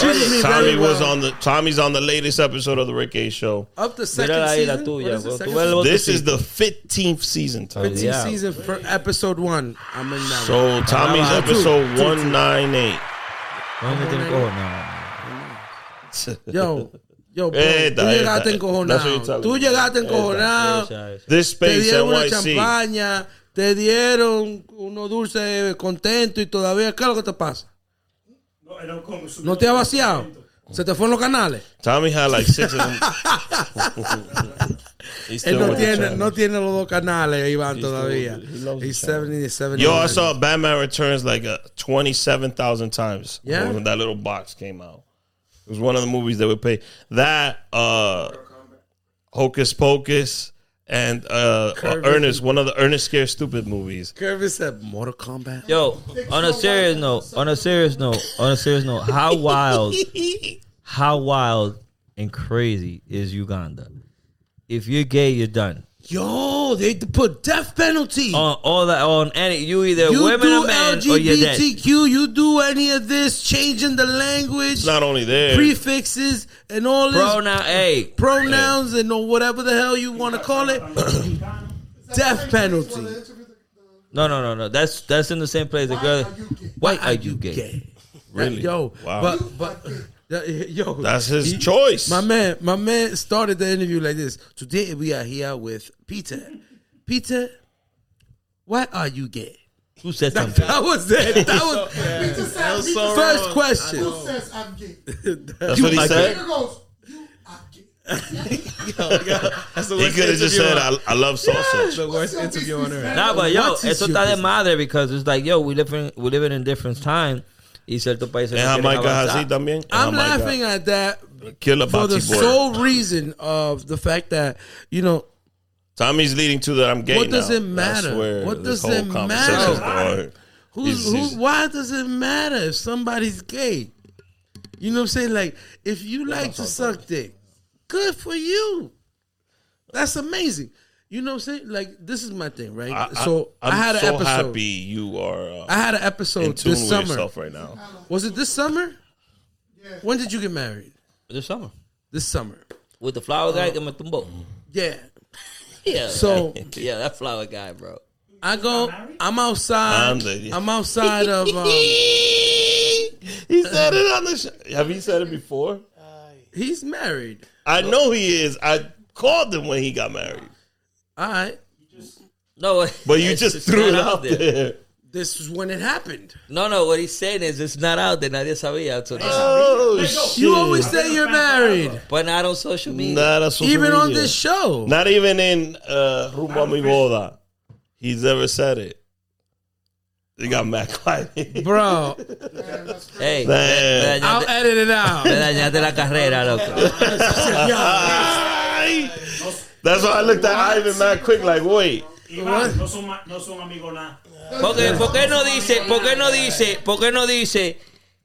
Speaker 1: treated me
Speaker 3: Tommy
Speaker 1: very well.
Speaker 3: was on the Tommy's on the latest episode of the Rick A Show.
Speaker 1: Of the second
Speaker 2: Mira ahí
Speaker 1: season.
Speaker 2: la
Speaker 1: What
Speaker 2: tuya,
Speaker 1: is the
Speaker 2: bro. Tú
Speaker 1: second season?
Speaker 2: ves el
Speaker 3: This
Speaker 2: botecito.
Speaker 3: is the fifteenth season, Tommy.
Speaker 1: Fifteen
Speaker 2: Yeah.
Speaker 1: season for episode one. I'm in that one.
Speaker 3: So Tommy's
Speaker 1: Two,
Speaker 3: episode
Speaker 1: two, two.
Speaker 3: one nine eight.
Speaker 2: No me tiene cojonado.
Speaker 1: Yo, yo, bro,
Speaker 3: Eh,
Speaker 1: tú
Speaker 3: está, eh,
Speaker 1: llegaste
Speaker 3: está. That's what you're
Speaker 1: encojonado.
Speaker 3: talking
Speaker 1: Tú
Speaker 3: about.
Speaker 1: llegaste
Speaker 2: Ah,
Speaker 1: encojonado.
Speaker 2: esa, esa.
Speaker 3: This
Speaker 1: Te
Speaker 3: space
Speaker 1: dieron una
Speaker 3: NYC.
Speaker 1: champaña, te dieron unos dulces contentos y todavía, ¿qué es lo que te pasa?
Speaker 5: No, era un cómic, subió
Speaker 1: ¿No te ha
Speaker 5: un
Speaker 1: vaciado?
Speaker 5: momento.
Speaker 1: ¿Se te fueron los canales?
Speaker 3: Tommy had like six of them. He still
Speaker 1: Él no
Speaker 3: with the
Speaker 1: tiene,
Speaker 3: challenge.
Speaker 1: no tiene los dos canales, Iván,
Speaker 3: still-
Speaker 1: todavía.
Speaker 3: he loves the
Speaker 1: He's
Speaker 3: challenge.
Speaker 1: 70, 70.
Speaker 3: Yo, I saw Batman Returns like uh, 27,000 times
Speaker 1: Yeah?
Speaker 3: when that little box came out. It was one of the movies that would pay. That, uh, Hocus Pocus, and uh, uh,
Speaker 1: Curve.
Speaker 3: Ernest, one of the Ernest Scare Stupid movies.
Speaker 1: Kirby said Mortal Kombat.
Speaker 2: Yo, on a serious note, on a serious note, on a serious note, how wild, how wild and crazy is Uganda? If you're gay, you're done.
Speaker 1: Yo, they put death penalty.
Speaker 2: On all that, on any, you either
Speaker 1: you
Speaker 2: women
Speaker 1: do
Speaker 2: or men, or you're dead.
Speaker 1: LGBTQ, you do any of this, changing the language,
Speaker 3: It's not only there.
Speaker 1: prefixes, and all this
Speaker 2: Pronoun, hey,
Speaker 1: pronouns and or whatever the hell you want to call it, death penalty.
Speaker 2: no, no, no, no. That's that's in the same place. The girl,
Speaker 4: are you gay?
Speaker 2: why are you gay?
Speaker 3: Really?
Speaker 1: Yo,
Speaker 3: Wow.
Speaker 1: but but yeah, yo,
Speaker 3: That's his
Speaker 1: he-
Speaker 3: choice.
Speaker 1: My man, my man started the interview like this. Today we are here with Peter. Peter, why are you gay?
Speaker 2: Who said
Speaker 1: That,
Speaker 2: something?
Speaker 1: was it. That was
Speaker 4: Peter says, Peter
Speaker 3: so
Speaker 1: first
Speaker 3: wrong.
Speaker 1: question.
Speaker 4: Who says I'm gay?
Speaker 3: That's what he
Speaker 2: like
Speaker 3: said.
Speaker 4: Peter goes, you are gay.
Speaker 3: He could have just said, I, I love sausage.
Speaker 8: The worst interview on earth.
Speaker 2: Nah, but yo,
Speaker 1: What is
Speaker 2: eso
Speaker 1: your
Speaker 2: está de
Speaker 1: business?
Speaker 2: madre because it's like, yo, we living we living in different time. Y ciertos países
Speaker 3: And
Speaker 2: no quieren
Speaker 3: Jamaica has
Speaker 2: avanzar.
Speaker 3: he también. Oh And
Speaker 1: I'm
Speaker 3: Jamaica.
Speaker 1: laughing at that
Speaker 3: Killer
Speaker 1: for the
Speaker 3: Bati boy.
Speaker 1: sole reason of the fact that you know
Speaker 3: Tommy's leading to that I'm gay
Speaker 1: What does
Speaker 3: now.
Speaker 1: it matter?
Speaker 3: That's where
Speaker 1: What
Speaker 3: this
Speaker 1: does
Speaker 3: whole
Speaker 1: it
Speaker 3: conversation's
Speaker 1: matter?
Speaker 3: going.
Speaker 1: Who's,
Speaker 3: He's- he's-
Speaker 1: who, why does it matter if somebody's gay? You know what I'm saying? Like, if you like to suck dick, good for you. That's amazing. You know what I'm saying? Like, this is my thing, right? so I,
Speaker 3: I'm
Speaker 1: had an
Speaker 3: so
Speaker 1: episode.
Speaker 3: happy you are uh,
Speaker 1: I had an
Speaker 3: in
Speaker 1: episode
Speaker 3: tune
Speaker 1: this
Speaker 3: with
Speaker 1: summer.
Speaker 3: yourself right now.
Speaker 1: Was it this summer? When did you get married?
Speaker 2: This summer.
Speaker 1: This summer.
Speaker 2: With the flower guy que me tumbó.
Speaker 1: Yeah.
Speaker 2: Yeah.
Speaker 1: Oh. So
Speaker 2: yeah, that flower guy, bro.
Speaker 1: I go. I'm outside.
Speaker 3: I'm the-
Speaker 1: I'm outside of. Um,
Speaker 3: he said it on the show. Have you said it before?
Speaker 1: he's married.
Speaker 3: I know he is. I called him when he got married,
Speaker 1: All right.
Speaker 2: No,
Speaker 3: but you
Speaker 2: it's-
Speaker 3: just
Speaker 2: it's
Speaker 3: threw
Speaker 2: not
Speaker 3: it out there.
Speaker 1: This is when it happened.
Speaker 2: No, no, what he's saying is it's not out there. Nadie sabía. until this-
Speaker 3: Oh,
Speaker 1: You always say
Speaker 5: I've
Speaker 1: you're
Speaker 5: been a fan
Speaker 1: married,
Speaker 2: but not on social media.
Speaker 3: Nah, that's social
Speaker 1: even on
Speaker 3: media.
Speaker 1: this show.
Speaker 3: Not even in uh, Rumba Mi Boda. He's ever said it. He got mad quiet.
Speaker 1: Bro,
Speaker 2: Hey, me,
Speaker 3: Damn.
Speaker 2: me
Speaker 1: I'll
Speaker 2: dañaste,
Speaker 1: edit it out.
Speaker 2: me dañaste la carrera, loco.
Speaker 3: Ay. That's why I looked at Ivan mad quick, like, wait.
Speaker 5: Iván, no son, ma- no son amigos nada.
Speaker 2: Porque, ¿Por qué no dice, por qué no dice, por qué no dice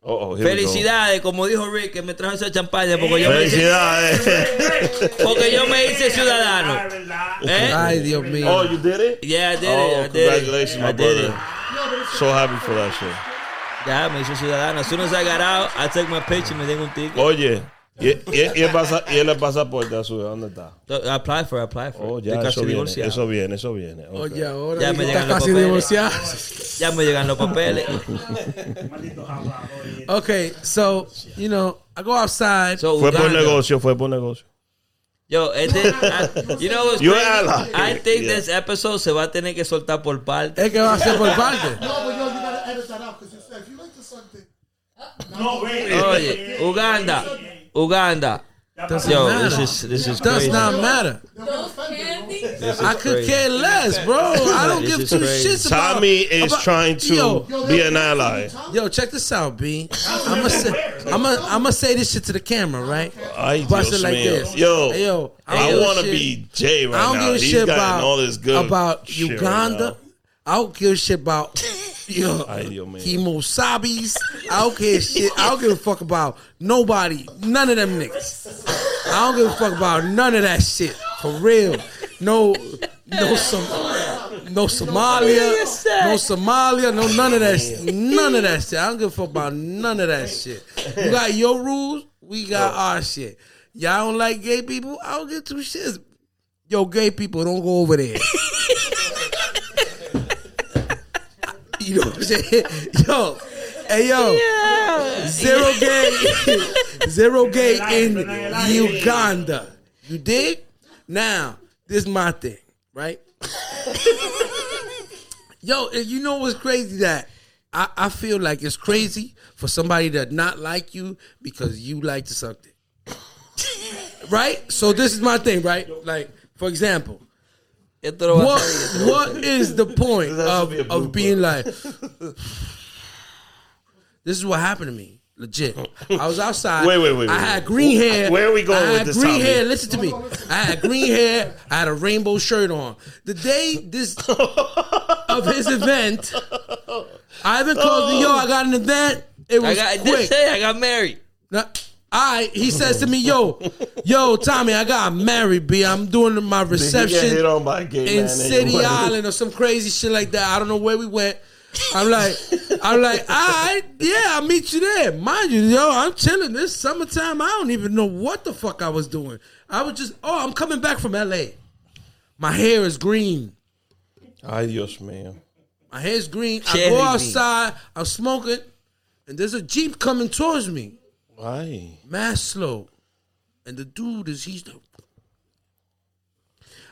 Speaker 3: Uh-oh, here we go.
Speaker 2: felicidades, como dijo Rick, que me trajo esa champaña? Porque yo me hice,
Speaker 3: Felicidades.
Speaker 2: porque yo me hice
Speaker 5: Ah,
Speaker 2: ciudadano.
Speaker 5: es verdad.
Speaker 2: ¿Eh?
Speaker 1: Ay, Dios
Speaker 3: Oh,
Speaker 1: mío.
Speaker 3: you did it?
Speaker 2: Yeah, I did
Speaker 3: Oh,
Speaker 2: it. I did it.
Speaker 3: congratulations, my
Speaker 2: I did
Speaker 3: brother.
Speaker 2: it.
Speaker 3: So happy for that shit.
Speaker 2: Ya, me hice ciudadano. As soon as I got out, I took my picture y me dieron un ticket.
Speaker 3: Oye, y, y, y, el pasa, y el pasaporte azul, ¿dónde está?
Speaker 2: I applied for it, I applied for it.
Speaker 3: Oh, ya,
Speaker 2: Estoy casi
Speaker 3: eso viene,
Speaker 2: divorciado.
Speaker 3: eso viene, eso viene. ok.
Speaker 1: Oye, Oh, ahora
Speaker 2: Ya
Speaker 1: que
Speaker 2: me
Speaker 1: está
Speaker 2: llegan los
Speaker 1: casi
Speaker 2: papeles.
Speaker 1: divorciado.
Speaker 2: Ya me llegan los papeles.
Speaker 5: Maldito hablador.
Speaker 1: Okay, so, you know, I go outside.
Speaker 2: So,
Speaker 3: Fue por
Speaker 2: Uganda.
Speaker 3: negocio, fue por negocio.
Speaker 2: Yo, este, I- you know what's
Speaker 3: You're
Speaker 2: crazy?
Speaker 3: ally.
Speaker 2: I think
Speaker 3: Yeah.
Speaker 2: this episode se va a tener que soltar por parte.
Speaker 1: Es que va a ser por parte.
Speaker 4: No, but yo, you gotta edit that out because you said if you like to suck dick,
Speaker 5: No, wait.
Speaker 2: Oye, Uganda, Uganda. Yo, this is this is
Speaker 1: Does
Speaker 2: crazy.
Speaker 1: not matter.
Speaker 4: they'll get offended. bro.
Speaker 2: This is
Speaker 1: I could
Speaker 2: crazy.
Speaker 1: care less, bro. I don't
Speaker 2: This
Speaker 1: give
Speaker 2: is
Speaker 1: two
Speaker 2: crazy.
Speaker 1: shits about
Speaker 3: Tommy is
Speaker 1: about-
Speaker 3: trying
Speaker 1: Yo,
Speaker 3: to
Speaker 4: Yo,
Speaker 3: be
Speaker 4: they'll
Speaker 3: an
Speaker 4: get offended,
Speaker 3: ally.
Speaker 4: Tom.
Speaker 1: yo, check this out, B. I'm gonna say, I'm gonna, I'm gonna say this shit to the camera, right?
Speaker 3: Ay,
Speaker 1: Bust
Speaker 3: Dios
Speaker 1: it like
Speaker 3: mío.
Speaker 1: this.
Speaker 3: Yo,
Speaker 1: Hey, yo, I don't
Speaker 3: Oh. I
Speaker 1: give a
Speaker 3: want to
Speaker 1: shit.
Speaker 3: be Jay right
Speaker 1: I don't
Speaker 3: now.
Speaker 1: give a
Speaker 3: He's
Speaker 1: shit
Speaker 3: gotten
Speaker 1: about
Speaker 3: all this good
Speaker 1: about
Speaker 3: shit right
Speaker 1: Uganda.
Speaker 3: now.
Speaker 1: I don't give a shit about yo,
Speaker 3: Ay, Dios mío.
Speaker 1: Kimosabis. I don't care shit. I don't give a fuck about nobody. None of them niggas. I don't give a fuck about none of that shit. For real. No, no some, no Somalia,
Speaker 2: you said.
Speaker 1: no Somalia, no none of that, shit. none of that shit. I don't give a fuck about none of that shit. You got your rules, we got our shit. Y'all don't like gay people? I don't get two shits. Yo, gay people, don't go over there. you know what I'm saying? Yo, hey yo, zero gay, zero gay in Uganda. You dig? Now, this is my thing, right? Yo, and you know what's crazy that I, I feel like it's crazy for somebody to not like you because you liked something. right? So this is my thing, right? Like, for example,
Speaker 2: Esto lo va a
Speaker 1: what
Speaker 2: hacer.
Speaker 1: what is the point of, of being like this is what happened to me legit i was outside
Speaker 3: Wait, wait, wait,
Speaker 1: i
Speaker 3: wait,
Speaker 1: had
Speaker 3: wait.
Speaker 1: green hair
Speaker 3: Where are we going
Speaker 1: I
Speaker 3: with
Speaker 1: had
Speaker 3: this,
Speaker 1: green
Speaker 3: Tommy?
Speaker 1: hair listen to me i had green hair i had a rainbow shirt on the day this of his event ivan called me yo i got an event it
Speaker 2: I
Speaker 1: was
Speaker 2: got, I did
Speaker 1: quick
Speaker 2: say I got married.
Speaker 1: now, I he says to me, "Yo, yo, Tommy, I got married, b. I'm doing my
Speaker 3: Did you get
Speaker 1: reception
Speaker 3: hit on by a gay man
Speaker 1: in
Speaker 3: and
Speaker 1: City
Speaker 3: you-
Speaker 1: Island or some crazy shit like that. I don't know where we went. I'm like, I'm like, all right, yeah, I'll meet you there. Mind you, yo, I'm chilling. This summertime, I don't even know what the fuck I was doing. I was just, oh, I'm coming back from LA. My hair is green.
Speaker 3: Ay, Dios mío.
Speaker 1: My hair's green. I
Speaker 2: Cherry
Speaker 1: go
Speaker 2: green.
Speaker 1: outside. I'm smoking, and there's a jeep coming towards me.
Speaker 3: Ay.
Speaker 1: mad slow. And the dude is he's the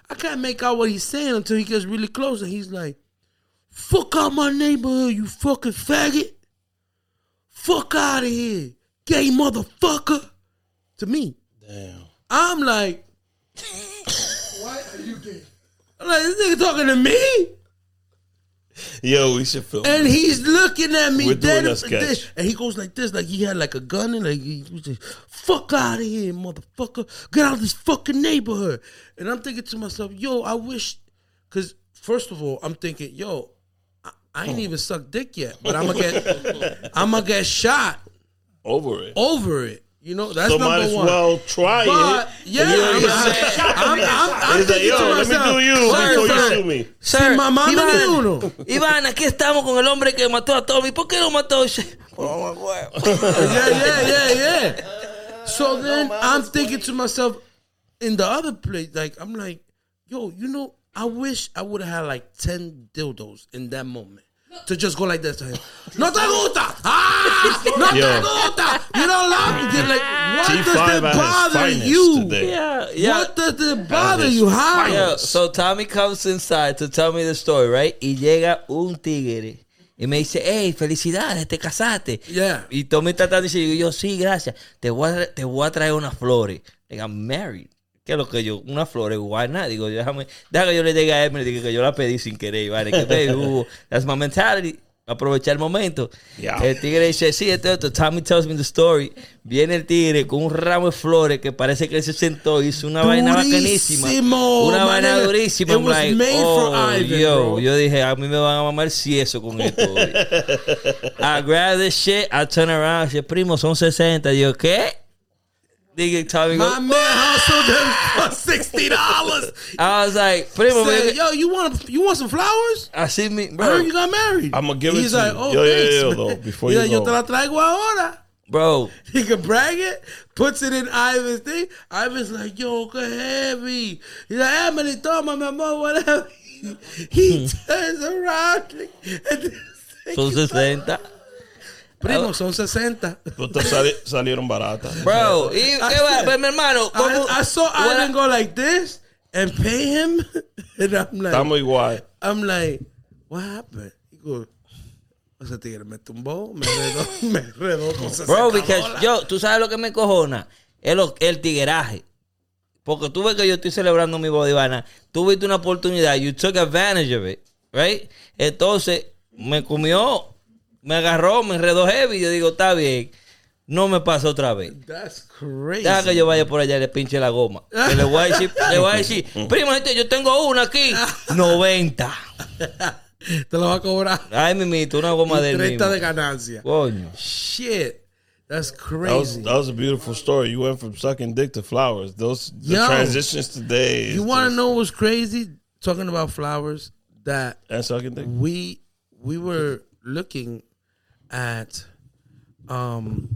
Speaker 1: I can't make out what he's saying until he gets really close and he's like, Fuck out my neighborhood, you fucking faggot. Fuck out of here, gay motherfucker. To me.
Speaker 3: Damn.
Speaker 1: I'm like,
Speaker 4: Why are you gay?
Speaker 1: I'm like, this nigga talking to me?
Speaker 3: Yo, we should film.
Speaker 1: And he's looking at me
Speaker 3: We're doing
Speaker 1: dead up
Speaker 3: a
Speaker 1: in
Speaker 3: sketch.
Speaker 1: this, and he goes like this, like he had like a gun, and like he was just fuck out of here, motherfucker, get out of this fucking neighborhood. And I'm thinking to myself, yo, I wish, because first of all, I'm thinking, yo, I, I ain't even sucked dick yet, but I'm gonna get, I'm gonna get shot
Speaker 3: over it.
Speaker 1: over it. You know, that's
Speaker 3: so might
Speaker 1: number
Speaker 3: as
Speaker 1: one.
Speaker 3: well try
Speaker 1: but
Speaker 3: it.
Speaker 1: yeah, I'm, I'm, I'm, I'm
Speaker 3: He's like,
Speaker 1: thinking
Speaker 3: yo,
Speaker 1: to
Speaker 3: let me
Speaker 1: myself,
Speaker 3: do you
Speaker 1: sorry,
Speaker 3: before you
Speaker 1: sorry.
Speaker 3: shoot me.
Speaker 2: Sir,
Speaker 1: mamá me
Speaker 2: Iván,
Speaker 1: dio uno.
Speaker 2: Iván, aquí estamos con el hombre que mató a Tommy. ¿Por qué lo mató? Por un huevo.
Speaker 1: yeah, yeah, yeah, yeah. So then I'm thinking to myself, in the other place, like I'm like, yo, you know, I wish I would have had like ten dildos in that moment. To just go like this to him. No te gusta! Ah! No te
Speaker 3: Yo.
Speaker 1: gusta! You don't love me. They're Like, what does
Speaker 3: G5
Speaker 1: it
Speaker 3: at his
Speaker 1: bother
Speaker 3: finest
Speaker 1: you?
Speaker 3: today.
Speaker 2: Yeah, yeah.
Speaker 1: What does it bother you?
Speaker 3: his
Speaker 1: How?
Speaker 2: Yeah, so Tommy comes inside to tell me the story, right? Y llega un tigre y me dice, hey, felicidades, te casaste.
Speaker 1: Yeah.
Speaker 2: Y Tommy está tratando de decir, yo, sí, gracias, te voy a, te voy a traer unas flores. Like, I'm married. ¿Qué es lo que yo? Unas flores, why not? Digo, déjame, déjame que yo le llegue a Emily, digo que yo la pedí sin querer, ¿vale? Que baby, uh, that's my mentality. Aprovechar el momento.
Speaker 3: Yeah.
Speaker 2: El tigre dice, sí, esto, esto. Tommy tells me the story. Viene el tigre con un ramo de flores que parece que él se sentó, hizo una vaina bacanísima.
Speaker 1: Durísimo,
Speaker 2: Una vaina
Speaker 1: manera.
Speaker 2: durísima.
Speaker 1: It
Speaker 2: I'm
Speaker 1: was
Speaker 2: like,
Speaker 1: made
Speaker 2: oh,
Speaker 1: for Ivan,
Speaker 2: yo,
Speaker 1: bro.
Speaker 2: yo dije, a mí me van a mamar eso con esto. hoy. I grab this shit, I turn around, dice, primo, son 60. Yo, ¿qué? Dije, Tommy,
Speaker 1: My
Speaker 2: go.
Speaker 1: man hustled him for sixty dollars.
Speaker 2: I was like, primo, me-
Speaker 1: Yo, you want you want some flowers?
Speaker 2: así mi, bro.
Speaker 1: I heard you got married.
Speaker 3: I'ma give it
Speaker 1: He's
Speaker 3: to
Speaker 1: like,
Speaker 3: you.
Speaker 1: Oh,
Speaker 3: Yo, yo,
Speaker 1: thanks,
Speaker 3: yo,
Speaker 1: man.
Speaker 3: though, before
Speaker 1: He's
Speaker 3: you
Speaker 1: like, yo
Speaker 3: go.
Speaker 1: te la traigo ahora.
Speaker 2: Bro,
Speaker 1: He can brag it, puts it in Ivan's thing. Ivan's like, yo, qué heavy. He's like, "Ah, Emily, toma, mi amor, whatever. He
Speaker 3: Hmm.
Speaker 1: turns around and
Speaker 2: son Oh. 60.
Speaker 1: Primo, son 60.
Speaker 3: Pero te sali- salieron baratas.
Speaker 2: Bro, y qué va, pero, mi hermano.
Speaker 1: I,
Speaker 2: ¿cómo-
Speaker 1: I saw
Speaker 2: what
Speaker 1: Ivan go like this and pay him. And I'm like,
Speaker 3: Estamos igual.
Speaker 1: I'm like, what happened? He goes, ese tigre me tumbó, me redó, me redó con 60
Speaker 2: Bro, because
Speaker 1: bolas.
Speaker 2: yo, tú sabes lo que me cojona. El, el tigueraje. Porque tú ves que yo estoy celebrando mi bodivana. Tú viste una oportunidad. You took advantage of it. Right? Entonces, me comió. Me agarró, me enredó heavy. Yo digo, está bien. No me pasa otra vez.
Speaker 1: That's crazy.
Speaker 2: Deja que yo vaya por allá y le pinche la goma. Que le voy a decir, le voy a decir, primo, gente, yo tengo una aquí. 90.
Speaker 1: Te lo va a cobrar.
Speaker 2: Ay, mimito, una goma
Speaker 1: Y
Speaker 2: del
Speaker 1: 30
Speaker 2: mismo.
Speaker 1: de ganancia.
Speaker 2: Coño.
Speaker 1: Shit. That's
Speaker 3: That was,
Speaker 1: crazy.
Speaker 3: that was a beautiful story. You went from sucking dick to flowers. Those the
Speaker 1: Yo.
Speaker 3: transitions today.
Speaker 1: you want to know what's crazy? Talking about flowers. that
Speaker 3: And sucking dick.
Speaker 1: we we were looking at um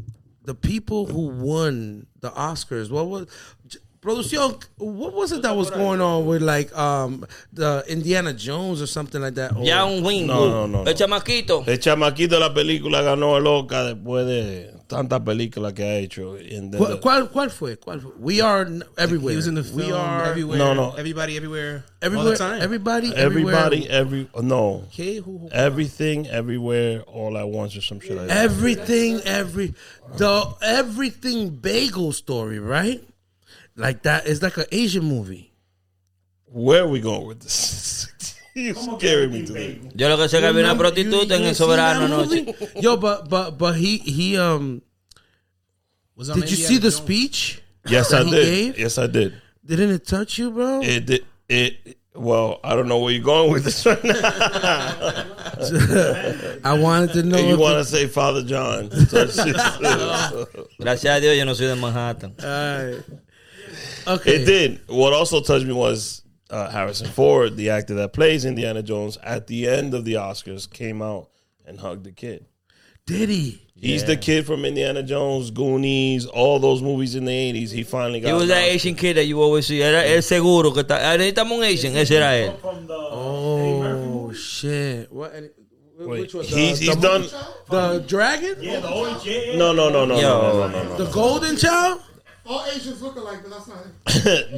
Speaker 1: the people who won the Oscars. What was J- Producción, what was it that was going on with like um the Indiana Jones or something like that? Or,
Speaker 2: Ya un Wingo.
Speaker 3: No, no, no, no.
Speaker 2: El chamaquito.
Speaker 3: El chamaquito de la película ganó el Oscar después de tantas películas que ha hecho. And then
Speaker 1: ¿Cuál,
Speaker 3: the-
Speaker 1: cuál, cuál fue? ¿Cuál fue? We are n- everywhere.
Speaker 8: He was in the
Speaker 1: we
Speaker 8: film
Speaker 1: are
Speaker 8: everywhere.
Speaker 3: No, no.
Speaker 8: Everybody, everywhere.
Speaker 1: everywhere.
Speaker 8: All the time.
Speaker 1: Everybody,
Speaker 3: everybody,
Speaker 1: everywhere.
Speaker 3: every oh, no,
Speaker 1: Okay, who, who-
Speaker 3: everything, everywhere, all at once or some shit like that.
Speaker 1: everything, every the everything bagel story, right? Like that. It's like an Asian movie.
Speaker 3: Where are we going with this? you scary me to that.
Speaker 2: Yo lo que sé es que había una prostituta en el soberano anoche.
Speaker 1: Yo, but but but he he um.
Speaker 8: Was on
Speaker 1: Did you
Speaker 8: Indiana
Speaker 1: see the
Speaker 8: Jones.
Speaker 1: speech?
Speaker 3: Yes,
Speaker 1: that
Speaker 3: I
Speaker 1: he
Speaker 3: did.
Speaker 1: gave?
Speaker 3: Yes, I did.
Speaker 1: Didn't it touch you, bro?
Speaker 3: It did. It. Well, I don't know where you're going with this right now.
Speaker 1: I wanted to know.
Speaker 3: you
Speaker 1: if
Speaker 3: want to say Father John? So it's just-
Speaker 2: Gracias a Dios yo no soy de Manhattan.
Speaker 1: it- Alright. Okay.
Speaker 3: it did. What also touched me was uh, Harrison Ford, the actor that plays Indiana Jones, at the end of the Oscars came out and hugged the kid.
Speaker 1: Did he?
Speaker 3: He's the kid from Indiana Jones, Goonies, all those movies in the '80s. He finally got.
Speaker 2: He was
Speaker 3: an
Speaker 2: that
Speaker 3: Oscar.
Speaker 2: Asian kid that you always see. Era el seguro que está. ah, Necesitamos un Asian. Ese era él.
Speaker 5: From the Eddie Murphy
Speaker 1: Oh
Speaker 5: movie.
Speaker 1: shit! What? Any,
Speaker 3: Wait,
Speaker 1: which was uh,
Speaker 3: he's
Speaker 1: the,
Speaker 3: he's
Speaker 1: the,
Speaker 3: done.
Speaker 1: the dragon?
Speaker 5: Yeah, the old yeah, yeah.
Speaker 3: No, no, no, no, no, no, no, no.
Speaker 1: The golden child?
Speaker 4: All Asians look alike, but that's not it.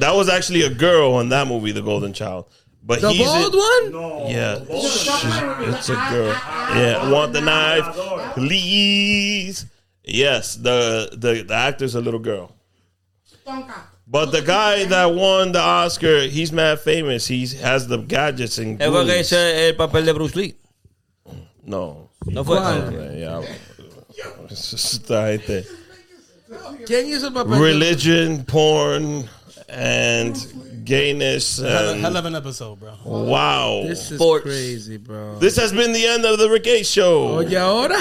Speaker 3: that was actually a girl in that movie, The Golden Child. But
Speaker 1: The
Speaker 3: he's
Speaker 1: bald
Speaker 3: in-
Speaker 1: one?
Speaker 5: No.
Speaker 3: Yeah,
Speaker 4: Stop playing with me.
Speaker 3: it's a
Speaker 4: I-
Speaker 3: girl.
Speaker 4: I- I-
Speaker 3: Yeah, want the knife,
Speaker 5: Salvador.
Speaker 3: please. Yes, the the the actor's a little girl.
Speaker 4: Tonka.
Speaker 3: But the guy that won the Oscar, he's mad famous. He has the gadgets and
Speaker 2: Él fue que
Speaker 3: Goonies.
Speaker 2: hizo el papel de Bruce Lee.
Speaker 3: no.
Speaker 2: No fue.
Speaker 1: ¿Cuál?
Speaker 3: Yeah, I- it's just the right thing.
Speaker 1: ¿Quién hizo el
Speaker 8: uh,
Speaker 1: papel?
Speaker 3: Religion, porn, and gayness.
Speaker 8: Hell,
Speaker 3: And
Speaker 8: hell of an episode, bro.
Speaker 3: wow.
Speaker 1: This is
Speaker 2: Sports.
Speaker 1: crazy, bro.
Speaker 3: This has been the end of the Rick Ace Show.
Speaker 1: Oye, ahora.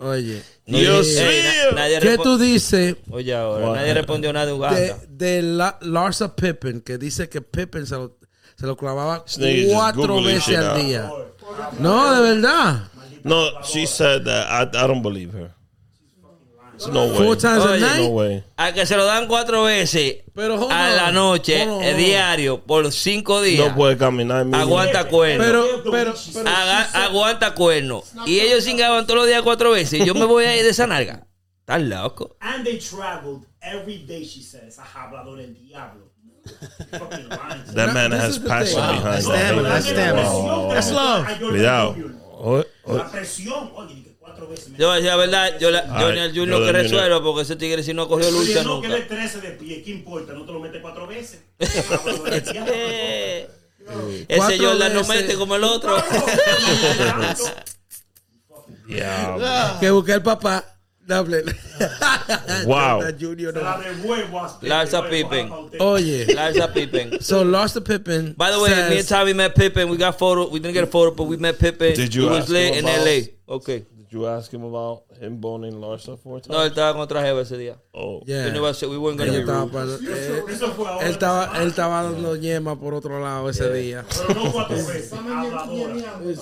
Speaker 1: Oye, Eh,
Speaker 3: Dios
Speaker 2: Ey, eh, na-
Speaker 3: mío.
Speaker 2: nadie
Speaker 1: ¿qué
Speaker 2: respo-
Speaker 1: tú dices
Speaker 2: Oye, ahora.
Speaker 3: Bueno.
Speaker 2: Nadie respondió nada de
Speaker 1: de,
Speaker 2: Uganda.
Speaker 1: de la, Larsa Pippen? Que dice que Pippen se lo, se lo clavaba
Speaker 3: nigga just
Speaker 1: cuatro
Speaker 3: Googling
Speaker 1: veces
Speaker 3: shit
Speaker 1: al
Speaker 3: now.
Speaker 1: día. No, de verdad.
Speaker 3: No, she said that. I, I don't believe her. There's no way.
Speaker 1: Four times a
Speaker 2: Oye.
Speaker 3: No
Speaker 1: night.
Speaker 3: way.
Speaker 2: A que se lo dan cuatro veces
Speaker 1: Pero, hold
Speaker 2: a
Speaker 1: on.
Speaker 2: la noche,
Speaker 1: Hold on,
Speaker 2: eh,
Speaker 1: hold on.
Speaker 2: diario, por cinco días.
Speaker 3: No puede caminar. mínimo.
Speaker 2: aguanta cuerno.
Speaker 1: Pero, pero, pero.
Speaker 2: Aga- aguanta cuerno. Y ellos cingaban todos los días cuatro veces. Y yo me voy a ir de esa nalga. Estás loco.
Speaker 5: And they traveled every day, she says. Ha hablado del diablo. Fucking lying.
Speaker 3: That man
Speaker 1: This
Speaker 3: has
Speaker 1: is the
Speaker 3: passion
Speaker 1: thing.
Speaker 3: behind
Speaker 8: That's
Speaker 3: him.
Speaker 8: stamina, that's stamina.
Speaker 3: Oh.
Speaker 5: That's love.
Speaker 3: Cuidado. Oh, oh.
Speaker 5: La presión. Oye, dije cuatro veces. me-
Speaker 2: Yo voy a decir la verdad, yo, la, yo
Speaker 3: Ay,
Speaker 2: ni al
Speaker 3: yo
Speaker 2: Junior que
Speaker 3: también.
Speaker 2: resuelva porque ese tigre si no cogió
Speaker 5: Oye,
Speaker 2: lucha
Speaker 5: no,
Speaker 2: nunca.
Speaker 5: que le 13 de pie. ¿Qué importa? No te lo metes cuatro veces. Ha hablado del diablo.
Speaker 2: Eh,
Speaker 1: Cuatro
Speaker 2: Ese Jordan no
Speaker 1: veces.
Speaker 2: mete como el otro.
Speaker 5: Tanto.
Speaker 3: Yeah.
Speaker 1: Que busqué el papá. Dable.
Speaker 3: Wow.
Speaker 1: Jordan Junior, no.
Speaker 5: La revuelvo a
Speaker 2: Larsa
Speaker 5: Oye,
Speaker 2: Pippen.
Speaker 5: a usted.
Speaker 1: Oye.
Speaker 2: Larsa Pippen.
Speaker 1: So Larsa Pippen.
Speaker 2: By the way,
Speaker 1: says,
Speaker 2: me and Tommy met Pippen. We got photo. We didn't get a photo, but we met Pippen.
Speaker 3: Did you
Speaker 2: He was
Speaker 3: ask
Speaker 2: late in
Speaker 3: him about-
Speaker 2: LA. Okay.
Speaker 3: Did you ask him about him boning Larsa four times?
Speaker 2: No, él estaba con otra jeva ese día.
Speaker 3: Oh.
Speaker 1: Yeah.
Speaker 2: We never said- we weren't gonna
Speaker 1: Él
Speaker 2: get
Speaker 1: estaba,
Speaker 2: rude.
Speaker 1: pa- eh,
Speaker 5: Eso fue ahora.
Speaker 1: él estaba, él estaba dando yema por otro lado ese día.
Speaker 5: Pero no cuatro veces. Habladora.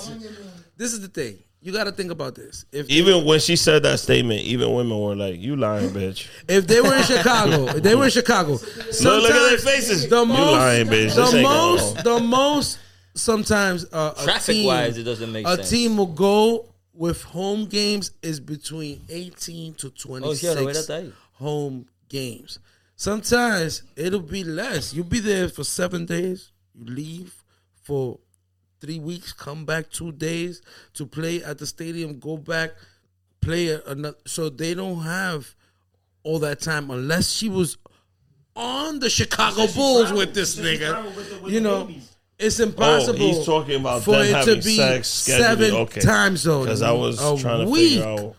Speaker 1: This is the thing. You got to think about this. If
Speaker 3: Even when she said that statement, even women were like, "You lying, bitch."
Speaker 1: if they were in Chicago, if they were in Chicago,
Speaker 3: Look, look at their
Speaker 1: sometimes
Speaker 3: faces.
Speaker 1: the
Speaker 3: you lying,
Speaker 1: most,
Speaker 3: bitch. This
Speaker 1: the
Speaker 3: ain't going
Speaker 1: most,
Speaker 3: on.
Speaker 1: the most. Sometimes uh, a
Speaker 2: Traffic
Speaker 1: team-
Speaker 2: wise, it doesn't make
Speaker 1: a
Speaker 2: sense.
Speaker 1: team will go with home games is between 18
Speaker 2: Oh,
Speaker 1: to 26
Speaker 2: Roberta está ahí.
Speaker 1: home games. Sometimes it'll be less. You'll be there for seven days. You leave for three weeks, come back two days to play at the stadium, go back, play a- another. So they don't have all that time unless she was on the Chicago Bulls with this
Speaker 5: She traveled
Speaker 1: nigga.
Speaker 5: with the- with
Speaker 1: You
Speaker 5: the
Speaker 1: know,
Speaker 5: babies.
Speaker 1: it's impossible.
Speaker 3: Oh, he's talking about them having sex scheduled.
Speaker 1: seven
Speaker 3: okay.
Speaker 1: time zones.
Speaker 3: Because I was
Speaker 1: a
Speaker 3: trying to
Speaker 1: week.
Speaker 3: figure out.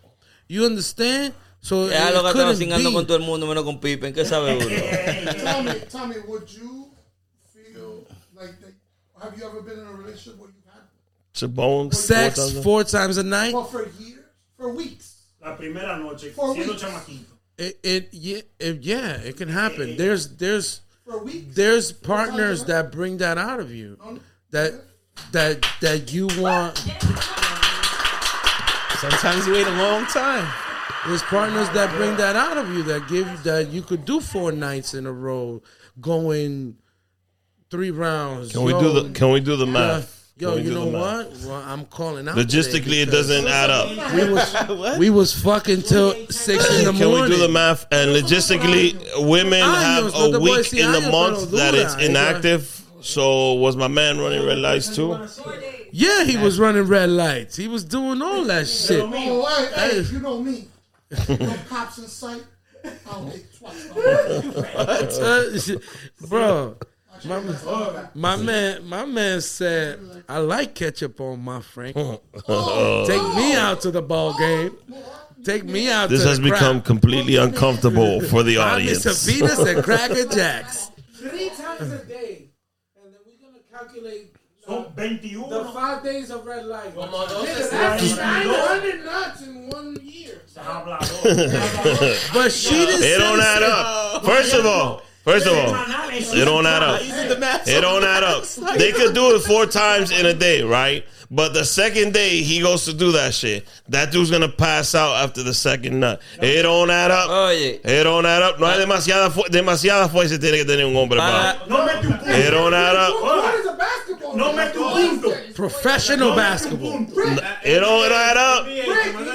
Speaker 1: You understand? So
Speaker 2: Ya lo
Speaker 1: it
Speaker 2: que estaba
Speaker 1: couldn't
Speaker 2: cingando
Speaker 1: be.
Speaker 2: con todo el mundo menos con Pippen. ¿Qué sabe uno?
Speaker 4: Tommy, Tommy, would you feel like that? Have you ever been in a relationship where you had
Speaker 3: To bones
Speaker 1: sex
Speaker 3: four times a-
Speaker 1: four times a night.
Speaker 4: well, for years, for weeks?
Speaker 5: La primera noche,
Speaker 4: Four
Speaker 5: siendo
Speaker 4: weeks.
Speaker 5: chamaquito.
Speaker 1: It, it yeah it, yeah it can happen. There's there's
Speaker 4: for a week.
Speaker 1: there's partners that bring that out of you that that that you want
Speaker 8: Sometimes you wait a long time.
Speaker 1: there's partners that bring that out of you that give you that you could do four nights in a row going three rounds
Speaker 3: Can we
Speaker 1: Yo,
Speaker 3: do the Can we do the
Speaker 1: uh,
Speaker 3: math?
Speaker 1: yo
Speaker 3: Can we
Speaker 1: you
Speaker 3: do
Speaker 1: know
Speaker 3: the math?
Speaker 1: what well, i'm calling out today
Speaker 3: Logistically, it
Speaker 1: because
Speaker 3: doesn't add up.
Speaker 1: we was we was fucking till six in the
Speaker 3: Can we
Speaker 1: morning
Speaker 3: do the math? And logistically, women
Speaker 1: Años,
Speaker 3: have
Speaker 1: no te
Speaker 3: a
Speaker 1: puedo
Speaker 3: week
Speaker 1: decir
Speaker 3: in the
Speaker 1: años,
Speaker 3: month
Speaker 1: pero
Speaker 3: that
Speaker 1: dura.
Speaker 3: it's inactive. So was my man running red lights too?
Speaker 1: yeah he was running red lights he was doing all that shit
Speaker 4: Oh, hey,
Speaker 1: Hey.
Speaker 4: hey, you know me. No cops in sight. I'll think twice. about it.
Speaker 1: Uh, bro
Speaker 4: I should have left all that.
Speaker 1: My man, my man said, "I like ketchup on my Frank. Take me out to the ball game. Take me out."
Speaker 3: Oh. This
Speaker 1: to
Speaker 3: has
Speaker 1: the
Speaker 3: become
Speaker 1: crowd.
Speaker 3: completely uncomfortable for the
Speaker 1: Buy me
Speaker 3: audience.
Speaker 1: some Venus and Cracker Jacks.
Speaker 6: Three times a day, and then we're gonna calculate
Speaker 5: Son 21.
Speaker 6: the five days of red light.
Speaker 7: Nigga,
Speaker 5: Ay,
Speaker 7: that's
Speaker 5: no.
Speaker 7: 900 nuts in one year.
Speaker 1: But she didn't.
Speaker 3: It don't
Speaker 1: say-
Speaker 3: add up. First of all, first of all, it don't add up. It don't add up. They could do it four times in a day, right? But the second day he goes to do that shit, that dude's gonna pass out after the second nut. It don't add up.
Speaker 2: Oye,
Speaker 3: It don't add up. No hay demasiada fu- demasiada fuerza tiene que tener un hombre para.
Speaker 2: para,
Speaker 5: No mete un punto.
Speaker 3: It don't add up.
Speaker 4: What is a basketball?
Speaker 5: No
Speaker 4: game?
Speaker 5: mete un punto.
Speaker 1: Professional
Speaker 5: No mete un
Speaker 1: basketball.
Speaker 5: punto.
Speaker 3: It don't add up.
Speaker 7: Rick, you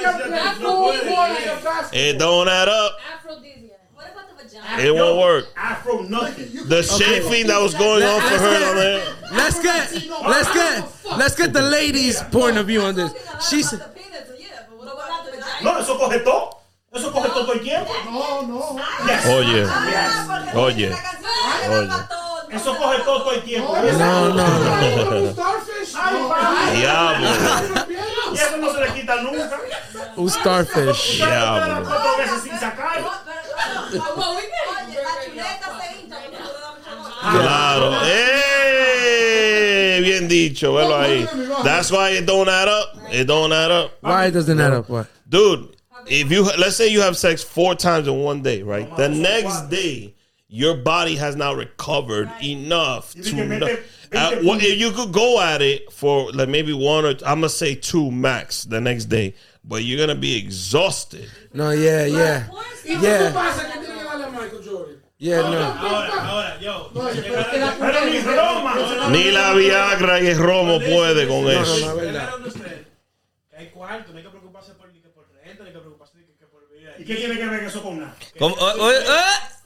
Speaker 7: got black
Speaker 9: no
Speaker 7: hole
Speaker 9: puede,
Speaker 7: more like
Speaker 9: yeah.
Speaker 7: a fast
Speaker 3: It don't add up.
Speaker 9: Aphrodisiac. What about the vagina?
Speaker 3: It won't work.
Speaker 5: Afro nothing.
Speaker 3: The chafing that was going on for her on there.
Speaker 1: Let's get, let's get, let's get the ladies' point of view on this. She
Speaker 9: She's
Speaker 1: said,
Speaker 9: about the penis, yeah, but what about the vagina?
Speaker 5: No, eso coge todo. Eso coge todo el tiempo.
Speaker 4: No, no.
Speaker 3: Oh yeah.
Speaker 9: Ah, porque
Speaker 3: Oye.
Speaker 9: la canción se llama
Speaker 3: Oye.
Speaker 9: Matón, no
Speaker 5: Eso
Speaker 9: se
Speaker 5: coge
Speaker 9: llama
Speaker 5: todo todo el tiempo.
Speaker 1: "No, no, no."
Speaker 7: starfish.
Speaker 3: Diablo.
Speaker 5: Y eso no se le quita nunca.
Speaker 1: Who's starfish?
Speaker 5: Ya,
Speaker 3: Diablo.
Speaker 5: cuatro veces sin sacar.
Speaker 9: Matón. Pero, pero, Oye, la chuleta se hincha cuando tú le das mucha bola.
Speaker 3: Claro. ¡Eh! Bien dicho, velo ahí. That's why it don't add up. It don't add up.
Speaker 1: Why it doesn't add up? Why?
Speaker 3: Dude, if you let's say you have sex four times in one day, right? The next day, your body has not recovered enough
Speaker 5: You can
Speaker 3: to
Speaker 5: make
Speaker 3: no-
Speaker 5: it-
Speaker 3: Uh,
Speaker 5: make it-
Speaker 3: what- if you could go at it for like maybe one or I'm gonna say two max the next day, but you're gonna be exhausted.
Speaker 1: No, yeah, yeah,
Speaker 9: Of course,
Speaker 1: yeah, yeah. No.
Speaker 8: Ahora, ahora, yo.
Speaker 5: Pero ni Roma.
Speaker 3: Ni la Viagra y el Romo puede con
Speaker 1: no,
Speaker 3: eso.
Speaker 1: no, verdad.
Speaker 8: Llegaron ustedes. Que hay cuarto, no hay que preocuparse por, ni que por renta, no hay que preocuparse ni que, que por vida.
Speaker 5: ¿Y qué tiene que ver eso con nada?
Speaker 2: como- o- o- eh,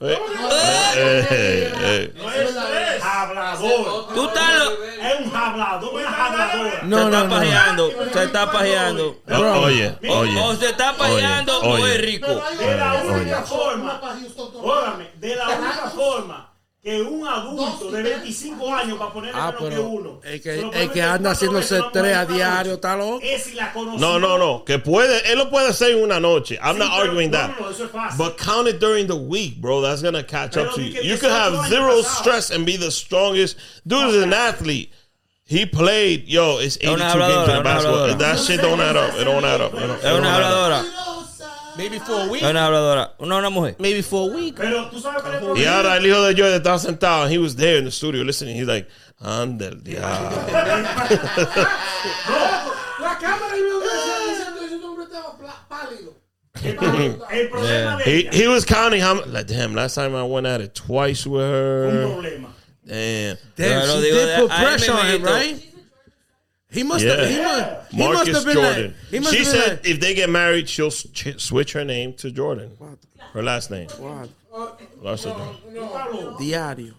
Speaker 3: Eh, eh, eh, eh.
Speaker 8: Pues
Speaker 5: Hablador.
Speaker 2: tú estás lo-
Speaker 5: Es un hablador,
Speaker 8: Pues
Speaker 5: una habladora.
Speaker 1: No, no,
Speaker 2: se está
Speaker 1: no.
Speaker 2: pajeando, se está pajeando.
Speaker 1: Bro.
Speaker 3: Oye,
Speaker 2: O,
Speaker 3: oye.
Speaker 2: o se está pajeando
Speaker 3: Oye,
Speaker 2: o
Speaker 3: oye.
Speaker 2: es rico.
Speaker 5: De la única
Speaker 4: Una
Speaker 5: forma,
Speaker 4: para Houston, dos para-
Speaker 5: órame, de la única forma que un adulto de 25 años va a ponerle
Speaker 1: Ah,
Speaker 5: menos que
Speaker 1: pero
Speaker 5: uno.
Speaker 1: el
Speaker 5: se
Speaker 1: que,
Speaker 5: lo
Speaker 1: el
Speaker 5: promete
Speaker 1: que anda
Speaker 5: cuatro
Speaker 1: haciéndose
Speaker 5: veces,
Speaker 1: tres a
Speaker 5: vamos
Speaker 1: diario, está loco.
Speaker 5: Es si la conocí.
Speaker 3: No, no, no. Que puede, él lo puede hacer en una noche. I'm
Speaker 5: Sí,
Speaker 3: not
Speaker 5: pero-
Speaker 3: arguing
Speaker 5: no,
Speaker 3: that.
Speaker 5: no, no, eso es fácil.
Speaker 3: But count it during the week, bro. That's gonna catch
Speaker 5: Pero
Speaker 3: up to
Speaker 5: di
Speaker 3: you.
Speaker 5: que
Speaker 3: You could
Speaker 5: 18 años
Speaker 3: have zero
Speaker 5: pasado.
Speaker 3: stress and be the strongest. Dude is an athlete. He played, yo. It's 82
Speaker 2: una
Speaker 3: games
Speaker 2: habladora, una
Speaker 3: in basketball.
Speaker 2: habladora.
Speaker 3: That shit don't add up. It don't add up. It don't- it
Speaker 2: Es
Speaker 3: don't
Speaker 2: una
Speaker 3: add up.
Speaker 2: habladora,
Speaker 8: Maybe for a week.
Speaker 2: es una habladora, una, una mujer.
Speaker 8: Maybe for a week.
Speaker 5: Pero tú sabes cuál es el
Speaker 3: Y
Speaker 5: problema.
Speaker 3: ahora el hijo de Joy estaba sentado and he was there in the studio listening. He's like, anda el diablo.
Speaker 7: La cámara iba a diciendo ese hombre estaba pla- pálido.
Speaker 5: El problema de
Speaker 3: He,
Speaker 5: ella.
Speaker 3: he was counting how much. Like, damn, last time I went at it twice with
Speaker 5: Un
Speaker 3: her.
Speaker 5: problema.
Speaker 3: Damn.
Speaker 1: Damn,
Speaker 2: Yo lo
Speaker 1: she
Speaker 2: digo
Speaker 1: did
Speaker 2: de-
Speaker 1: put
Speaker 2: ahí
Speaker 1: pressure on him,
Speaker 2: mismito.
Speaker 1: right? He must have. He must. He must
Speaker 3: Marcus
Speaker 1: have been
Speaker 3: Jordan.
Speaker 1: like. He must
Speaker 3: she
Speaker 1: have been
Speaker 3: said
Speaker 1: like.
Speaker 3: if they get married, she'll s- ch- switch her name to Jordan. Her last name. Last name.
Speaker 5: Pablo,
Speaker 1: Diario.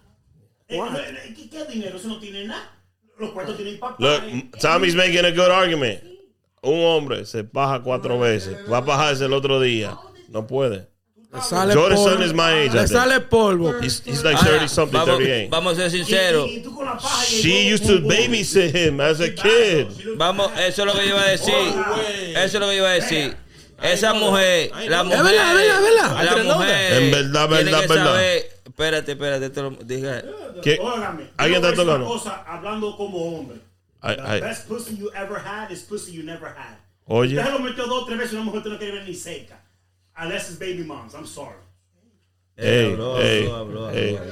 Speaker 5: eh, eh, ¿qué- ¿Qué dinero? Eso no tiene nada. Los cuartos tienen papá.
Speaker 3: Look,
Speaker 5: eh.
Speaker 3: m- Tommy's making a good argument. Un hombre se baja cuatro veces. Va a bajarse el otro día. No puede.
Speaker 1: Le sale
Speaker 3: Jordan's son is
Speaker 1: polvo.
Speaker 3: my age. I
Speaker 1: Le
Speaker 3: think.
Speaker 1: sale polvo.
Speaker 3: He's, he's like
Speaker 2: Ahora,
Speaker 3: 30 something,
Speaker 2: Ah, vamos,
Speaker 3: 38.
Speaker 2: Vamos a ser
Speaker 5: Y-
Speaker 2: sinceros.
Speaker 5: y- y tú con la paja y el
Speaker 3: She
Speaker 5: huevo,
Speaker 3: used to
Speaker 5: huevo.
Speaker 3: babysit him as a kid.
Speaker 2: Vamos, eh, eso es lo que yo iba a decir. Eso es lo que yo iba a decir. Esa mujer, la mujer,
Speaker 1: verdad, es verdad, es verdad.
Speaker 2: la mujer,
Speaker 3: En verdad,
Speaker 2: tiene
Speaker 3: verdad,
Speaker 2: que
Speaker 3: verdad.
Speaker 2: saber- espérate, espérate, te lo dije.
Speaker 3: ¿Qué?
Speaker 5: Óigame.
Speaker 3: ¿Alguien está
Speaker 5: yo voy a decir
Speaker 3: tocando?
Speaker 5: una cosa, hablando como hombre.
Speaker 3: Ay,
Speaker 5: The
Speaker 3: ay.
Speaker 5: best pussy you ever had is pussy you never had.
Speaker 3: Oye.
Speaker 5: Usted lo metió dos o tres veces y una mujer te no quiere ver ni cerca. Unless it's baby moms. I'm sorry.
Speaker 3: Hey,
Speaker 2: Habló,
Speaker 3: hey,
Speaker 2: habló, habló,
Speaker 3: hey.
Speaker 4: esta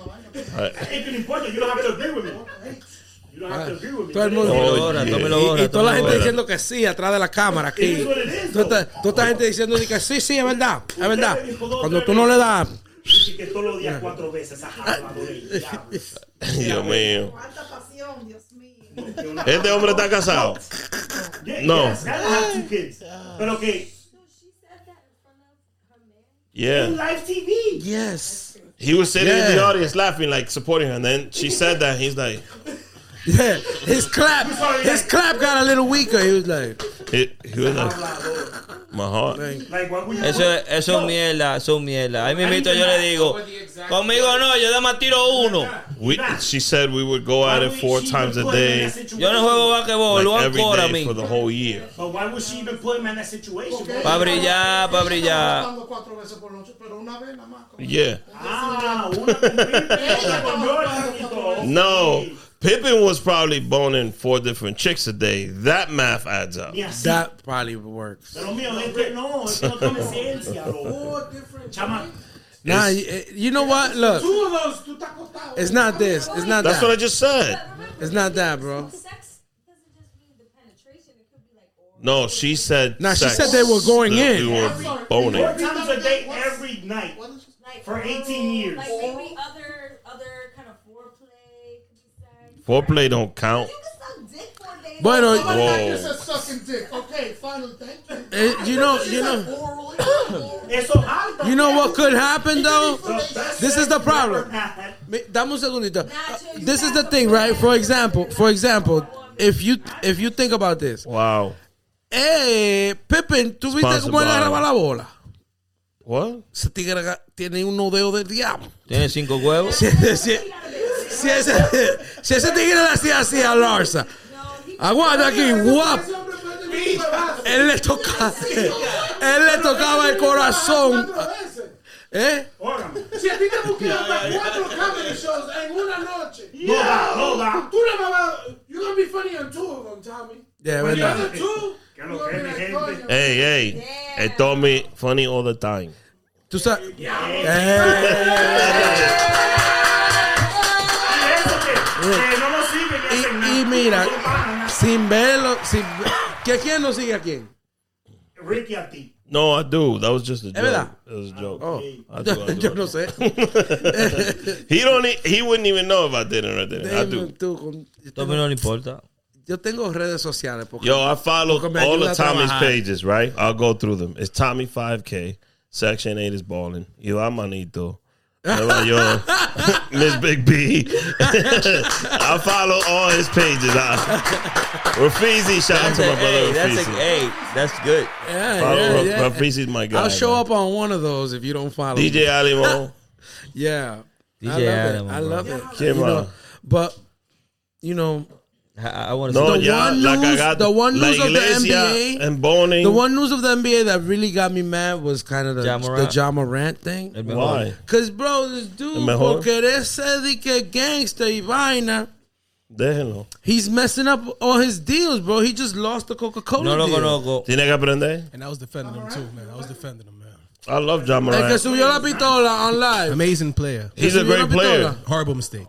Speaker 4: vaina. pero-
Speaker 5: Ain't been important. You don't have to agree with me. You don't have to agree with me.
Speaker 1: Todo el mundo.
Speaker 2: Tómelo ahora,
Speaker 3: Oye.
Speaker 2: tómelo
Speaker 1: Y,
Speaker 2: ahora.
Speaker 1: y toda la
Speaker 2: tómelo
Speaker 1: gente
Speaker 2: ahora.
Speaker 1: diciendo que sí atrás de la cámara
Speaker 5: It
Speaker 1: aquí.
Speaker 5: is what it is,
Speaker 1: Toda esta- toda esta gente diciendo de que sí, sí, es verdad, es verdad.
Speaker 5: dijo dos,
Speaker 1: Cuando
Speaker 5: tres
Speaker 1: tú no le
Speaker 5: veces.
Speaker 1: das,
Speaker 5: Dice que todos los días cuatro veces. Ajá, hablando del diablo.
Speaker 3: Dios mío.
Speaker 9: Cuánta pasión, Dios mío.
Speaker 5: Que una-
Speaker 3: Este hombre está casado.
Speaker 5: Yeah,
Speaker 3: No.
Speaker 5: yes, gotta have two kids. Pero que in
Speaker 3: Yeah.
Speaker 5: live TV.
Speaker 1: yes,
Speaker 3: He was sitting in the
Speaker 1: Yeah.
Speaker 3: audience laughing, like supporting her. And then she said that. He's like,
Speaker 1: yeah. His clap, his clap got a little weaker. He was like,
Speaker 3: he, he was like, my heart.
Speaker 5: Like, what would you
Speaker 2: Eso es, eso es mierda, eso es mierda. Ahí mismito yo le digo, conmigo no, yo nada más tiro uno.
Speaker 3: We, she said we would go
Speaker 5: Why
Speaker 3: at it
Speaker 5: would
Speaker 3: four
Speaker 5: she
Speaker 3: times
Speaker 5: even
Speaker 3: a
Speaker 5: put him in
Speaker 3: day,
Speaker 5: that situation?
Speaker 2: Yo no juego basquetbol, lo
Speaker 3: like every
Speaker 2: ancora a
Speaker 3: day
Speaker 2: mí.
Speaker 3: for the whole year.
Speaker 5: But why would she even put him in that situation? bro?
Speaker 4: Porque
Speaker 2: Pa'
Speaker 4: ella-
Speaker 2: brillar, pa'
Speaker 4: ella estaba
Speaker 2: brillar.
Speaker 4: votando cuatro veces por noche, pero una vez nada más. como-
Speaker 3: Yeah.
Speaker 5: Ah, una con Pipe, con Jordan y todo.
Speaker 3: No, Pippen was probably boning four different chicks a day. That math adds up.
Speaker 5: Ni así.
Speaker 1: that probably works.
Speaker 5: Pero mío, es que no, es que no tome ciencia, loco. Chama,
Speaker 1: Nah, you, you know what? Look,
Speaker 4: Tú, los- tú estás acostado.
Speaker 1: it's not this, it's not
Speaker 3: That's what I
Speaker 1: that,
Speaker 3: just said.
Speaker 1: it's not that, bro.
Speaker 9: Sex doesn't just mean the penetration. It could be like oral.
Speaker 3: No, she said.
Speaker 1: Nah, she
Speaker 3: sex.
Speaker 1: said they were going
Speaker 3: That
Speaker 1: in.
Speaker 3: We were boning.
Speaker 5: four times a day every night.
Speaker 9: Like
Speaker 5: For
Speaker 9: oral,
Speaker 5: 18 years.
Speaker 9: Like maybe other other kind of foreplay. Could be sex.
Speaker 3: Foreplay don't count.
Speaker 9: You can suck dick for a day.
Speaker 1: Bueno,
Speaker 9: Like,
Speaker 4: Somebody
Speaker 3: Whoa.
Speaker 4: like you said sucking dick. Okay, final, thank you.
Speaker 1: Eh, you know, you know.
Speaker 4: Orally, oral.
Speaker 5: Eso es alto.
Speaker 1: You know what could happen though?
Speaker 5: The best
Speaker 1: This is the
Speaker 5: sex
Speaker 1: problem.
Speaker 5: you ever had.
Speaker 1: Me- Dame un segundito. Uh, This is the thing, right? For example, for example, if you if you think about this,
Speaker 3: Wow.
Speaker 1: eh, Pippen, ¿tú viste
Speaker 3: Sponsored
Speaker 1: cómo él
Speaker 3: by-
Speaker 1: agarraba la bola?
Speaker 3: What?
Speaker 1: Ese tigre ga- tiene un dedo del diablo.
Speaker 2: Tiene cinco huevos.
Speaker 1: Si, si- si ese, si ese tigre le hacía así a Larsa, aguanta aquí, guap. Él le tocaba, él le tocaba el corazón,
Speaker 7: Cuatro veces.
Speaker 1: ¿eh?
Speaker 5: Órale.
Speaker 7: Si a ti te buscan para cuatro comedy shows en una noche,
Speaker 5: No da, no da.
Speaker 7: tú no me vas You're gonna be funny on two of them, Tommy. The
Speaker 1: Yeah, verdad.
Speaker 7: other two,
Speaker 5: Que lo
Speaker 7: you're gonna
Speaker 5: que
Speaker 7: be
Speaker 5: mi
Speaker 7: like,
Speaker 5: gente.
Speaker 7: coño.
Speaker 3: Hey, hey. It told me funny all the time.
Speaker 1: Tú sabes. Eh,
Speaker 5: Y eso que, que no nos sirve, que hacen nada.
Speaker 1: y, y mira,
Speaker 5: No pagan nada.
Speaker 1: sin verlo, sin ver- ¿que quién no sigue a quién?
Speaker 5: Ricky a ti.
Speaker 3: No, I do. That was just a joke.
Speaker 1: verdad?
Speaker 3: It was a joke.
Speaker 1: Oh.
Speaker 3: I do,
Speaker 1: Yo,
Speaker 3: I do,
Speaker 1: yo
Speaker 3: I
Speaker 1: no
Speaker 3: do.
Speaker 1: sé.
Speaker 3: He don't. e- He wouldn't even know if I did it or didn't. I
Speaker 1: Déjame
Speaker 3: do.
Speaker 1: tú con- yo,
Speaker 2: Tommy
Speaker 1: tengo,
Speaker 2: no le importa.
Speaker 1: yo tengo redes sociales porque
Speaker 3: Yo, I follow
Speaker 1: Porque me
Speaker 3: all
Speaker 1: ayuda
Speaker 3: of
Speaker 1: a
Speaker 3: Tommy's
Speaker 1: trabajar.
Speaker 3: pages, right? I'll go through them. It's Tommy 5K, Section 8 is balling. Ivan Manito. Eva Yo, Miss Big B. I follow all his pages. I, Rafizi, shout out
Speaker 2: That's
Speaker 3: to my
Speaker 2: a, hey,
Speaker 3: brother
Speaker 2: that's a,
Speaker 3: Rafizi.
Speaker 2: hey, that's good.
Speaker 1: Yeah,
Speaker 3: Follow
Speaker 1: yeah,
Speaker 3: Ra-
Speaker 1: yeah.
Speaker 3: Rafizi's my guy.
Speaker 1: I'll show
Speaker 3: man.
Speaker 1: up on one of those if you don't follow. me.
Speaker 3: DJ Alimo.
Speaker 1: Yeah.
Speaker 2: DJ
Speaker 1: I love
Speaker 2: Alamo,
Speaker 1: it. I
Speaker 2: bro.
Speaker 1: love it.
Speaker 3: Kim,
Speaker 1: you
Speaker 3: uh,
Speaker 1: know, but you know,
Speaker 2: I, I want to
Speaker 3: No,
Speaker 2: see.
Speaker 1: The
Speaker 3: ya,
Speaker 1: one
Speaker 3: la
Speaker 1: news-
Speaker 3: cagada.
Speaker 1: the one
Speaker 3: La
Speaker 1: news of the
Speaker 3: Iglesia
Speaker 1: NBA,
Speaker 3: and Boning.
Speaker 1: the one news of the NBA that really got me mad was kind of the
Speaker 2: Ja
Speaker 1: the
Speaker 2: Morant.
Speaker 1: Ja Morant thing.
Speaker 2: El mejor.
Speaker 3: Why?
Speaker 1: Cause bro, this
Speaker 3: El
Speaker 1: dude
Speaker 3: mejor.
Speaker 1: por querer ser de que gangster y vaina,
Speaker 3: Déjenlo.
Speaker 1: he's messing up all his deals, bro. He just lost the Coca Cola
Speaker 2: No lo
Speaker 1: deal.
Speaker 2: conozco.
Speaker 3: Tiene que aprender.
Speaker 6: And I was defending him too, man. I was defending him, man.
Speaker 3: I love John
Speaker 1: El que
Speaker 3: Moran.
Speaker 1: subió la pistola on live.
Speaker 6: Amazing player.
Speaker 3: He's a
Speaker 1: subió la
Speaker 3: great player.
Speaker 1: pistola.
Speaker 6: Horrible mistake.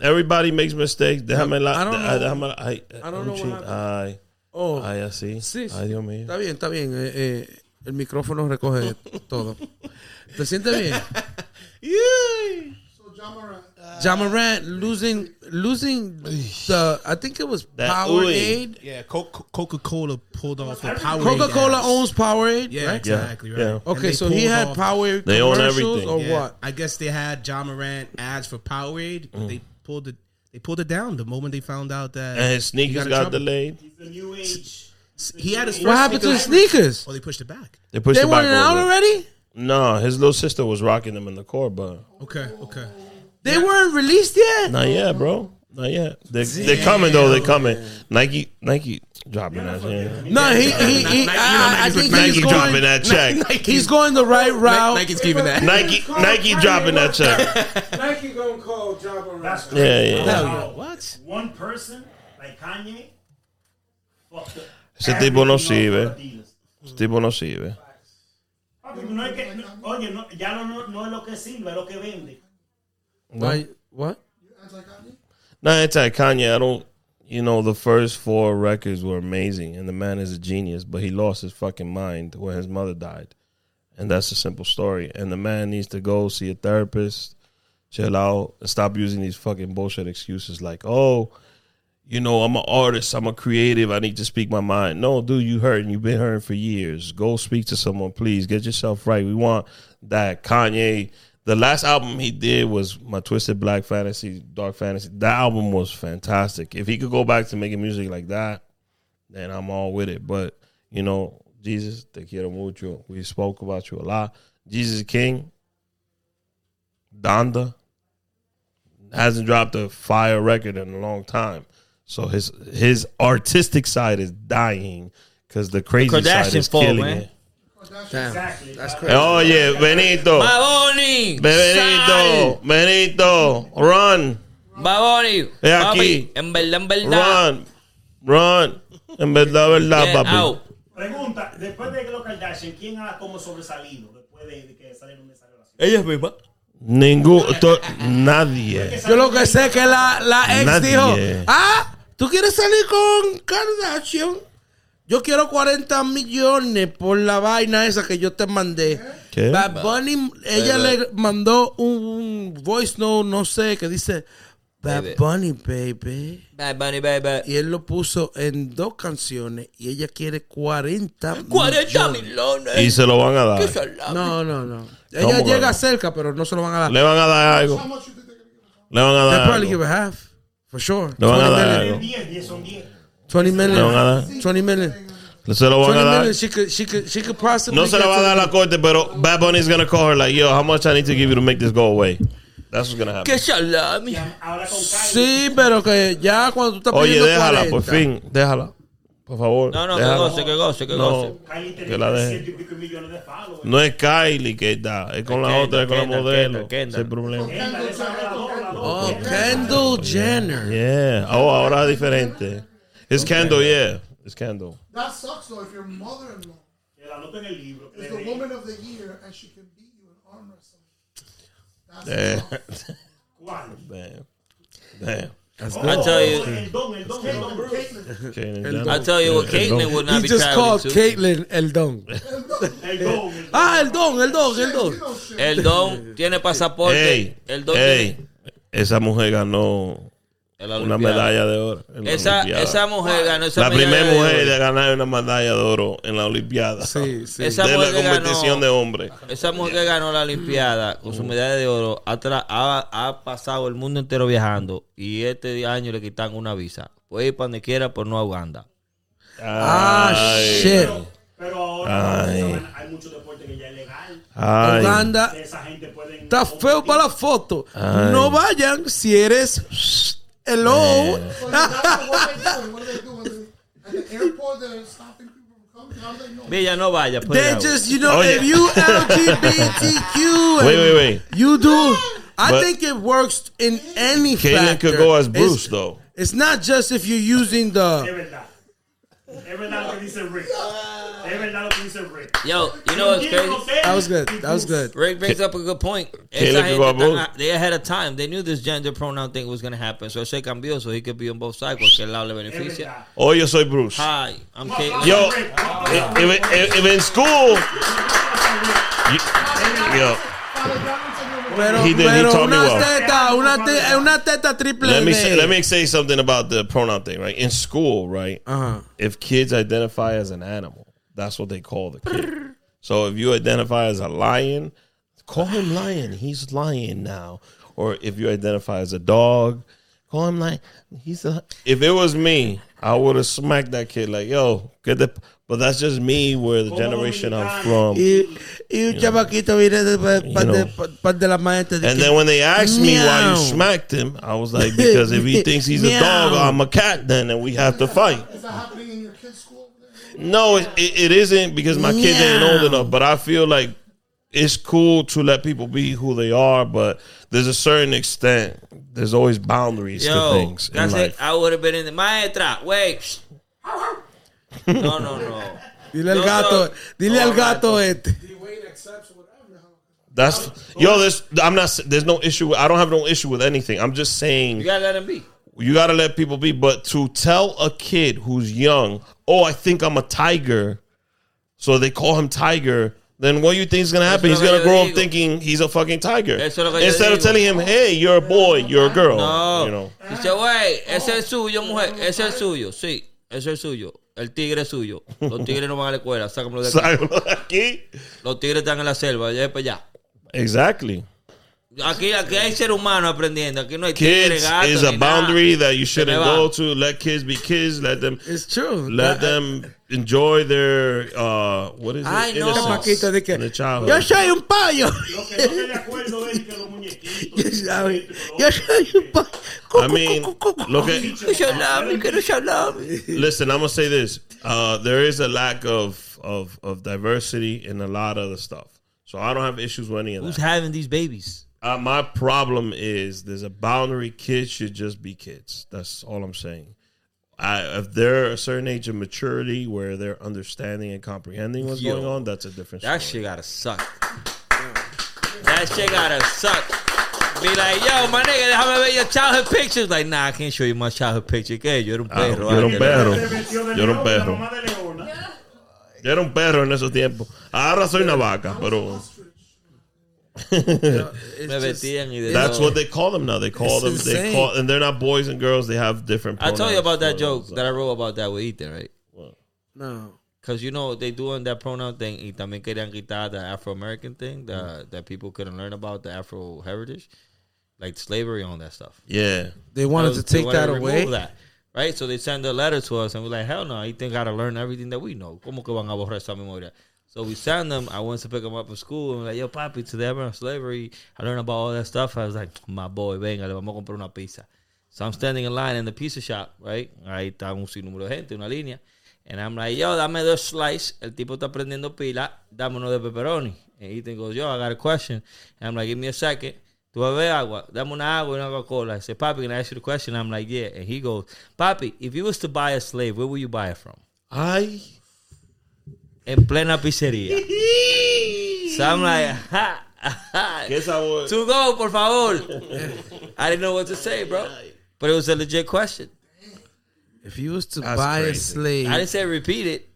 Speaker 3: Everybody makes mistakes. Déjame la.
Speaker 1: I don't know.
Speaker 3: Déjame la. Ay,
Speaker 1: I don't know what
Speaker 3: chin-
Speaker 1: happened.
Speaker 3: Ay.
Speaker 1: Oh,
Speaker 3: Ay, así.
Speaker 1: Sí, sí.
Speaker 3: Ay, Dios mío.
Speaker 1: está bien, está bien. Eh, eh, el micrófono recoge todo. ¿Te sientes bien?
Speaker 4: So, John Moran.
Speaker 1: Ja Morant losing, losing the, I think it was
Speaker 3: That
Speaker 1: Powerade.
Speaker 6: Yeah, Coca Cola pulled off the power.
Speaker 1: Coca Cola owns Powerade,
Speaker 6: Yeah,
Speaker 1: right?
Speaker 6: exactly. Right.
Speaker 3: Yeah.
Speaker 6: And
Speaker 1: Okay,
Speaker 6: they
Speaker 1: so he
Speaker 6: pulled
Speaker 1: had
Speaker 6: off-
Speaker 1: Powerade
Speaker 3: They own
Speaker 1: commercials
Speaker 3: everything.
Speaker 1: or
Speaker 6: Yeah,
Speaker 1: what? Mm.
Speaker 6: I guess they had John Morant ads for Powerade. But they pulled it. They pulled it down the moment they found out that
Speaker 3: And his
Speaker 6: he
Speaker 3: sneakers
Speaker 6: in
Speaker 3: got,
Speaker 6: trouble.
Speaker 3: delayed.
Speaker 5: The new age.
Speaker 6: He had his first
Speaker 1: What happened to
Speaker 6: sneaker
Speaker 1: his sneakers?
Speaker 6: Oh, they pushed it back.
Speaker 3: They pushed
Speaker 1: They
Speaker 3: it back
Speaker 1: weren't out
Speaker 3: over.
Speaker 1: already?
Speaker 3: No, his little sister was rocking them in the core, but
Speaker 6: Okay, okay.
Speaker 1: They weren't released yet?
Speaker 3: not yet, bro. Not yet. They, they're coming though. They're coming. Nike, Nike dropping that. Yeah.
Speaker 1: No, he, he, he,
Speaker 6: Nike-
Speaker 1: I, I
Speaker 6: you know
Speaker 1: think
Speaker 3: Nike
Speaker 1: he's
Speaker 3: dropping
Speaker 1: going,
Speaker 3: that check.
Speaker 1: he's going the right route.
Speaker 6: Nike's keeping that.
Speaker 3: Nike, Nike dropping that check.
Speaker 7: Nike gonna call John Moran.
Speaker 5: That's
Speaker 3: Yeah, yeah. yeah.
Speaker 5: Wow.
Speaker 6: What?
Speaker 5: One person, like Kanye, fucked up.
Speaker 3: Ese tipo no
Speaker 5: everything
Speaker 3: sirve.
Speaker 5: off the dealers.
Speaker 3: Este tipo no sirve.
Speaker 5: Papi, no es que, no- oye, no, ya no, no, no es lo que sirve, es lo que vende.
Speaker 1: Why? What?
Speaker 3: Not anti Kanye. I don't. You know, the first four records were amazing, and the man is a genius. But he lost his fucking mind when his mother died, and that's a simple story. And the man needs to go see a therapist, chill out, and stop using these fucking bullshit excuses like, "Oh, you know, I'm an artist, I'm a creative, I need to speak my mind." No, dude, you hurting. You've been hurting for years. Go speak to someone, please. Get yourself right. We want that Kanye. The last album he did was my Twisted Black Fantasy, Dark Fantasy. That album was fantastic. If he could go back to making music like that, then I'm all with it. But you know, Jesus, te quiero mucho. We spoke about you a lot. Jesus King, Donda hasn't dropped a fire record in a long time. So his his artistic side is dying because the crazy side is
Speaker 2: Kardashian fall,
Speaker 3: killing
Speaker 2: man.
Speaker 3: it.
Speaker 1: Damn, that's crazy.
Speaker 3: Oh yeah, Benito.
Speaker 2: Baboni.
Speaker 3: Benito, Benito, run,
Speaker 2: Baboni.
Speaker 3: Ve aquí.
Speaker 2: En verdad, en verdad.
Speaker 3: run, run. En verdad, verdad,
Speaker 2: Get
Speaker 3: papi.
Speaker 2: out.
Speaker 5: Pregunta, después de que los Kardashian, ¿quién ha como sobresalido? Después de, de que salieron de esa relación.
Speaker 2: Ella es misma.
Speaker 3: Ningún, to- nadie.
Speaker 1: Yo lo que sé es que la, la ex
Speaker 3: Nadie.
Speaker 1: dijo, ah, ¿tú quieres salir con Kardashian? Yo quiero 40 millones por la vaina esa que yo te mandé.
Speaker 3: ¿Qué?
Speaker 1: Bad Bunny, ella le mandó un, un voice note, no sé, que dice, Bad
Speaker 2: Baby.
Speaker 1: Bunny, baby.
Speaker 2: Bad Bunny, baby.
Speaker 1: Y él lo puso en dos canciones y ella quiere 40
Speaker 2: 40
Speaker 1: millones.
Speaker 3: Y
Speaker 2: millones.
Speaker 3: se lo van a dar.
Speaker 1: No, no, no.
Speaker 3: ¿Cómo
Speaker 1: Ella
Speaker 3: que
Speaker 1: llega
Speaker 3: no?
Speaker 1: cerca, pero no se lo van a dar.
Speaker 3: Le van a dar algo. Le van a
Speaker 1: They
Speaker 3: dar
Speaker 1: probably give
Speaker 3: algo.
Speaker 1: a half, for sure.
Speaker 3: Le van a
Speaker 1: 20
Speaker 3: dar
Speaker 1: million.
Speaker 3: algo.
Speaker 5: 10, 10 son 10.
Speaker 1: 20
Speaker 3: Le van a
Speaker 1: million.
Speaker 3: dar.
Speaker 1: 20 million.
Speaker 3: Se lo van
Speaker 1: 20
Speaker 3: a dar.
Speaker 1: million. She could, she could, she could possibly.
Speaker 3: No se lo
Speaker 1: get
Speaker 3: va a dar
Speaker 1: to-
Speaker 3: la corte, pero Bad Bunny's gonna call her like, yo, how much I need to give you to make this go away. That's what's gonna happen.
Speaker 2: Que salami.
Speaker 5: Ahora con Kylie.
Speaker 1: Sí, pero que ya cuando tú estás
Speaker 3: Oye,
Speaker 1: pidiendo
Speaker 3: déjala,
Speaker 1: 40,
Speaker 3: por fin, déjala. Por favor.
Speaker 2: No, no, que
Speaker 3: déjala.
Speaker 2: goce, que goce, que goce.
Speaker 3: No,
Speaker 5: Kylie
Speaker 3: que
Speaker 5: tenía
Speaker 3: la deje.
Speaker 5: 300 y pico millones de followers.
Speaker 3: No es Kylie que da, es con la
Speaker 2: Kendall,
Speaker 3: otra, es con la
Speaker 2: Kendall, Kendall,
Speaker 3: modelo.
Speaker 2: Kendall.
Speaker 3: Ese es el problema.
Speaker 5: Kendall, esa era la dos, la dos.
Speaker 1: Oh, Kendall Jenner.
Speaker 3: Yeah. Oh, ahora es diferente. Es Kendall, yeah. Es Kendall.
Speaker 4: That sucks though if your mother-in-law
Speaker 5: Que la nota en el libro.
Speaker 4: is the woman of the year and she can beat you in arm wrestling.
Speaker 3: Damn. Eh,
Speaker 5: ¿Cuál? Oh,
Speaker 3: Damn. Damn.
Speaker 2: I tell you,
Speaker 5: El don, el don, el don.
Speaker 3: Caitlyn
Speaker 2: I
Speaker 3: Jenner.
Speaker 2: tell you what, Caitlyn would not
Speaker 1: He
Speaker 2: be
Speaker 1: just
Speaker 2: traveling
Speaker 1: called
Speaker 2: to.
Speaker 1: Caitlyn el don.
Speaker 5: El don. el don.
Speaker 1: Ah, el don, el don, el don.
Speaker 2: El don tiene pasaporte.
Speaker 3: Ey,
Speaker 2: el don
Speaker 3: ey,
Speaker 2: tiene
Speaker 3: esa mujer ganó
Speaker 2: en la
Speaker 3: una
Speaker 2: Olimpiada.
Speaker 3: medalla de oro. en la
Speaker 2: Esa,
Speaker 3: Olimpiada.
Speaker 2: esa mujer ganó esa
Speaker 3: la
Speaker 2: medalla
Speaker 3: primera
Speaker 2: de
Speaker 3: mujer
Speaker 2: oro.
Speaker 3: de ganar una medalla de oro en la Olimpiada.
Speaker 1: Sí, sí.
Speaker 2: Esa
Speaker 3: de
Speaker 2: mujer
Speaker 3: la
Speaker 2: que ganó,
Speaker 3: competición de hombres.
Speaker 2: Esa mujer que ganó la Olimpiada con su medalla de oro ha, tra- ha- ha pasado el mundo entero viajando y este año le quitan una visa. Puede ir para donde quiera, pero no a Uganda.
Speaker 1: Ah,
Speaker 3: Ay,
Speaker 1: shit.
Speaker 5: Pero ahora
Speaker 3: Ay.
Speaker 5: bueno, hay muchos deportes que ya es legal.
Speaker 3: ay.
Speaker 1: Uganda
Speaker 5: Esa gente puede.
Speaker 1: está feo para la foto. No vayan si eres. Hello.
Speaker 4: What do they do when they, at the airport they're stopping people from coming? How do they know?
Speaker 2: Villa, no vaya. pues, put it
Speaker 1: They
Speaker 2: out.
Speaker 1: just, you know,
Speaker 3: Oye.
Speaker 1: if you LGBTQ, and
Speaker 3: Wait, wait, wait.
Speaker 1: you do. I
Speaker 3: But-
Speaker 1: think it works in any
Speaker 3: Caitlyn
Speaker 1: factor.
Speaker 3: could go as Bruce,
Speaker 1: it's,
Speaker 3: though.
Speaker 1: It's not just if you're using the.
Speaker 5: Es verdad. Es verdad lo que dice Rick. Es verdad lo que dice Rick.
Speaker 2: Yo, you know what's
Speaker 5: Tiene
Speaker 2: crazy?
Speaker 5: un hotel
Speaker 1: That was good.
Speaker 5: y
Speaker 1: That was good.
Speaker 2: Rick brings up a good point.
Speaker 3: Caleb
Speaker 2: Esa gente
Speaker 3: Guapo.
Speaker 2: tan- they ahead of time. They knew this gender pronoun thing was going to happen. So se cambió, so he could be on both sides. Cualquier lado le
Speaker 5: Es
Speaker 2: beneficia.
Speaker 5: verdad.
Speaker 3: Hoy Oh, yo soy Bruce. E-
Speaker 2: Hi, I'm Caitlyn.
Speaker 3: Yo,
Speaker 5: eh,
Speaker 3: eh, if, if- if- if in school, you- yo,
Speaker 1: Pero,
Speaker 3: He did, he
Speaker 1: pero
Speaker 3: taught me
Speaker 1: una
Speaker 3: well.
Speaker 1: teta, una teta, una teta triple.
Speaker 3: let me
Speaker 1: M.
Speaker 3: say, let me say something about the pronoun thing, right? In school, right?
Speaker 1: Uh-huh.
Speaker 3: If kids identify as an animal, that's what they call the kid. So if you identify as a lion, call him lion. He's lion now. Or if you identify as a dog, call him like he's a. If it was me, I would have smacked that kid like, yo, get the. But that's just me, where the generation I'm from.
Speaker 1: Y, y un chavaquito viene de parte
Speaker 3: know.
Speaker 1: de, pa- pa- de la maestra. de
Speaker 3: And
Speaker 1: que-
Speaker 3: then when they asked me why you
Speaker 1: Meow.
Speaker 3: smacked him, I was like, because if he thinks he's a dog,
Speaker 1: Meow.
Speaker 3: I'm a cat then, and we have to fight.
Speaker 4: Is that happening in your kids' school?
Speaker 3: No, it, it, it isn't because my kids ain't old
Speaker 1: Meow.
Speaker 3: enough, but I feel like it's cool to let people be who they are, but there's a certain extent, there's always boundaries to
Speaker 2: Yo,
Speaker 3: things in
Speaker 2: that's it.
Speaker 3: life.
Speaker 2: I would have been in the maestra. Wait. No, no, no.
Speaker 1: dile al
Speaker 2: Yo
Speaker 1: gato,
Speaker 2: soy-
Speaker 1: dile
Speaker 2: No,
Speaker 1: al gato este.
Speaker 3: That's yo. There's I'm not. There's no issue. I don't have no issue with anything. I'm just saying
Speaker 2: You gotta let him be.
Speaker 3: you got to let people be. But to tell a kid who's young, oh, I think I'm a tiger, so they call him tiger. Then what do you think is gonna
Speaker 2: lo
Speaker 3: happen? He's
Speaker 2: que
Speaker 3: gonna
Speaker 2: yo
Speaker 3: grow up
Speaker 2: digo.
Speaker 3: thinking he's a fucking tiger.
Speaker 2: Eso es lo que yo
Speaker 3: Instead of
Speaker 2: digo.
Speaker 3: telling him, hey, you're a boy, you're a girl.
Speaker 2: No.
Speaker 3: You know.
Speaker 2: Dice, güey, ese es suyo, mujer. Ese es suyo. Sí, ese es suyo. El tigre es suyo. Los tigres no van a la escuela. Sácamelo de aquí.
Speaker 3: Sácalo de aquí.
Speaker 2: Los tigres están en la selva. Ya es para allá.
Speaker 3: Exactly.
Speaker 2: Aquí, aquí hay ser humano aprendiendo. Aquí no hay tigre,
Speaker 3: Kids
Speaker 2: gato.
Speaker 3: is a
Speaker 2: ni
Speaker 3: boundary
Speaker 2: nada.
Speaker 3: that you
Speaker 2: Se me
Speaker 3: shouldn't
Speaker 2: va.
Speaker 3: go to. Let kids be kids. Let them
Speaker 1: It's true. That-
Speaker 3: let them enjoy their uh what is it?
Speaker 2: Ay, no.
Speaker 1: Paquito, de que,
Speaker 3: in the childhood.
Speaker 1: Yo soy un payo.
Speaker 5: Lo que no estoy de acuerdo es que los muñequitos.
Speaker 1: Yo soy, yo soy un payo. Cu,
Speaker 3: I
Speaker 1: cu,
Speaker 3: mean,
Speaker 1: cu, cu, cu.
Speaker 3: look at
Speaker 2: Quiero salami, quiero salami.
Speaker 3: Listen, I'm gonna say this. Uh, there is a lack of, of of diversity in a lot of the stuff. So I don't have issues with any of
Speaker 2: Who's
Speaker 3: that.
Speaker 2: having these babies?
Speaker 3: Uh, my problem is there's a boundary. Kids should just be kids. That's all I'm saying. I, if they're a certain age of maturity where they're understanding and comprehending what's
Speaker 2: Yo.
Speaker 3: going on, that's a different
Speaker 2: That shit
Speaker 3: story.
Speaker 2: gotta suck. That shit gotta suck. Be like, yo, my nigga, déjame ver your childhood pictures. Like, nah, I can't show you my childhood picture. ¿Qué? Yo era un
Speaker 3: Ah,
Speaker 2: perro.
Speaker 3: yo era
Speaker 2: antes.
Speaker 3: un perro.
Speaker 5: Se metió de
Speaker 3: Yo era
Speaker 5: león
Speaker 3: un
Speaker 5: con la
Speaker 3: perro.
Speaker 5: mamá de leona.
Speaker 3: Yo era un perro en esos tiempos. Ahora soy una vaca, pero
Speaker 2: Me vestían y de
Speaker 3: that's
Speaker 2: todo.
Speaker 3: what they call them now. They call
Speaker 1: It's
Speaker 3: them. They
Speaker 1: insane.
Speaker 3: call, and they're not boys and girls. They have different.
Speaker 2: I told you
Speaker 3: pronouns
Speaker 2: about that
Speaker 3: for
Speaker 2: joke
Speaker 3: those.
Speaker 2: that I wrote about that with Ethan, right?
Speaker 1: No.
Speaker 2: Because you know they doing that pronoun thing. Y también querían quitar the Afro American thing that
Speaker 3: Mm.
Speaker 2: that people couldn't learn about the Afro heritage, like slavery and all that stuff.
Speaker 3: Yeah.
Speaker 1: They wanted to
Speaker 2: They
Speaker 1: take
Speaker 2: wanted
Speaker 1: that
Speaker 2: to remove
Speaker 1: away.
Speaker 2: that, right? So they send a letter to us, and we're like, hell no, Ethan got to learn everything that we know. ¿Cómo que van a borrar esa memoria? So we send them. I went to pick them up from school, and we're like, yo, papi, today I learned slavery. I learned about all that stuff. I was like, my boy, venga, le vamos a comprar una pizza. So I'm standing in line in the pizza shop, right? Ahí está un sinnúmero de gente, una línea. And I'm like, yo, dame dos slices. El tipo está prendiendo pila. Dame uno de pepperoni. And Ethan goes, yo, I got a question. And I'm like, give me a second. Do I beber agua? Dame una agua y una Coca-Cola. I said, papi, can I ask you the question? I'm like, yeah. And he goes, papi, if you was to buy a slave, where would you buy it from?
Speaker 3: I
Speaker 2: En plena pizzería. so I'm like, ha, ha.
Speaker 3: guess I would.
Speaker 2: To go, por favor. I didn't know what to say, bro. But it was a legit question.
Speaker 1: If you was to
Speaker 3: That's
Speaker 1: buy a
Speaker 3: crazy.
Speaker 1: slave,
Speaker 2: I didn't say repeat it.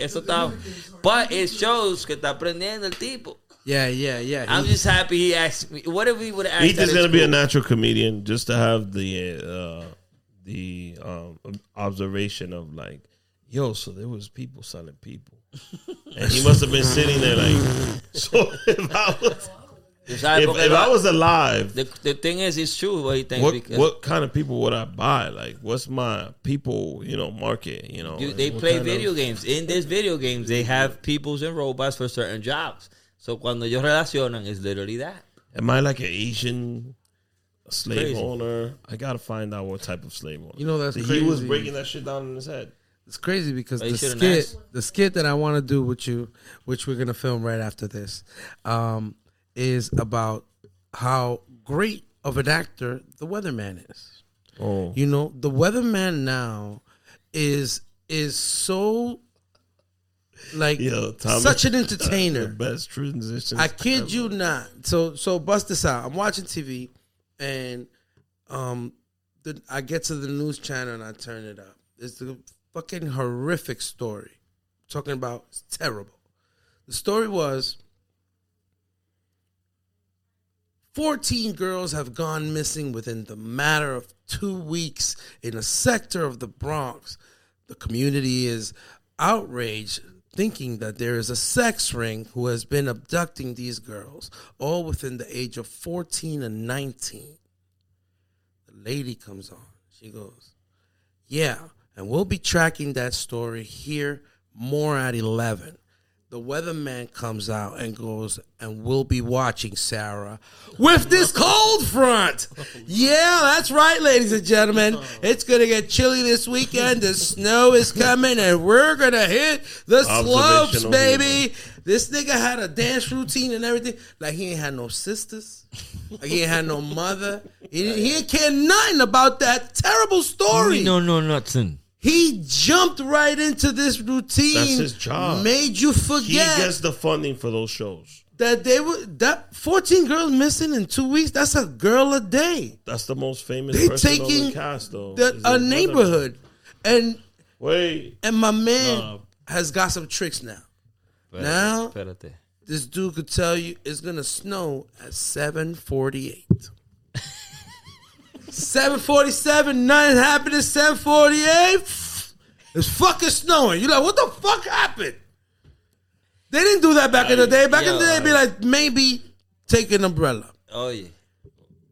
Speaker 2: Eso estaba- But it shows que está aprendiendo el tipo.
Speaker 1: yeah, yeah, yeah.
Speaker 2: I'm
Speaker 1: he-
Speaker 2: just happy he asked me. What if we would have asked that
Speaker 3: Ethan's
Speaker 2: in
Speaker 3: gonna be a
Speaker 2: school?
Speaker 3: natural comedian just to have the uh, the um, observation of like, yo, so there was people selling people, and he must have been sitting there like, so if I was
Speaker 2: ¿Sabes?
Speaker 3: if,
Speaker 2: Porque
Speaker 3: if
Speaker 2: lo-
Speaker 3: I was alive,
Speaker 2: the, the thing is, it's true what he thinks.
Speaker 3: what
Speaker 2: because
Speaker 3: what kind of people would I buy? Like, what's my people, you know, market? You
Speaker 1: Oh,
Speaker 3: know,
Speaker 2: you, they
Speaker 3: What
Speaker 2: play
Speaker 3: kind of-
Speaker 2: video games. In these video games, they have peoples and robots for certain jobs. So cuando ellos relacionan, it's literally that.
Speaker 3: Am I like an Asian? slave
Speaker 2: Crazy.
Speaker 3: owner. I gotta find out what type of slave owner.
Speaker 1: You know, that's
Speaker 3: he was
Speaker 1: crazy.
Speaker 3: breaking that shit down in his head.
Speaker 1: it's crazy because
Speaker 2: They
Speaker 1: the
Speaker 2: shouldn't
Speaker 1: skit,
Speaker 2: ask.
Speaker 1: the skit that I want to do with you, which we're gonna film right after this, um, is about how great of an actor the weatherman is.
Speaker 3: Oh,
Speaker 1: You know, the weatherman now is is so like
Speaker 3: Yo, Tommy,
Speaker 1: such an
Speaker 3: the
Speaker 1: entertainer.
Speaker 3: best transition.
Speaker 1: I kid you not. So so bust this out. I'm watching TV and um the, I get to the news channel and I turn it up. It's a fucking horrific story. talking about it's terrible. The story was 14 girls have gone missing within the matter of two weeks in a sector of the Bronx. The community is outraged, thinking that there is a sex ring who has been abducting these girls, all within the age of 14 and 19. The lady comes on. She goes, Yeah, and we'll be tracking that story here more at 11. The weatherman comes out and goes, and we'll be watching Sarah with this cold front. Yeah, that's right, ladies and gentlemen. It's going to get chilly this weekend. The snow is coming, and we're going to hit the slopes,
Speaker 3: Observational
Speaker 1: baby. This nigga had a dance routine and everything. Like, he ain't had no sisters. Like, he ain't had no mother. He, didn't- he ain't care nothing about that terrible story.
Speaker 2: No, no, nothing.
Speaker 1: He jumped right into this routine.
Speaker 3: That's his job.
Speaker 1: Made you
Speaker 3: He
Speaker 1: forget.
Speaker 3: gets the funding for those shows.
Speaker 1: that they were that 14 girls missing in two weeks. That's a girl a day.
Speaker 3: That's the most famous
Speaker 1: They
Speaker 3: person on
Speaker 1: taking
Speaker 3: the cast, though.
Speaker 1: The,
Speaker 3: Oh, Is
Speaker 1: a
Speaker 3: it-
Speaker 1: neighborhood, and
Speaker 3: Wait,
Speaker 1: and my man
Speaker 2: No.
Speaker 1: has got some tricks now.
Speaker 2: Espérate,
Speaker 1: Now-
Speaker 2: Espérate.
Speaker 1: This dude could tell you it's gonna snow at 7:48. 7:47, nothing happened at 7:48. It's fucking snowing. You're like, what the fuck happened? They didn't do that back in the day. Back in the day,
Speaker 2: yo,
Speaker 1: it'd be like maybe take an umbrella.
Speaker 2: Oye.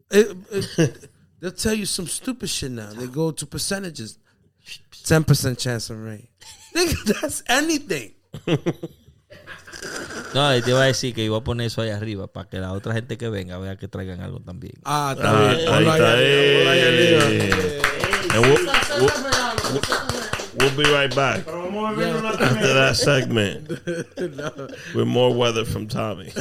Speaker 1: It- it- they'll tell you some stupid shit now. They go to percentages. Ten percent chance of rain. Nigga, that's anything.
Speaker 2: No, y te iba a decir que iba a poner eso ahí arriba para que la otra gente que venga vea que traigan algo también.
Speaker 1: Ah, está
Speaker 3: ah,
Speaker 1: bien.
Speaker 3: ahí
Speaker 1: Hola,
Speaker 3: está.
Speaker 1: ya-
Speaker 3: eh. And we'll, we'll, we'll be right back
Speaker 5: Pero vamos a beber una
Speaker 3: after
Speaker 5: primera.
Speaker 3: that segment with more weather from Tommy.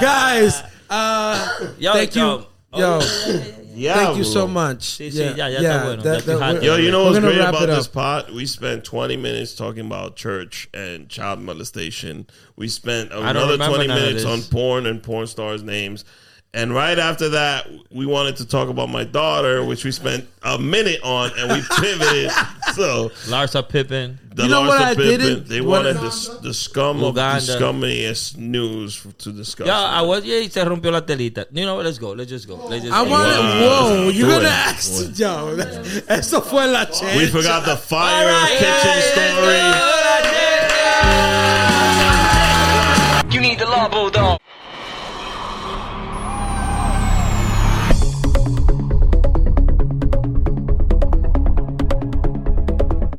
Speaker 1: guys. Uh,
Speaker 2: Yo,
Speaker 1: thank you.
Speaker 2: yo. Oh.
Speaker 1: Yo,
Speaker 3: yeah,
Speaker 1: thank you so much.
Speaker 2: Sí, sí, ya, ya está bueno, ya está
Speaker 1: we're-
Speaker 2: hot.
Speaker 3: Yo, you know
Speaker 1: we're
Speaker 3: what's
Speaker 1: gonna
Speaker 3: great
Speaker 1: wrap
Speaker 3: about
Speaker 1: it
Speaker 3: this
Speaker 1: up.
Speaker 3: pot? We spent 20 minutes talking about church and child molestation. We spent
Speaker 2: don't
Speaker 3: another
Speaker 2: remember
Speaker 3: 20
Speaker 2: none of
Speaker 3: minutes
Speaker 2: this.
Speaker 3: on porn and porn stars' names. And right after that, we wanted to talk about my daughter, which we spent a minute on, and we pivoted. so
Speaker 2: Larsa Pippen.
Speaker 3: the
Speaker 1: You know what
Speaker 3: Larsa
Speaker 1: I
Speaker 3: Pippen,
Speaker 1: didn't-
Speaker 3: they
Speaker 1: what-
Speaker 3: wanted the, the scum
Speaker 2: Uganda.
Speaker 3: of the scummiest news to discuss.
Speaker 2: Yo, I was yeah, y se rompió la telita. You know, what, let's go, let's just go. Let's just
Speaker 1: I
Speaker 2: go.
Speaker 1: want
Speaker 3: Wow.
Speaker 1: Whoa, you're
Speaker 3: Bueno,
Speaker 1: gonna ask. Yo, eso fue la
Speaker 3: we
Speaker 1: chance.
Speaker 3: forgot the
Speaker 2: All
Speaker 3: fire
Speaker 2: right,
Speaker 3: kitchen
Speaker 2: yeah, yeah,
Speaker 3: story.
Speaker 2: yeah,